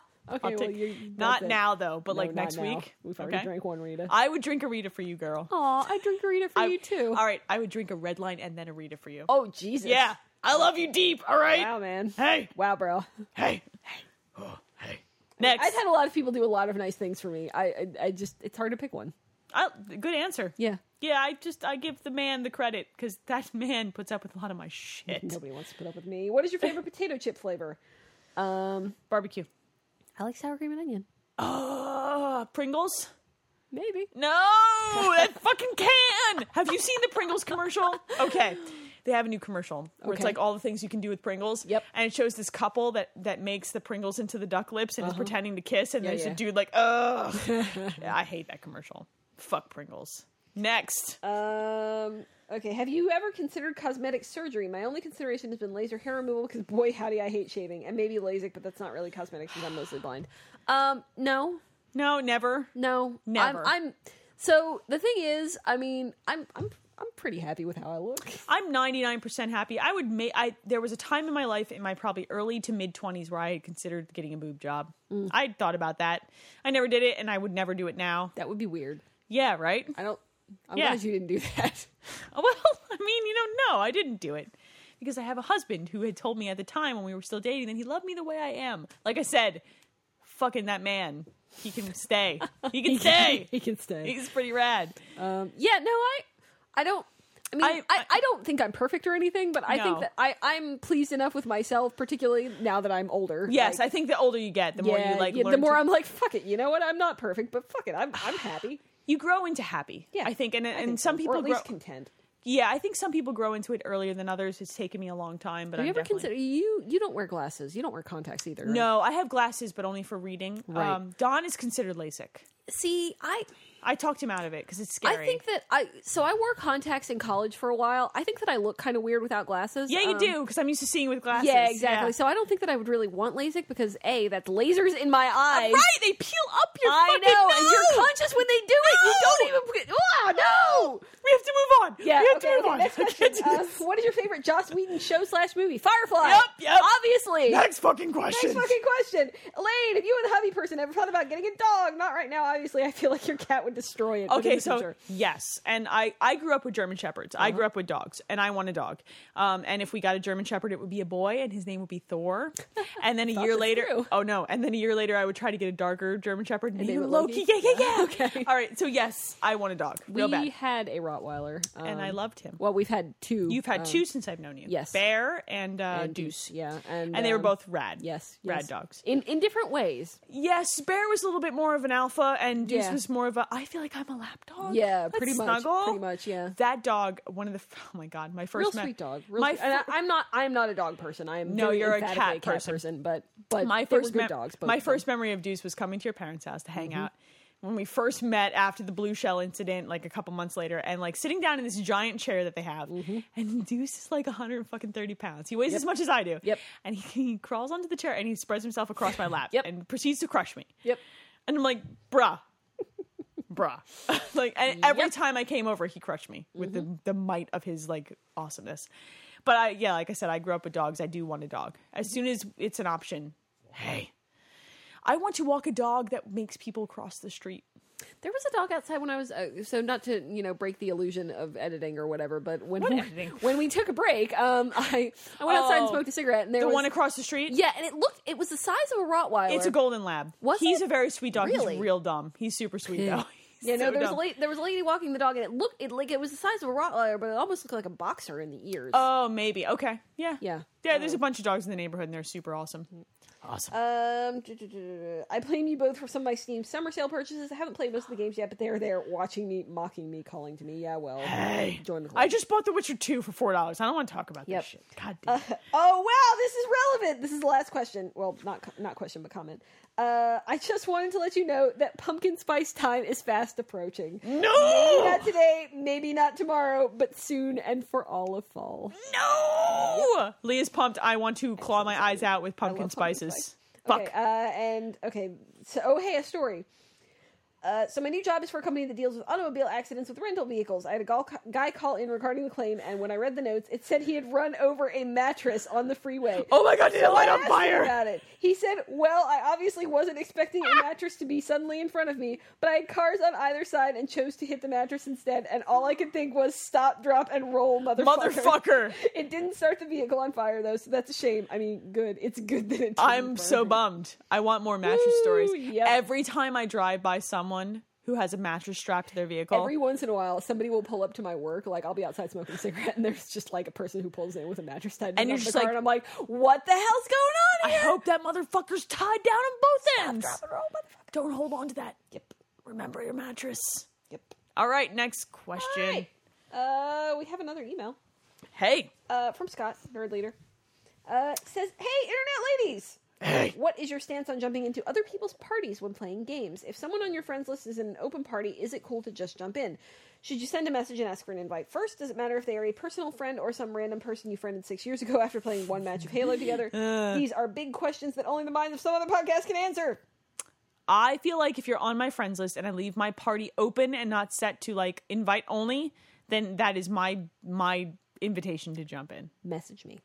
Speaker 2: well,
Speaker 1: take-
Speaker 2: you- that's
Speaker 1: not
Speaker 2: it.
Speaker 1: now though, but
Speaker 2: No,
Speaker 1: like
Speaker 2: not
Speaker 1: next
Speaker 2: now.
Speaker 1: week.
Speaker 2: We've already
Speaker 1: okay?
Speaker 2: drank one Rita.
Speaker 1: I would drink a Rita for you, girl.
Speaker 2: Aw, I drink a Rita for
Speaker 1: I-
Speaker 2: you too.
Speaker 1: All right, I would drink a red line and then a Rita for you.
Speaker 2: Oh Jesus.
Speaker 1: yeah, I love you deep. All right,
Speaker 2: Wow, man.
Speaker 1: hey,
Speaker 2: Wow, bro.
Speaker 1: hey, hey, oh, hey. Next,
Speaker 2: I've had a lot of people do a lot of nice things for me. I, I, I just, it's hard to pick one.
Speaker 1: I- good answer.
Speaker 2: Yeah.
Speaker 1: Yeah, I just I give the man the credit because that man puts up with a lot of my shit.
Speaker 2: Nobody wants to put up with me. What is your favorite potato chip flavor? Um,
Speaker 1: Barbecue.
Speaker 2: I like sour cream and onion.
Speaker 1: Uh, Pringles?
Speaker 2: Maybe.
Speaker 1: No, that fucking can. Have you seen the Pringles commercial? Okay. They have a new commercial where it's
Speaker 2: Okay.
Speaker 1: like all the things you can do with Pringles.
Speaker 2: Yep.
Speaker 1: And it shows this couple that that makes the Pringles into the duck lips and is pretending to kiss, and
Speaker 2: Yeah,
Speaker 1: there's
Speaker 2: yeah.
Speaker 1: a dude like, ugh. Yeah, I hate that commercial. Fuck Pringles. Next.
Speaker 2: Um, okay. Have you ever considered cosmetic surgery? My only consideration has been laser hair removal because boy, howdy, I hate shaving and maybe LASIK, but that's not really cosmetic because I'm mostly blind. Um, no,
Speaker 1: No, never.
Speaker 2: no,
Speaker 1: Never.
Speaker 2: I'm, I'm. So the thing is, I mean, I'm, I'm, I'm pretty happy with how I look.
Speaker 1: I'm 99% happy. I would make I there was a time in my life in my probably early to mid 20s where I had considered getting a boob job. I thought about that. I never did it and I would never do it now.
Speaker 2: That would be weird.
Speaker 1: Yeah, right?
Speaker 2: I don't. I'm
Speaker 1: Yeah.
Speaker 2: glad you didn't do that.
Speaker 1: Well, I mean, you don't know. I didn't do it because I have a husband who had told me at the time when we were still dating that he loved me the way I am. Like I said, fucking that man. He can stay. He can stay.
Speaker 2: he can stay.
Speaker 1: He's pretty rad.
Speaker 2: Um, yeah, no, I, I don't. I mean, I,
Speaker 1: I-
Speaker 2: I, don't think I'm perfect or anything, but I think
Speaker 1: No.
Speaker 2: that I, I'm pleased enough with myself, particularly now that I'm older.
Speaker 1: Yes,
Speaker 2: Like,
Speaker 1: I think the older you get, the more you like.
Speaker 2: yeah,
Speaker 1: learn
Speaker 2: the more
Speaker 1: to-
Speaker 2: I'm like, fuck it, you know what? I'm not perfect, but fuck it, I'm I'm happy.
Speaker 1: you grow into happy.
Speaker 2: Yeah,
Speaker 1: I think, and
Speaker 2: I
Speaker 1: and
Speaker 2: think
Speaker 1: some
Speaker 2: so.
Speaker 1: people
Speaker 2: or at least
Speaker 1: grow.
Speaker 2: content.
Speaker 1: yeah, I think some people grow into it earlier than others. It's taken me a long time, but
Speaker 2: Have
Speaker 1: I'm
Speaker 2: you ever
Speaker 1: definitely-
Speaker 2: consider you you don't wear glasses, you don't wear contacts either. right?
Speaker 1: No, I have glasses, but only for reading.
Speaker 2: Right.
Speaker 1: Um, Don is considered LASIK.
Speaker 2: See, I
Speaker 1: I talked him out of it because it's
Speaker 2: I
Speaker 1: scary.
Speaker 2: think that I so I wore contacts in college for a while. I think that I look kind of weird without glasses.
Speaker 1: yeah, you
Speaker 2: um,
Speaker 1: do because I'm used to seeing with glasses.
Speaker 2: Yeah, exactly. So I don't think that I would really want LASIK because a that's lasers in my eyes.
Speaker 1: Right, they peel up your
Speaker 2: I
Speaker 1: fucking
Speaker 2: know, and
Speaker 1: nose.
Speaker 2: you're conscious when they do it. You don't even. Oh no!
Speaker 1: We have to move on.
Speaker 2: Yeah.
Speaker 1: we have
Speaker 2: okay,
Speaker 1: to move
Speaker 2: okay,
Speaker 1: on.
Speaker 2: Next
Speaker 1: I
Speaker 2: question.
Speaker 1: can't do
Speaker 2: Uh,
Speaker 1: this.
Speaker 2: what is your favorite Joss Whedon show slash movie? Firefly.
Speaker 1: Yep, yep.
Speaker 2: Obviously.
Speaker 1: Next fucking question.
Speaker 2: Next fucking question. Elaine, if you and the hubby person ever thought about getting a dog? Not right now. obviously, I feel like your cat would destroy it. but in
Speaker 1: okay
Speaker 2: the
Speaker 1: so
Speaker 2: future.
Speaker 1: yes and i i grew up with german shepherds i
Speaker 2: Uh-huh.
Speaker 1: grew up with dogs and i want a dog um and if we got a german shepherd it would be a boy and his name would be thor and then a year
Speaker 2: this
Speaker 1: later
Speaker 2: through.
Speaker 1: oh no and then a year later i would try to get a darker german shepherd and
Speaker 2: they
Speaker 1: named
Speaker 2: were
Speaker 1: him
Speaker 2: Loki?
Speaker 1: loki yeah yeah yeah
Speaker 2: Okay.
Speaker 1: all right so yes i want a dog
Speaker 2: we
Speaker 1: real bad
Speaker 2: had a Rottweiler,
Speaker 1: and I
Speaker 2: um,
Speaker 1: loved him.
Speaker 2: Well, we've had two.
Speaker 1: You've had
Speaker 2: um,
Speaker 1: two since I've known you.
Speaker 2: yes.
Speaker 1: Bear and, uh,
Speaker 2: and
Speaker 1: Deuce.
Speaker 2: Yeah, and
Speaker 1: And they were
Speaker 2: um,
Speaker 1: both rad.
Speaker 2: yes,
Speaker 1: Rad
Speaker 2: yes.
Speaker 1: dogs.
Speaker 2: in in different ways.
Speaker 1: Yes, Bear was a little bit more of an alpha, and Deuce
Speaker 2: Yeah.
Speaker 1: was more of a, I feel like I'm a lap dog.
Speaker 2: Yeah,
Speaker 1: Let's
Speaker 2: pretty much,
Speaker 1: snuggle.
Speaker 2: pretty much, yeah.
Speaker 1: That dog, one of the, oh my God, my first
Speaker 2: Real
Speaker 1: ma-
Speaker 2: sweet dog. Real
Speaker 1: my
Speaker 2: sweet. And
Speaker 1: fir-
Speaker 2: I, I'm not. I'm not a dog person. I am
Speaker 1: No,
Speaker 2: very
Speaker 1: you're a
Speaker 2: emphatically
Speaker 1: cat
Speaker 2: cat
Speaker 1: person.
Speaker 2: But but
Speaker 1: my
Speaker 2: they were
Speaker 1: first
Speaker 2: good
Speaker 1: mem-
Speaker 2: dogs. both
Speaker 1: My
Speaker 2: of them. Mm-hmm.
Speaker 1: first memory of Deuce was coming to your parents' house to hang out. When we first met after the blue shell incident, like a couple months later, and like sitting down in this giant chair that they have, and Deuce is like 130 pounds. He weighs as much as I do.
Speaker 2: Mm-hmm. Yep.
Speaker 1: And he, he crawls onto the chair and he spreads himself across my lap
Speaker 2: Yep.
Speaker 1: and proceeds to crush me.
Speaker 2: Yep.
Speaker 1: And I'm like, bruh, bruh. like, and every
Speaker 2: Mm-hmm. Yep. Mm-hmm.
Speaker 1: time I came over, he crushed me with the, the might of his like awesomeness. But I, yeah, like I said, I grew up with dogs. I do want a dog. As
Speaker 2: Mm-hmm.
Speaker 1: soon as it's an option, hey, I want to walk a dog that makes people cross the street.
Speaker 2: There was a dog outside when I was uh, so not to you know break the illusion of editing or whatever, but when
Speaker 1: What
Speaker 2: we,
Speaker 1: editing?
Speaker 2: when we took a break, um, I I went outside and
Speaker 1: Oh,
Speaker 2: smoked a cigarette, and there
Speaker 1: The
Speaker 2: was
Speaker 1: one across the street?
Speaker 2: yeah, and it looked it was the size of a Rottweiler.
Speaker 1: It's a golden lab.
Speaker 2: Was
Speaker 1: He's
Speaker 2: it?
Speaker 1: a very sweet dog.
Speaker 2: Really?
Speaker 1: He's real dumb. He's super sweet though. He's
Speaker 2: Yeah, no,
Speaker 1: so
Speaker 2: there was a
Speaker 1: dumb.
Speaker 2: lady, there was a lady walking the dog, and it looked it like it was the size of a Rottweiler, but it almost looked like a boxer in the ears.
Speaker 1: Oh, maybe. Okay. Yeah.
Speaker 2: Yeah. Uh,
Speaker 1: Yeah, there's a bunch of dogs in the neighborhood and they're super awesome. Awesome.
Speaker 2: Um, duh, duh, duh, duh, duh. I blame you both for some of my Steam summer sale purchases. I haven't played most of the games yet, but they are there, watching me, mocking me, calling to me. Yeah, well,
Speaker 1: Hey,
Speaker 2: join the club.
Speaker 1: I just bought The Witcher 2 for four dollars. I don't want to talk about
Speaker 2: Yep.
Speaker 1: this shit. God damn. it.
Speaker 2: Oh wow, this is relevant. This is the last question. Well, not co- not question, but comment. Uh, I just wanted to let you know that pumpkin spice time is fast approaching.
Speaker 1: no,
Speaker 2: Not today, maybe not tomorrow, but soon and for all of fall.
Speaker 1: no. Leah's pumped. I want to claw my eyes out with pumpkin
Speaker 2: love pumpkin
Speaker 1: spices.
Speaker 2: spice.
Speaker 1: Fuck.
Speaker 2: Okay, uh, and okay, so oh hey, a story. Uh, so my new job is for a company that deals with automobile accidents with rental vehicles. I had a gal- guy call in regarding the claim, and when I read the notes, it said he had run over a mattress on the freeway.
Speaker 1: oh my god, did it light
Speaker 2: I
Speaker 1: on
Speaker 2: asked him
Speaker 1: fire?
Speaker 2: About it. He said, Well, I obviously wasn't expecting a mattress to be suddenly in front of me, but I had cars on either side and chose to hit the mattress instead, and all I could think was stop, drop, and roll, motherfucker.
Speaker 1: Motherfucker.
Speaker 2: It didn't start the vehicle on fire, though, so that's a shame. I mean, good. It's good that it didn't
Speaker 1: I'm
Speaker 2: burn.
Speaker 1: so bummed. I want more mattress
Speaker 2: Woo,
Speaker 1: stories.
Speaker 2: yep.
Speaker 1: Every time I drive by someone who has a mattress strapped to their vehicle,
Speaker 2: Every once in a while, somebody will pull up to my work. Like, I'll be outside smoking a cigarette, and there's just like a person who pulls in with a mattress tied to
Speaker 1: And
Speaker 2: the
Speaker 1: you're
Speaker 2: front of
Speaker 1: just
Speaker 2: the car,
Speaker 1: like-
Speaker 2: and I'm like, What the hell's going
Speaker 1: I
Speaker 2: on here?
Speaker 1: hope that motherfucker's tied down on both ends.
Speaker 2: Drop and roll, motherfucker.
Speaker 1: Don't hold on to that.
Speaker 2: Yep.
Speaker 1: Remember your mattress.
Speaker 2: Yep.
Speaker 1: All right, next question.
Speaker 2: All right. Uh, we have another email
Speaker 1: Hey,
Speaker 2: uh, from Scott, nerd leader. Uh, says, "Hey, internet ladies,
Speaker 1: Hey.
Speaker 2: what is your stance on jumping into other people's parties when playing games? If someone on your friends list is in an open party, is it cool to just jump in? Should you send a message and ask for an invite first? Does it matter if they are a personal friend or some random person you friended six years ago after playing one match of Halo together?
Speaker 1: Uh.
Speaker 2: These are big questions that only the minds of some other podcast can answer."
Speaker 1: I feel like if you're on my friends list and I leave my party open and not set to like invite only, then that is my my invitation to jump in.
Speaker 2: Message me.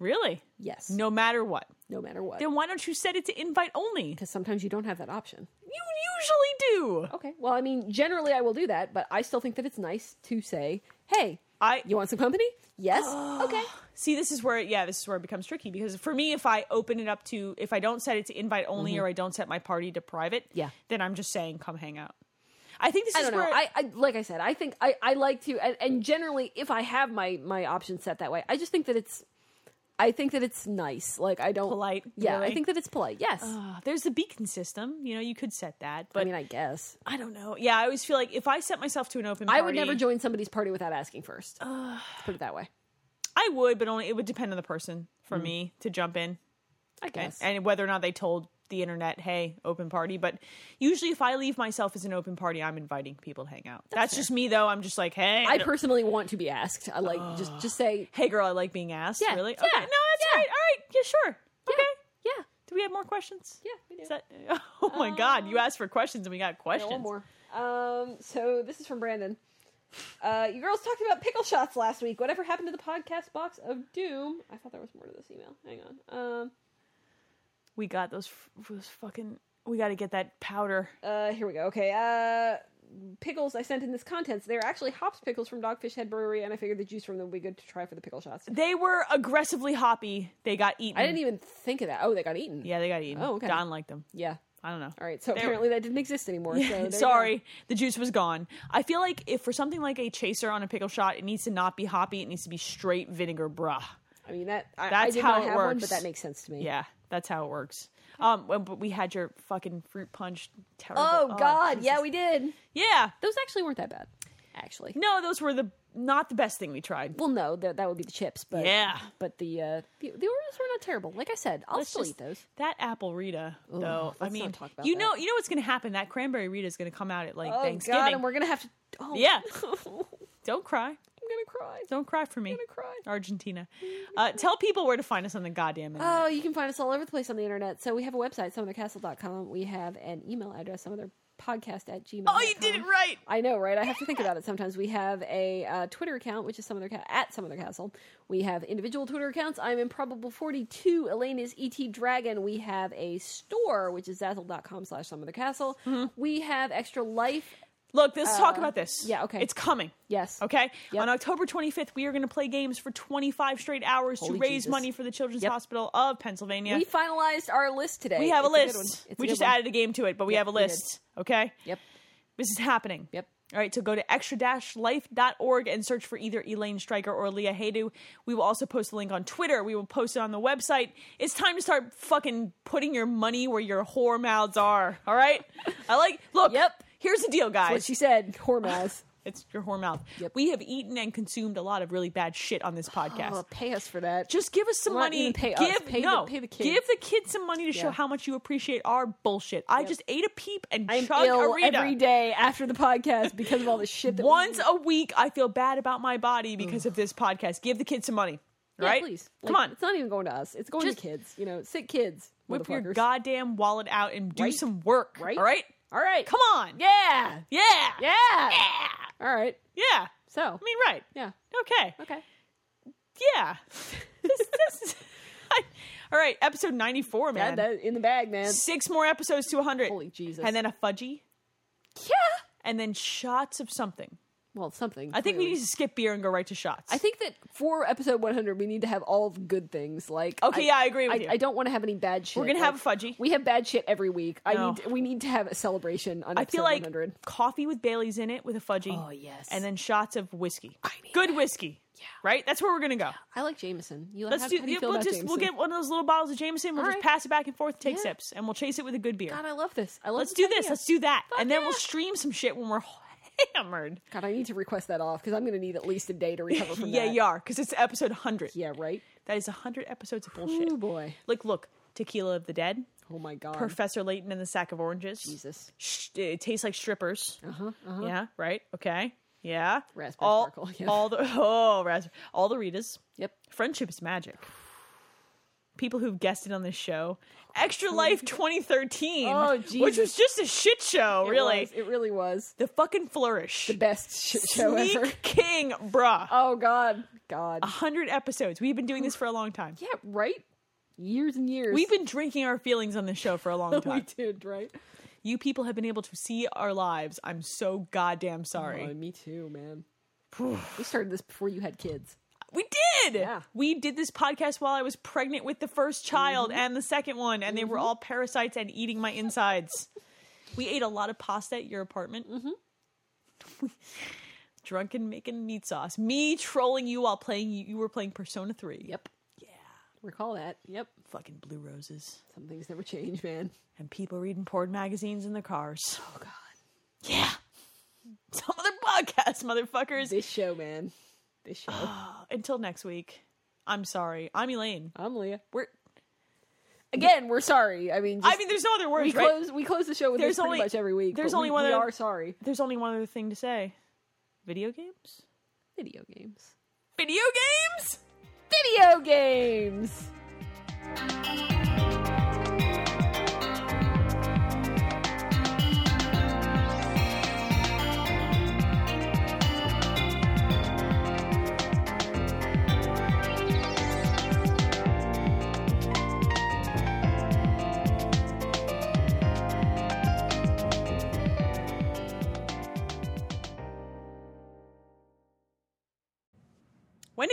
Speaker 1: Really?
Speaker 2: Yes.
Speaker 1: No matter what.
Speaker 2: No matter what.
Speaker 1: Then why don't you set it to invite only?
Speaker 2: Because sometimes you don't have that option.
Speaker 1: You usually do.
Speaker 2: Okay. Well, I mean, generally I will do that, but I still think that it's nice to say, "Hey,
Speaker 1: I
Speaker 2: you want some company?" Yes. okay.
Speaker 1: see this is where yeah, this is where it becomes tricky because for me if I open it up to if I don't set it to invite only or I don't set my party to private,
Speaker 2: Mm-hmm. Yeah.
Speaker 1: then I'm just saying come hang out. I think this
Speaker 2: I
Speaker 1: is
Speaker 2: don't know.
Speaker 1: where
Speaker 2: I, I like I said, I think I, I like to, and, and generally, if I have my my options set that way, I just think that it's, I think that it's nice. Like I don't
Speaker 1: Polite,
Speaker 2: Yeah, I
Speaker 1: really?
Speaker 2: think that it's polite. Yes.
Speaker 1: Ah, there's the beacon system. You know, you could set that, but
Speaker 2: I mean, I guess
Speaker 1: I don't know. Yeah, I always feel like if I set myself to an open
Speaker 2: I
Speaker 1: party,
Speaker 2: would never join somebody's party without asking first. Let's put it that way.
Speaker 1: I would, but only it would depend on the person
Speaker 2: Mm.
Speaker 1: for me to jump in
Speaker 2: I
Speaker 1: and,
Speaker 2: guess.
Speaker 1: and whether or not they told the internet, "Hey, open party." But usually, if I leave myself as an open party, I'm inviting people to hang out. That's, just me, though. I'm just like, "Hey,
Speaker 2: I
Speaker 1: don't-
Speaker 2: personally want to be asked. I like just just say,
Speaker 1: hey, girl, I like being asked."
Speaker 2: Yeah,
Speaker 1: really?
Speaker 2: yeah,
Speaker 1: okay. No, that's
Speaker 2: yeah.
Speaker 1: right. All right. Yeah, sure. Okay.
Speaker 2: yeah,
Speaker 1: Do we have more questions?
Speaker 2: yeah. We do. Um,
Speaker 1: Is that, oh my God! You asked for questions, and we got questions.
Speaker 2: Yeah, one more. Um, so this is from Brandon. Uh, you girls talked about pickle shots last week. Whatever happened to the podcast box of doom? I thought there was more to this email. Hang on. Um,
Speaker 1: We got those f- those fucking We got to get that powder.
Speaker 2: Uh, here we go. Okay. Uh, pickles I sent in this contents. They're actually hops pickles from Dogfish Head Brewery, and I figured the juice from them would be good to try for the pickle shots.
Speaker 1: They were aggressively hoppy. They got eaten.
Speaker 2: I didn't even think of that. Oh, they got eaten.
Speaker 1: yeah, they got eaten.
Speaker 2: Oh, okay.
Speaker 1: Don liked them.
Speaker 2: Yeah.
Speaker 1: I don't know.
Speaker 2: All right. So
Speaker 1: They were-
Speaker 2: apparently that didn't exist anymore. so there you go.
Speaker 1: Sorry, the juice was gone. I feel like if for something like a chaser on a pickle shot, it needs to not be hoppy. It needs to be straight vinegar, bruh.
Speaker 2: I mean that. I, I
Speaker 1: That's
Speaker 2: did
Speaker 1: how
Speaker 2: not
Speaker 1: it
Speaker 2: have one,
Speaker 1: works.
Speaker 2: but that makes sense to me.
Speaker 1: Yeah, that's how it works. Um, well, but we had your fucking fruit punch. Terrible.
Speaker 2: Oh, God. Yeah,
Speaker 1: Jesus.
Speaker 2: we did.
Speaker 1: yeah.
Speaker 2: Those actually weren't that bad. Actually.
Speaker 1: No, those were the not the best thing we tried.
Speaker 2: Well, no, that that would be the chips, but
Speaker 1: Yeah.
Speaker 2: But the uh, the, the Oreos were not terrible. Like I said, I'll
Speaker 1: Let's
Speaker 2: still
Speaker 1: just-
Speaker 2: eat those.
Speaker 1: That apple Rita, though. I
Speaker 2: let's
Speaker 1: mean,
Speaker 2: not talk about
Speaker 1: you
Speaker 2: that.
Speaker 1: know, you know what's going to happen. That cranberry Rita is going to come out at like
Speaker 2: Oh
Speaker 1: Thanksgiving.
Speaker 2: God, and we're gonna have to. Oh,
Speaker 1: Yeah.
Speaker 2: I'm gonna
Speaker 1: Don't cry.
Speaker 2: cry.
Speaker 1: Don't cry for me.
Speaker 2: gonna cry.
Speaker 1: Argentina. Uh, tell people where to find us on the goddamn internet.
Speaker 2: Oh, you can find us all over the place on the internet. So we have a website, summithercastle.com. We have an email address, summitherpodcast at gmail.
Speaker 1: oh, you did it right.
Speaker 2: I know, right? I have to think about it sometimes. We have a uh, Twitter account, which is some other ca- at some other castle. We have individual Twitter accounts. I'm improbable forty two. Elaine is et dragon. We have a store, which is zazzle.com slash some other castle.
Speaker 1: Mm-hmm.
Speaker 2: We have extra life.
Speaker 1: Look, let's talk about this.
Speaker 2: Uh, yeah, okay.
Speaker 1: It's coming.
Speaker 2: Yes.
Speaker 1: Okay?
Speaker 2: Yep.
Speaker 1: On October 25th, we are going to play games for 25 straight hours
Speaker 2: Holy
Speaker 1: to raise
Speaker 2: Jesus.
Speaker 1: money for the Children's
Speaker 2: Yep.
Speaker 1: Hospital of Pennsylvania.
Speaker 2: We finalized our list today.
Speaker 1: We have a
Speaker 2: It's good one.
Speaker 1: list.
Speaker 2: It's a
Speaker 1: we
Speaker 2: good
Speaker 1: just
Speaker 2: one.
Speaker 1: added a game to it, but we
Speaker 2: Yep,
Speaker 1: have a
Speaker 2: we did.
Speaker 1: list. Okay?
Speaker 2: Yep.
Speaker 1: This is happening.
Speaker 2: Yep.
Speaker 1: All right, so go to extra-life.org and search for either Elaine Stryker or Leah Haydu. We will also post the link on Twitter. We will post it on the website. It's time to start fucking putting your money where your whore mouths are. All right? I like look.
Speaker 2: Yep.
Speaker 1: Here's the deal, guys.
Speaker 2: What she said, Hormouse.
Speaker 1: It's your whore mouth.
Speaker 2: Yep.
Speaker 1: We have eaten and consumed a lot of really bad shit on this podcast.
Speaker 2: oh, pay us for that.
Speaker 1: Just give us some
Speaker 2: Not
Speaker 1: money.
Speaker 2: even pay us.
Speaker 1: give
Speaker 2: Pay the-
Speaker 1: no,
Speaker 2: pay the kids.
Speaker 1: give the kids some money to show
Speaker 2: Yeah.
Speaker 1: how much you appreciate our bullshit. I just ate a peep and
Speaker 2: I'm
Speaker 1: chugged
Speaker 2: ill
Speaker 1: a Rita.
Speaker 2: every day after the podcast because of all the shit that we
Speaker 1: Once a week, I feel bad about my body because of this podcast. Give the kids some money,
Speaker 2: Yeah,
Speaker 1: right?
Speaker 2: please.
Speaker 1: Come
Speaker 2: Like,
Speaker 1: on,
Speaker 2: It's not even going to us. It's going
Speaker 1: Just-
Speaker 2: to kids. You know, sick kids.
Speaker 1: whip your
Speaker 2: motherfuckers.
Speaker 1: goddamn wallet out and do
Speaker 2: Right.
Speaker 1: some work.
Speaker 2: Right.
Speaker 1: All right.
Speaker 2: All right.
Speaker 1: Come on.
Speaker 2: Yeah.
Speaker 1: Yeah.
Speaker 2: Yeah. All right.
Speaker 1: Yeah.
Speaker 2: So.
Speaker 1: I mean, right.
Speaker 2: yeah.
Speaker 1: Okay.
Speaker 2: Okay.
Speaker 1: Yeah. This- this- all right, episode 94, man.
Speaker 2: Add that in the bag, man.
Speaker 1: Six more episodes to 100.
Speaker 2: Holy Jesus.
Speaker 1: And then a fudgy,
Speaker 2: yeah.
Speaker 1: and then shots of something.
Speaker 2: Well, something.
Speaker 1: I think we need to skip beer and go right to shots.
Speaker 2: I think that for episode 100, we need to have all the good things. Like.
Speaker 1: Okay, yeah, I agree with
Speaker 2: I,
Speaker 1: you.
Speaker 2: I don't want to have any bad shit.
Speaker 1: We're gonna
Speaker 2: Like,
Speaker 1: have a fudgy.
Speaker 2: We have bad shit every week. I
Speaker 1: No.
Speaker 2: need. We need to have a celebration on
Speaker 1: I
Speaker 2: episode
Speaker 1: feel like
Speaker 2: 100.
Speaker 1: coffee with Bailey's in it with a fudgy.
Speaker 2: Oh, yes.
Speaker 1: And then shots of whiskey.
Speaker 2: need
Speaker 1: Good whiskey. Yeah. Right? That's where we're going to go.
Speaker 2: I like Jameson. You
Speaker 1: Let's
Speaker 2: how,
Speaker 1: do,
Speaker 2: how do you feel
Speaker 1: we'll
Speaker 2: about
Speaker 1: just we'll
Speaker 2: Jameson?
Speaker 1: get one of those little bottles of Jameson, we'll
Speaker 2: All
Speaker 1: just
Speaker 2: right.
Speaker 1: pass it back and forth, take
Speaker 2: Yeah.
Speaker 1: sips, and we'll chase it with a good beer.
Speaker 2: God, I love this. I love
Speaker 1: Let's do this.
Speaker 2: idea.
Speaker 1: Let's do that.
Speaker 2: Fuck
Speaker 1: and then
Speaker 2: yeah.
Speaker 1: we'll stream some shit when we're hammered.
Speaker 2: God, I need to request that off because I'm going to need at least a day to recover from
Speaker 1: Yeah,
Speaker 2: that.
Speaker 1: you are, because it's episode 100.
Speaker 2: Yeah, right?
Speaker 1: That is 100 episodes of bullshit.
Speaker 2: Oh, boy.
Speaker 1: Like, look, Tequila of the Dead,
Speaker 2: Oh, my God.
Speaker 1: Professor Layton and the Sack of Oranges.
Speaker 2: Jesus.
Speaker 1: Sh- it tastes like strippers. Uh-huh, Yeah, right? Okay. Yeah.
Speaker 2: Raspberry
Speaker 1: all,
Speaker 2: sparkle, yeah.
Speaker 1: All the, oh, raspberry. All the Ritas.
Speaker 2: Yep.
Speaker 1: Friendship is magic. People who've guessed it on this show. Extra Life 2013.
Speaker 2: Oh,
Speaker 1: Which was
Speaker 2: Jesus.
Speaker 1: just a shit show,
Speaker 2: It
Speaker 1: really.
Speaker 2: was. It really was.
Speaker 1: The fucking flourish.
Speaker 2: The best shit show
Speaker 1: Sneak Ah.
Speaker 2: ever.
Speaker 1: King, bruh.
Speaker 2: Oh, God. God.
Speaker 1: 100 episodes. We've been doing this for a long time.
Speaker 2: yeah, right? Years and years.
Speaker 1: We've been drinking our feelings on this show for a long
Speaker 2: we
Speaker 1: time.
Speaker 2: did, right?
Speaker 1: you people have been able to see our lives. I'm so goddamn sorry.
Speaker 2: Oh, me too, man. we started this before you had kids.
Speaker 1: We did.
Speaker 2: Yeah.
Speaker 1: We did this podcast while I was pregnant with the first child
Speaker 2: Mm-hmm.
Speaker 1: and the second one, and they were all parasites and eating my insides. we ate a lot of pasta at your apartment. Mm-hmm.
Speaker 2: Mm-hmm.
Speaker 1: Drunken making meat sauce. Me trolling you while playing. You were playing Persona Three.
Speaker 2: Yep. Yeah. Recall that. Yep.
Speaker 1: Fucking blue roses
Speaker 2: Some things never change, man.
Speaker 1: and people reading porn magazines in their cars.
Speaker 2: Oh, God.
Speaker 1: Yeah. Some other podcast, motherfuckers.
Speaker 2: This show, man. This show.
Speaker 1: Until next week. I'm sorry. I'm Elaine.
Speaker 2: I'm Leah.
Speaker 1: We're.
Speaker 2: Again, we're sorry. I mean, just,
Speaker 1: I mean, there's no other words,
Speaker 2: we
Speaker 1: right?
Speaker 2: close we close the show with
Speaker 1: There's
Speaker 2: this pretty
Speaker 1: only-
Speaker 2: much every week.
Speaker 1: there's
Speaker 2: but
Speaker 1: only
Speaker 2: we,
Speaker 1: one
Speaker 2: We
Speaker 1: other-
Speaker 2: are sorry.
Speaker 1: There's only one other thing to say. Video games?
Speaker 2: Video games.
Speaker 1: Video games?
Speaker 2: Video games.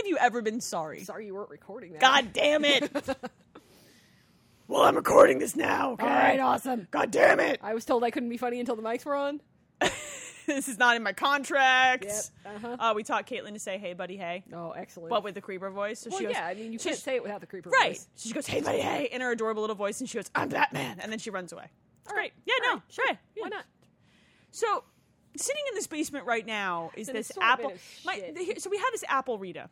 Speaker 1: you ever been sorry?
Speaker 2: Sorry you weren't recording that.
Speaker 1: God damn it. well, I'm recording this now. Okay?
Speaker 2: All right, awesome.
Speaker 1: God damn it.
Speaker 2: I was told I couldn't be funny until the mics were on.
Speaker 1: This is not in my contract.
Speaker 2: Yep, uh-huh.
Speaker 1: Uh, we taught Caitlin to say, hey, buddy, hey.
Speaker 2: Oh, excellent.
Speaker 1: But with the creeper voice. So
Speaker 2: well,
Speaker 1: she goes,
Speaker 2: yeah, I mean, you
Speaker 1: so
Speaker 2: can't
Speaker 1: she-
Speaker 2: say it without the creeper
Speaker 1: Right.
Speaker 2: voice.
Speaker 1: So she goes, hey, buddy, hey, in her adorable little voice, and she goes, I'm Batman. And then she runs away. It's great. Yeah, no,
Speaker 2: right,
Speaker 1: sure.
Speaker 2: Why not?
Speaker 1: So, sitting in this basement right now is
Speaker 2: An
Speaker 1: this
Speaker 2: assortment
Speaker 1: apple.
Speaker 2: of
Speaker 1: My,
Speaker 2: shit.
Speaker 1: the, here- so, we have this apple Rita.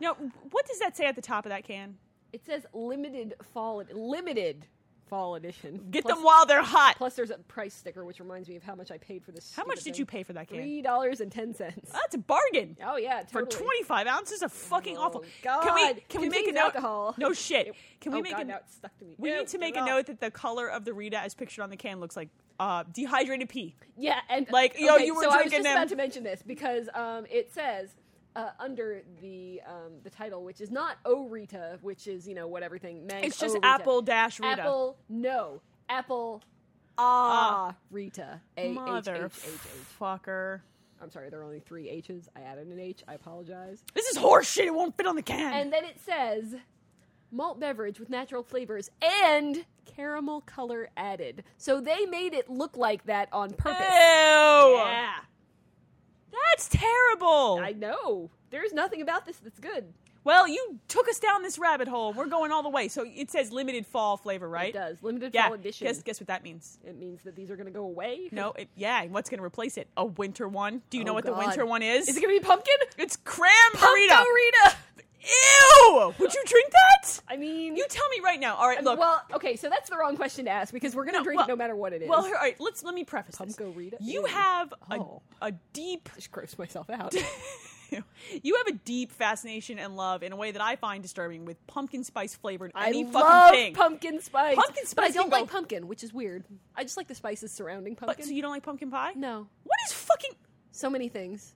Speaker 1: Now, what does that say at the top of that can?
Speaker 2: It says limited fall, ed- limited fall edition.
Speaker 1: Get
Speaker 2: Plus-
Speaker 1: them while they're hot.
Speaker 2: Plus, there's a price sticker, which reminds me of how much I paid for this.
Speaker 1: How much
Speaker 2: stupid
Speaker 1: did
Speaker 2: thing.
Speaker 1: you pay for that can?
Speaker 2: Three dollars and ten cents.
Speaker 1: That's a bargain.
Speaker 2: Oh yeah,
Speaker 1: For
Speaker 2: totally.
Speaker 1: 25 ounces of fucking
Speaker 2: Oh,
Speaker 1: awful.
Speaker 2: God.
Speaker 1: Can we, can we
Speaker 2: Contains
Speaker 1: make a note?
Speaker 2: Alcohol.
Speaker 1: No shit.
Speaker 2: It-
Speaker 1: Can we
Speaker 2: oh,
Speaker 1: make
Speaker 2: God,
Speaker 1: a
Speaker 2: now it's stuck to me.
Speaker 1: We
Speaker 2: Ew,
Speaker 1: need to
Speaker 2: get
Speaker 1: make
Speaker 2: it
Speaker 1: a
Speaker 2: off.
Speaker 1: note that the color of the Rita as pictured on the can looks like uh, dehydrated pee.
Speaker 2: Yeah, and
Speaker 1: Like, yo,
Speaker 2: okay,
Speaker 1: you were
Speaker 2: so I was
Speaker 1: drinking
Speaker 2: just
Speaker 1: them.
Speaker 2: about to mention this because um, it says uh, under the um, the title, which is not O Rita, which is you know what everything. Meg,
Speaker 1: It's just
Speaker 2: O Rita.
Speaker 1: apple dash Rita.
Speaker 2: Apple no apple ah Rita A H H
Speaker 1: Mother
Speaker 2: H H.
Speaker 1: fucker.
Speaker 2: I'm sorry, there are only three H's. I added an H. I apologize.
Speaker 1: This is horse shit. It won't fit on the can.
Speaker 2: And then it says malt beverage with natural flavors and caramel color added. So they made it look like that on purpose.
Speaker 1: Ew.
Speaker 2: Yeah.
Speaker 1: That's terrible.
Speaker 2: I know. There's nothing about this that's good.
Speaker 1: well, you took us down this rabbit hole. We're going all the way. So it says limited fall flavor, right?
Speaker 2: It does. Limited
Speaker 1: Yeah.
Speaker 2: fall edition.
Speaker 1: Guess guess what that means?
Speaker 2: it means that these are going to go away.
Speaker 1: No. It, yeah. and What's going to replace it? A winter one. Do you know
Speaker 2: Oh,
Speaker 1: what the
Speaker 2: God.
Speaker 1: winter one is?
Speaker 2: Is it going to be pumpkin?
Speaker 1: it's cranberry.
Speaker 2: Pumpkin-rita!
Speaker 1: Ew! Would you drink that?
Speaker 2: I mean,
Speaker 1: You tell me right now. All right,
Speaker 2: I mean,
Speaker 1: look.
Speaker 2: Well, okay, so that's the wrong question to ask because we're going to
Speaker 1: No,
Speaker 2: drink
Speaker 1: well-
Speaker 2: it no matter what it is.
Speaker 1: Well, here, all right. Let's let me preface this.
Speaker 2: Pumpkin-rita?
Speaker 1: You
Speaker 2: Ew.
Speaker 1: have a,
Speaker 2: Oh.
Speaker 1: a deep
Speaker 2: just grossed myself out.
Speaker 1: you have a deep fascination and love in a way that I find disturbing with pumpkin spice flavored
Speaker 2: I
Speaker 1: any
Speaker 2: love
Speaker 1: fucking thing.
Speaker 2: pumpkin spice.
Speaker 1: Pumpkin
Speaker 2: But I
Speaker 1: spice
Speaker 2: don't
Speaker 1: can go-
Speaker 2: like pumpkin, which is weird. I just like the spices surrounding pumpkin.
Speaker 1: but so you don't like pumpkin pie?
Speaker 2: no,
Speaker 1: What is fucking?
Speaker 2: so many things.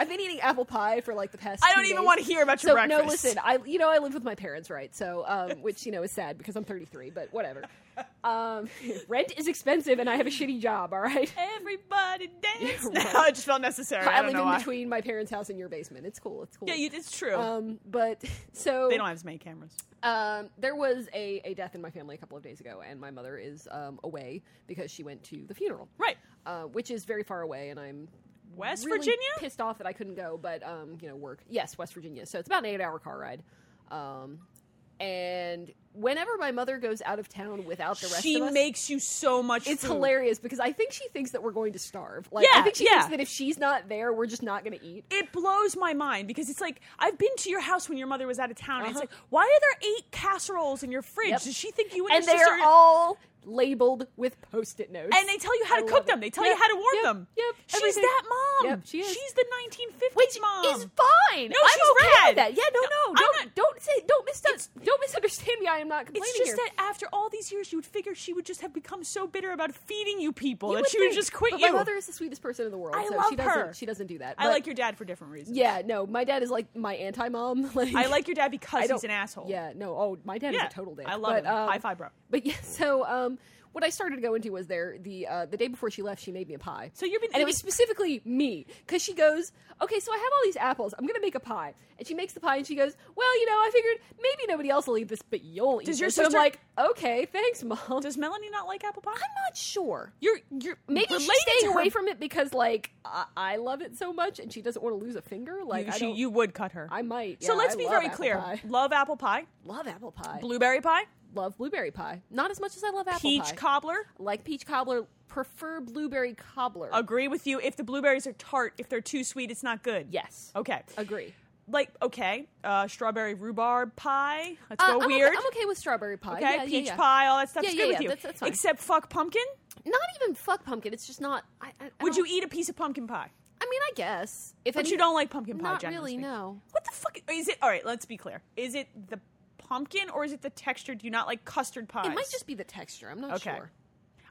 Speaker 2: I've been eating apple pie for like the past.
Speaker 1: I
Speaker 2: two
Speaker 1: don't even
Speaker 2: days.
Speaker 1: want to hear about your
Speaker 2: so
Speaker 1: breakfast.
Speaker 2: no, listen. I you know I live with my parents, right? So um, which you know is sad because I'm 33, but whatever. Um, rent is expensive, and I have a shitty job. All right,
Speaker 1: Everybody dance
Speaker 2: You're
Speaker 1: now.
Speaker 2: right.
Speaker 1: It just felt necessary. I,
Speaker 2: I
Speaker 1: don't
Speaker 2: live
Speaker 1: know
Speaker 2: in
Speaker 1: why.
Speaker 2: between my parents' house and your basement. It's cool. It's cool.
Speaker 1: Yeah, you, it's true.
Speaker 2: um, but so
Speaker 1: they don't have as many cameras.
Speaker 2: Um, there was a, a death in my family a couple of days ago, and my mother is um, away because she went to the funeral.
Speaker 1: Right.
Speaker 2: Uh, which is very far away, and I'm
Speaker 1: West
Speaker 2: really
Speaker 1: Virginia?
Speaker 2: pissed off that I couldn't go, but um, you know, work. Yes, West Virginia. So it's about an eight hour car ride. Um, and whenever my mother goes out of town without the rest
Speaker 1: She
Speaker 2: of us,
Speaker 1: makes you so much.
Speaker 2: it's
Speaker 1: food.
Speaker 2: hilarious because I think she thinks that we're going to starve. Like I
Speaker 1: Yeah,
Speaker 2: think she
Speaker 1: yeah.
Speaker 2: thinks that if she's not there, we're just not going to eat.
Speaker 1: It blows my mind because it's like I've been to your house when your mother was out of town. And it's like, why are there eight casseroles in your fridge?
Speaker 2: Uh-huh. Yep.
Speaker 1: Does she think you and,
Speaker 2: And
Speaker 1: your
Speaker 2: they
Speaker 1: sister
Speaker 2: are all labeled with post-it notes.
Speaker 1: and they tell you how
Speaker 2: I
Speaker 1: to
Speaker 2: love
Speaker 1: cook
Speaker 2: it.
Speaker 1: them. They tell
Speaker 2: Yep,
Speaker 1: you how to warm
Speaker 2: yep,
Speaker 1: them.
Speaker 2: yep,
Speaker 1: she's
Speaker 2: everything.
Speaker 1: that mom.
Speaker 2: Yep, she is.
Speaker 1: She's the 1950s
Speaker 2: which
Speaker 1: mom.
Speaker 2: is fine.
Speaker 1: No,
Speaker 2: I'm
Speaker 1: she's
Speaker 2: okay
Speaker 1: rad.
Speaker 2: with that. Yeah, no,
Speaker 1: No,
Speaker 2: no,
Speaker 1: I'm
Speaker 2: don't,
Speaker 1: not-
Speaker 2: don't say, don't mis- don't misunderstand me. I am not complaining
Speaker 1: it's just
Speaker 2: here.
Speaker 1: that after all these years, you would figure she would just have become so bitter about feeding you people
Speaker 2: You
Speaker 1: that
Speaker 2: would
Speaker 1: she would
Speaker 2: think,
Speaker 1: just quit
Speaker 2: but
Speaker 1: you.
Speaker 2: My mother is the sweetest person in the world.
Speaker 1: I
Speaker 2: so
Speaker 1: love
Speaker 2: she doesn't,
Speaker 1: her.
Speaker 2: She doesn't do that.
Speaker 1: I
Speaker 2: but-
Speaker 1: like your dad for different reasons.
Speaker 2: Yeah, no, my dad is like my anti-mom. Like
Speaker 1: I like your dad
Speaker 2: I
Speaker 1: because
Speaker 2: don't-
Speaker 1: he's an asshole.
Speaker 2: Yeah, no. Oh, my dad
Speaker 1: Yeah.
Speaker 2: is a total dick.
Speaker 1: I love
Speaker 2: but,
Speaker 1: him.
Speaker 2: Um,
Speaker 1: High five, bro.
Speaker 2: But yeah, so um, what I started to go into was there the uh, the day before she left, she made me a pie.
Speaker 1: So you've been
Speaker 2: and it was
Speaker 1: eating-
Speaker 2: specifically me because she goes, okay, so I have all these apples. I'm gonna make a pie, and she makes the pie, and she goes, well, you know, I figured maybe nobody else will eat this, but you'll eat.
Speaker 1: Does your
Speaker 2: this." And
Speaker 1: sister-
Speaker 2: I'm like, okay, thanks, mom.
Speaker 1: Does Melanie not like apple pie?
Speaker 2: I'm not sure.
Speaker 1: You're you're
Speaker 2: Maybe
Speaker 1: related
Speaker 2: she's staying
Speaker 1: to her.
Speaker 2: away from it because, like, I, I love it so much, and she doesn't want to lose a finger. Like,
Speaker 1: you.
Speaker 2: I,
Speaker 1: She,
Speaker 2: don't-
Speaker 1: you would cut her.
Speaker 2: I might.
Speaker 1: so
Speaker 2: yeah,
Speaker 1: let's
Speaker 2: I
Speaker 1: be
Speaker 2: love
Speaker 1: very
Speaker 2: apple
Speaker 1: clear.
Speaker 2: pie.
Speaker 1: Love apple pie,
Speaker 2: Love apple pie.
Speaker 1: blueberry pie,
Speaker 2: love blueberry pie. Not as much as I love apple
Speaker 1: peach
Speaker 2: pie.
Speaker 1: cobbler.
Speaker 2: like peach cobbler. Prefer blueberry cobbler.
Speaker 1: Agree with you. If the blueberries are tart, if they're too sweet, it's not good.
Speaker 2: yes.
Speaker 1: Okay.
Speaker 2: Agree.
Speaker 1: like okay, uh, strawberry rhubarb pie. Let's
Speaker 2: Uh,
Speaker 1: go
Speaker 2: I'm okay-
Speaker 1: weird.
Speaker 2: I'm okay with strawberry pie.
Speaker 1: Okay,
Speaker 2: Uh, Yeah, yeah,
Speaker 1: peach
Speaker 2: yeah.
Speaker 1: pie, all that stuff's
Speaker 2: Yeah,
Speaker 1: good
Speaker 2: yeah,
Speaker 1: with
Speaker 2: yeah,
Speaker 1: you.
Speaker 2: that's- that's fine.
Speaker 1: Except fuck pumpkin.
Speaker 2: Not even fuck pumpkin. It's just not. I, I, I
Speaker 1: Would you
Speaker 2: don't-
Speaker 1: eat a piece of pumpkin pie?
Speaker 2: I mean, I guess. If
Speaker 1: But
Speaker 2: any-
Speaker 1: you don't like pumpkin pie,
Speaker 2: Not
Speaker 1: generally
Speaker 2: really.
Speaker 1: speaking.
Speaker 2: No.
Speaker 1: What the fuck is it? All right, let's be clear. Is it the pumpkin or is it the texture? Do you not like custard pies?
Speaker 2: It might just be the texture. I'm not
Speaker 1: Okay.
Speaker 2: sure.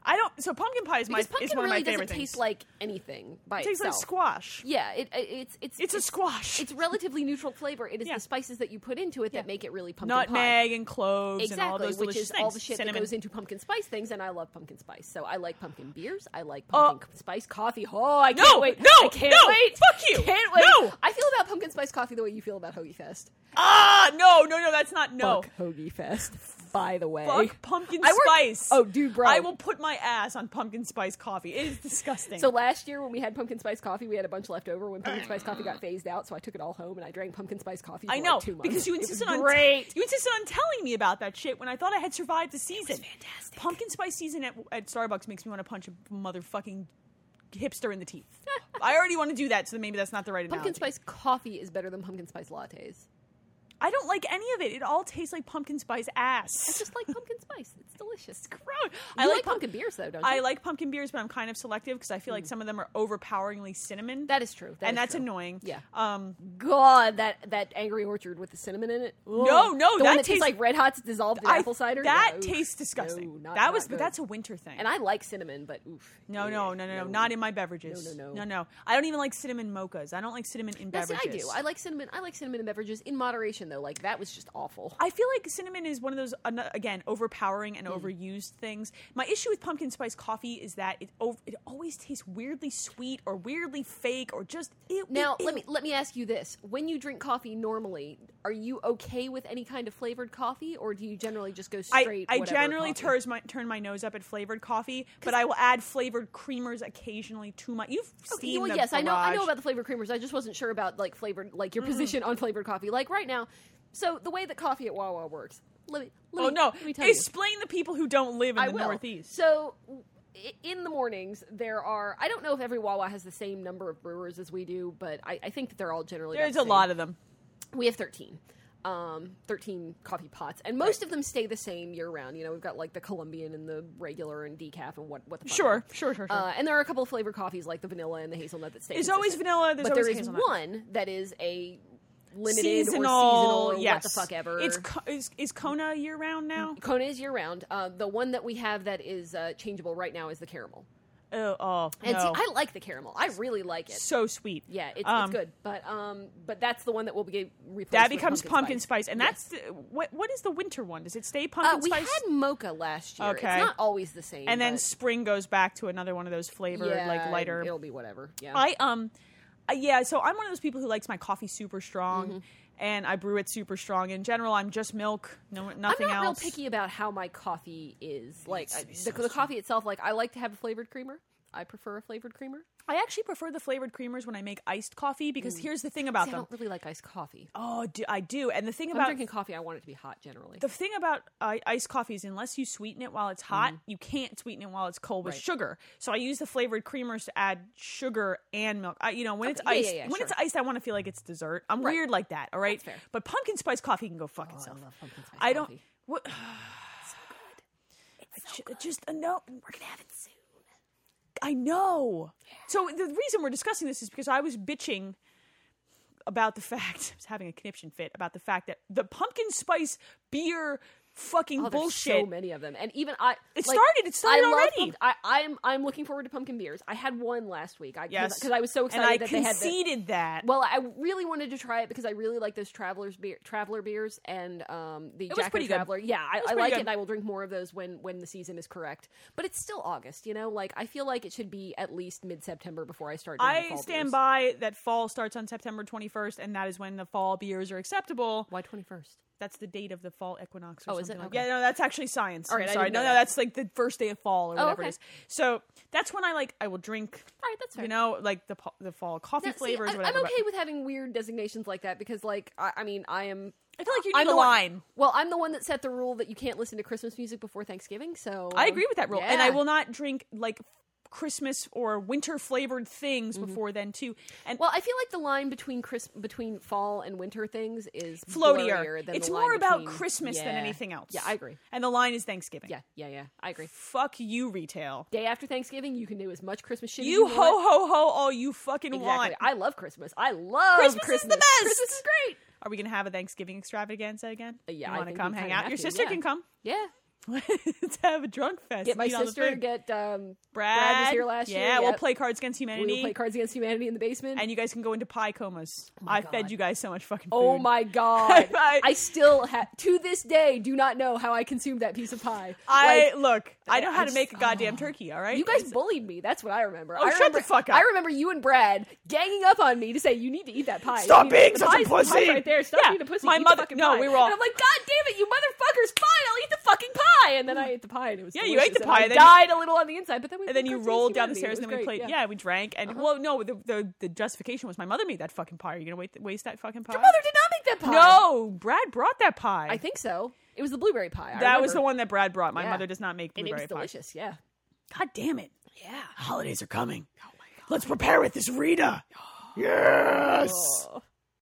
Speaker 1: I don't. So pumpkin pie is my
Speaker 2: Because
Speaker 1: is
Speaker 2: pumpkin
Speaker 1: one of my
Speaker 2: really doesn't
Speaker 1: favorite things.
Speaker 2: taste like anything by
Speaker 1: it tastes like
Speaker 2: itself.
Speaker 1: squash.
Speaker 2: Yeah, it, it, it's it's
Speaker 1: It's a squash.
Speaker 2: It's relatively neutral flavor. It is
Speaker 1: Yeah.
Speaker 2: the spices that you put into it that make it really pumpkin pie.
Speaker 1: Nutmeg and cloves
Speaker 2: Exactly,
Speaker 1: and all those
Speaker 2: which
Speaker 1: delicious
Speaker 2: is
Speaker 1: things.
Speaker 2: all the shit
Speaker 1: Cinnamon.
Speaker 2: that goes into pumpkin spice things, and I love pumpkin spice. So I like pumpkin beers. I like pumpkin spice coffee. Oh, I can't
Speaker 1: No,
Speaker 2: wait!
Speaker 1: no,
Speaker 2: I can't
Speaker 1: no,
Speaker 2: wait!
Speaker 1: fuck you.
Speaker 2: Can't wait!
Speaker 1: No.
Speaker 2: I feel about pumpkin spice coffee the way you feel about Hoagie Fest.
Speaker 1: Ah, no, no, no, that's not no.
Speaker 2: Fuck Hoagie Fest. By the way,
Speaker 1: Fuck pumpkin
Speaker 2: I work-
Speaker 1: spice.
Speaker 2: Oh, dude, bro.
Speaker 1: I will put my ass on pumpkin spice coffee. It is disgusting.
Speaker 2: So last year when we had pumpkin spice coffee, we had a bunch left over when pumpkin spice coffee got phased out. So I took it all home and I drank pumpkin spice coffee. For
Speaker 1: I know
Speaker 2: like two months.
Speaker 1: because you
Speaker 2: It was
Speaker 1: insisted on
Speaker 2: great.
Speaker 1: you insisted on telling me about that shit when I thought I had survived the season.
Speaker 2: fantastic.
Speaker 1: Pumpkin spice season at, at Starbucks makes me want to punch a motherfucking hipster in the teeth. I already want to do that, so maybe that's not the right
Speaker 2: Pumpkin
Speaker 1: analogy.
Speaker 2: spice coffee is better than pumpkin spice lattes.
Speaker 1: I don't like any of it. It all tastes like pumpkin spice ass.
Speaker 2: It's just like pumpkin spice. It's delicious.
Speaker 1: gross.
Speaker 2: I like,
Speaker 1: pump-
Speaker 2: pumpkin beers though, don't you?
Speaker 1: I like pumpkin beers, but I'm kind of selective because I feel like some of them are overpoweringly cinnamon.
Speaker 2: that is true. That
Speaker 1: and
Speaker 2: is
Speaker 1: that's
Speaker 2: true.
Speaker 1: annoying.
Speaker 2: Yeah.
Speaker 1: Um,
Speaker 2: God, that that angry orchard with the cinnamon in it. Ugh.
Speaker 1: No, no,
Speaker 2: the
Speaker 1: that
Speaker 2: one that
Speaker 1: tastes-
Speaker 2: tastes like red hots dissolved in
Speaker 1: I-
Speaker 2: apple cider.
Speaker 1: That
Speaker 2: No, oof.
Speaker 1: tastes disgusting.
Speaker 2: No, not-
Speaker 1: that
Speaker 2: not
Speaker 1: was, but
Speaker 2: good.
Speaker 1: that's a winter thing.
Speaker 2: And I like cinnamon, but oof.
Speaker 1: no,
Speaker 2: Yeah,
Speaker 1: no, no, no, no, not in my beverages.
Speaker 2: No, no,
Speaker 1: no,
Speaker 2: no.
Speaker 1: no. I don't even like cinnamon mochas. I don't like cinnamon in
Speaker 2: Now, see,
Speaker 1: beverages.
Speaker 2: I do. I like cinnamon. I like cinnamon in beverages in moderation, though. Like that was just awful.
Speaker 1: I feel like cinnamon is one of those ano- again overpowering and
Speaker 2: Mm.
Speaker 1: overused things. My issue with pumpkin spice coffee is that it over, it always tastes weirdly sweet or weirdly fake or just ew,
Speaker 2: Now
Speaker 1: ew,
Speaker 2: let
Speaker 1: ew.
Speaker 2: me let me ask you this: When you drink coffee normally, are you okay with any kind of flavored coffee, or do you generally just go
Speaker 1: I,
Speaker 2: straight?
Speaker 1: I
Speaker 2: whatever
Speaker 1: generally
Speaker 2: coffee?
Speaker 1: turn my, turn my nose up at flavored coffee, but I will add flavored creamers occasionally to my. You've
Speaker 2: Okay,
Speaker 1: seen
Speaker 2: well,
Speaker 1: the
Speaker 2: yes, I know. I know
Speaker 1: barrage.
Speaker 2: about the flavored creamers. I just wasn't sure about like flavored, like
Speaker 1: Mm.
Speaker 2: your position on flavored coffee. Like right now, so the way that coffee at Wawa works. Let me. Let
Speaker 1: Oh
Speaker 2: me,
Speaker 1: no!
Speaker 2: Let me tell you.
Speaker 1: Explain the people who don't live in
Speaker 2: I
Speaker 1: the
Speaker 2: will.
Speaker 1: Northeast.
Speaker 2: So i- in the mornings there are i don't know if every wawa has the same number of brewers as we do but i, I think that they're all generally about
Speaker 1: There's
Speaker 2: the
Speaker 1: a
Speaker 2: same.
Speaker 1: lot of them.
Speaker 2: we have 13 um, 13 coffee pots and most of them stay the same year round you know we've got like the colombian and the regular and decaf and what what the fuck.
Speaker 1: Sure, sure, sure, sure.
Speaker 2: Uh, and there are a couple of flavored coffees like the vanilla and the hazelnut that stay
Speaker 1: There's always
Speaker 2: consistent.
Speaker 1: vanilla, there's
Speaker 2: but
Speaker 1: always
Speaker 2: there is
Speaker 1: hazelnut.
Speaker 2: one that is a limited
Speaker 1: seasonal,
Speaker 2: or seasonal or
Speaker 1: yes.
Speaker 2: what the fuck ever
Speaker 1: It's co- is, is Kona year round now?
Speaker 2: Kona is year round. Uh, the one that we have that is uh, changeable right now is the caramel.
Speaker 1: Oh, oh
Speaker 2: Mm. And
Speaker 1: no.
Speaker 2: see, I like the caramel. I really like it.
Speaker 1: so sweet.
Speaker 2: Yeah, it's,
Speaker 1: Um,
Speaker 2: it's good. But um, but that's the one that will be replaced.
Speaker 1: That
Speaker 2: with
Speaker 1: becomes pumpkin spice, and
Speaker 2: Yes.
Speaker 1: that's the, what. What is the winter one? Does it stay
Speaker 2: Uh,
Speaker 1: pumpkin
Speaker 2: we
Speaker 1: spice?
Speaker 2: had mocha last year.
Speaker 1: Okay.
Speaker 2: It's not always the same.
Speaker 1: and then
Speaker 2: but-
Speaker 1: spring goes back to another one of those flavored,
Speaker 2: yeah,
Speaker 1: like lighter.
Speaker 2: It'll be whatever. Yeah.
Speaker 1: I um, uh, yeah. So I'm one of those people who likes my coffee super strong, and I brew it super strong. In general, I'm just milk, no
Speaker 2: am
Speaker 1: nothing
Speaker 2: not real
Speaker 1: else.
Speaker 2: picky about how my coffee is. Like
Speaker 1: to
Speaker 2: I-
Speaker 1: be
Speaker 2: the,
Speaker 1: so
Speaker 2: the coffee itself, like I like to have a flavored creamer. I prefer a flavored creamer.
Speaker 1: I actually prefer the flavored creamers when I make iced coffee because here's the thing about
Speaker 2: See, I
Speaker 1: them.
Speaker 2: don't really like iced coffee.
Speaker 1: Oh, do, I do. And the thing
Speaker 2: If I'm
Speaker 1: about
Speaker 2: drinking coffee, I want it to be hot generally.
Speaker 1: the thing about uh, iced coffee is unless you sweeten it while it's hot, you can't sweeten it while it's cold with
Speaker 2: Right.
Speaker 1: sugar. So I use the flavored creamers to add sugar and milk. I, you know, when it's
Speaker 2: yeah, yeah,
Speaker 1: iced,
Speaker 2: yeah,
Speaker 1: when it's
Speaker 2: sure.
Speaker 1: iced, I want to feel like it's dessert. I'm
Speaker 2: Right.
Speaker 1: weird like that. All right, Oh,
Speaker 2: fair.
Speaker 1: but pumpkin spice coffee can go fuck itself.
Speaker 2: Oh, love pumpkin spice
Speaker 1: I don't.
Speaker 2: coffee.
Speaker 1: What, ju- just a note. We're gonna have it soon. I know. So the reason we're discussing this is because I was bitching about the fact I was having a conniption fit about the fact that the pumpkin spice beer fucking
Speaker 2: Oh, there's
Speaker 1: bullshit.
Speaker 2: So many of them, and even I.
Speaker 1: It started- it started
Speaker 2: I love
Speaker 1: already.
Speaker 2: pump- I, I'm I'm looking forward to pumpkin beers. I had one last week. I,
Speaker 1: yes,
Speaker 2: because I was so excited
Speaker 1: and I
Speaker 2: that they had. The,
Speaker 1: conceded that.
Speaker 2: well, I really wanted to try it because I really like those travelers beer, traveler beers and um, the
Speaker 1: was
Speaker 2: Jack
Speaker 1: pretty
Speaker 2: and
Speaker 1: good.
Speaker 2: Traveler. Yeah, I, I
Speaker 1: pretty
Speaker 2: like
Speaker 1: good.
Speaker 2: it, and I will drink more of those when when the season is correct. But it's still August, you know. Like I feel like it should be at least mid September before I start. Drinking
Speaker 1: I
Speaker 2: fall
Speaker 1: stand
Speaker 2: beers.
Speaker 1: by that fall starts on September 21st, and that is when the fall beers are acceptable.
Speaker 2: Why twenty first?
Speaker 1: That's the date of the fall equinox. Or
Speaker 2: Oh,
Speaker 1: something
Speaker 2: is it?
Speaker 1: Like.
Speaker 2: Okay.
Speaker 1: Yeah, no, that's actually science.
Speaker 2: right,
Speaker 1: I'm
Speaker 2: I
Speaker 1: sorry.
Speaker 2: didn't
Speaker 1: No,
Speaker 2: know
Speaker 1: no,
Speaker 2: that. Oh,
Speaker 1: that's like the first day of fall or whatever
Speaker 2: okay.
Speaker 1: it is. So that's when I like I will drink.
Speaker 2: All right, that's fair.
Speaker 1: You know, like the po- the fall coffee
Speaker 2: Now, see,
Speaker 1: flavors.
Speaker 2: I,
Speaker 1: whatever,
Speaker 2: I'm
Speaker 1: but
Speaker 2: okay with having weird designations like that because, like, I, I mean, I am.
Speaker 1: I feel like you
Speaker 2: I'm
Speaker 1: need a
Speaker 2: the one-
Speaker 1: line.
Speaker 2: well, I'm the one that set the rule that you can't listen to Christmas music before Thanksgiving. So
Speaker 1: I agree with that rule, and I
Speaker 2: yeah.
Speaker 1: will not drink like Christmas or winter flavored things before then too. And
Speaker 2: Mm-hmm. Well, I feel like the line between Chris between fall and winter things is
Speaker 1: floatier.
Speaker 2: blurrier Than
Speaker 1: it's
Speaker 2: the
Speaker 1: more
Speaker 2: line
Speaker 1: about
Speaker 2: between-
Speaker 1: Christmas than
Speaker 2: Yeah.
Speaker 1: anything else.
Speaker 2: Yeah, I agree.
Speaker 1: And the line is Thanksgiving.
Speaker 2: Yeah, yeah, yeah, I agree.
Speaker 1: Fuck you, retail.
Speaker 2: Day after Thanksgiving, you can do as much Christmas shit. as
Speaker 1: You
Speaker 2: you
Speaker 1: ho
Speaker 2: want.
Speaker 1: ho ho all you fucking
Speaker 2: Exactly.
Speaker 1: want.
Speaker 2: I love Christmas. I love
Speaker 1: Christmas is the best!
Speaker 2: Christmas is great.
Speaker 1: Are we gonna have a Thanksgiving extravaganza again?
Speaker 2: Uh, yeah,
Speaker 1: you
Speaker 2: I
Speaker 1: want to
Speaker 2: think
Speaker 1: come
Speaker 2: we
Speaker 1: hang
Speaker 2: kinda
Speaker 1: out?
Speaker 2: have
Speaker 1: Your
Speaker 2: to,
Speaker 1: sister
Speaker 2: yeah.
Speaker 1: can come.
Speaker 2: Yeah,
Speaker 1: Let's have a drunk fest.
Speaker 2: Get my
Speaker 1: Eat all the
Speaker 2: sister.
Speaker 1: food.
Speaker 2: Get um,
Speaker 1: Brad.
Speaker 2: was here last
Speaker 1: yeah,
Speaker 2: year,
Speaker 1: we'll
Speaker 2: yep.
Speaker 1: play Cards Against
Speaker 2: we
Speaker 1: Humanity.
Speaker 2: will play Cards Against Humanity in the basement.
Speaker 1: and you guys can go into pie comas. I fed
Speaker 2: God.
Speaker 1: you guys so much fucking food.
Speaker 2: oh my god!
Speaker 1: I-
Speaker 2: I still have to this day do not know how I consumed that piece of pie.
Speaker 1: I
Speaker 2: Like,
Speaker 1: look. I know how
Speaker 2: I
Speaker 1: to
Speaker 2: just-
Speaker 1: make a goddamn turkey. All right,
Speaker 2: you guys bullied me. That's what I remember.
Speaker 1: Oh,
Speaker 2: I
Speaker 1: shut the
Speaker 2: remember,
Speaker 1: fuck up.
Speaker 2: I remember you and Brad ganging up on me to say you need to eat that pie.
Speaker 1: Stop
Speaker 2: You need-
Speaker 1: being
Speaker 2: the
Speaker 1: such a
Speaker 2: pie's- the pie's
Speaker 1: pussy."
Speaker 2: right there. Stop
Speaker 1: Yeah,
Speaker 2: being a pussy.
Speaker 1: my
Speaker 2: Eat the
Speaker 1: mother-
Speaker 2: fucking
Speaker 1: no,
Speaker 2: pie.
Speaker 1: we were all-
Speaker 2: And I'm like, God damn it, you motherfuckers! Fine, I'll eat the fucking pie. And then I ate the pie, and it was
Speaker 1: Yeah, you ate
Speaker 2: delicious,
Speaker 1: the
Speaker 2: and
Speaker 1: pie,
Speaker 2: I
Speaker 1: then you-
Speaker 2: died a little on the inside, but then we
Speaker 1: And then you rolled down the stairs, and then we played.
Speaker 2: Yeah. Uh-huh.
Speaker 1: Yeah, we drank, and well, no, the, the the justification was my mother made that fucking pie. Are you gonna wait, waste that fucking pie?
Speaker 2: Your mother did not make that pie.
Speaker 1: No, Brad brought that pie.
Speaker 2: I think so. It was the blueberry pie. I
Speaker 1: that was the
Speaker 2: remember.
Speaker 1: one that Brad brought. My
Speaker 2: Yeah.
Speaker 1: mother does not make
Speaker 2: and it
Speaker 1: blueberry
Speaker 2: was
Speaker 1: pie.
Speaker 2: delicious. Yeah,
Speaker 1: God damn it!
Speaker 2: yeah.
Speaker 1: Holidays are coming. Oh my god! Let's prepare with this Rita. Yes.
Speaker 2: Oh.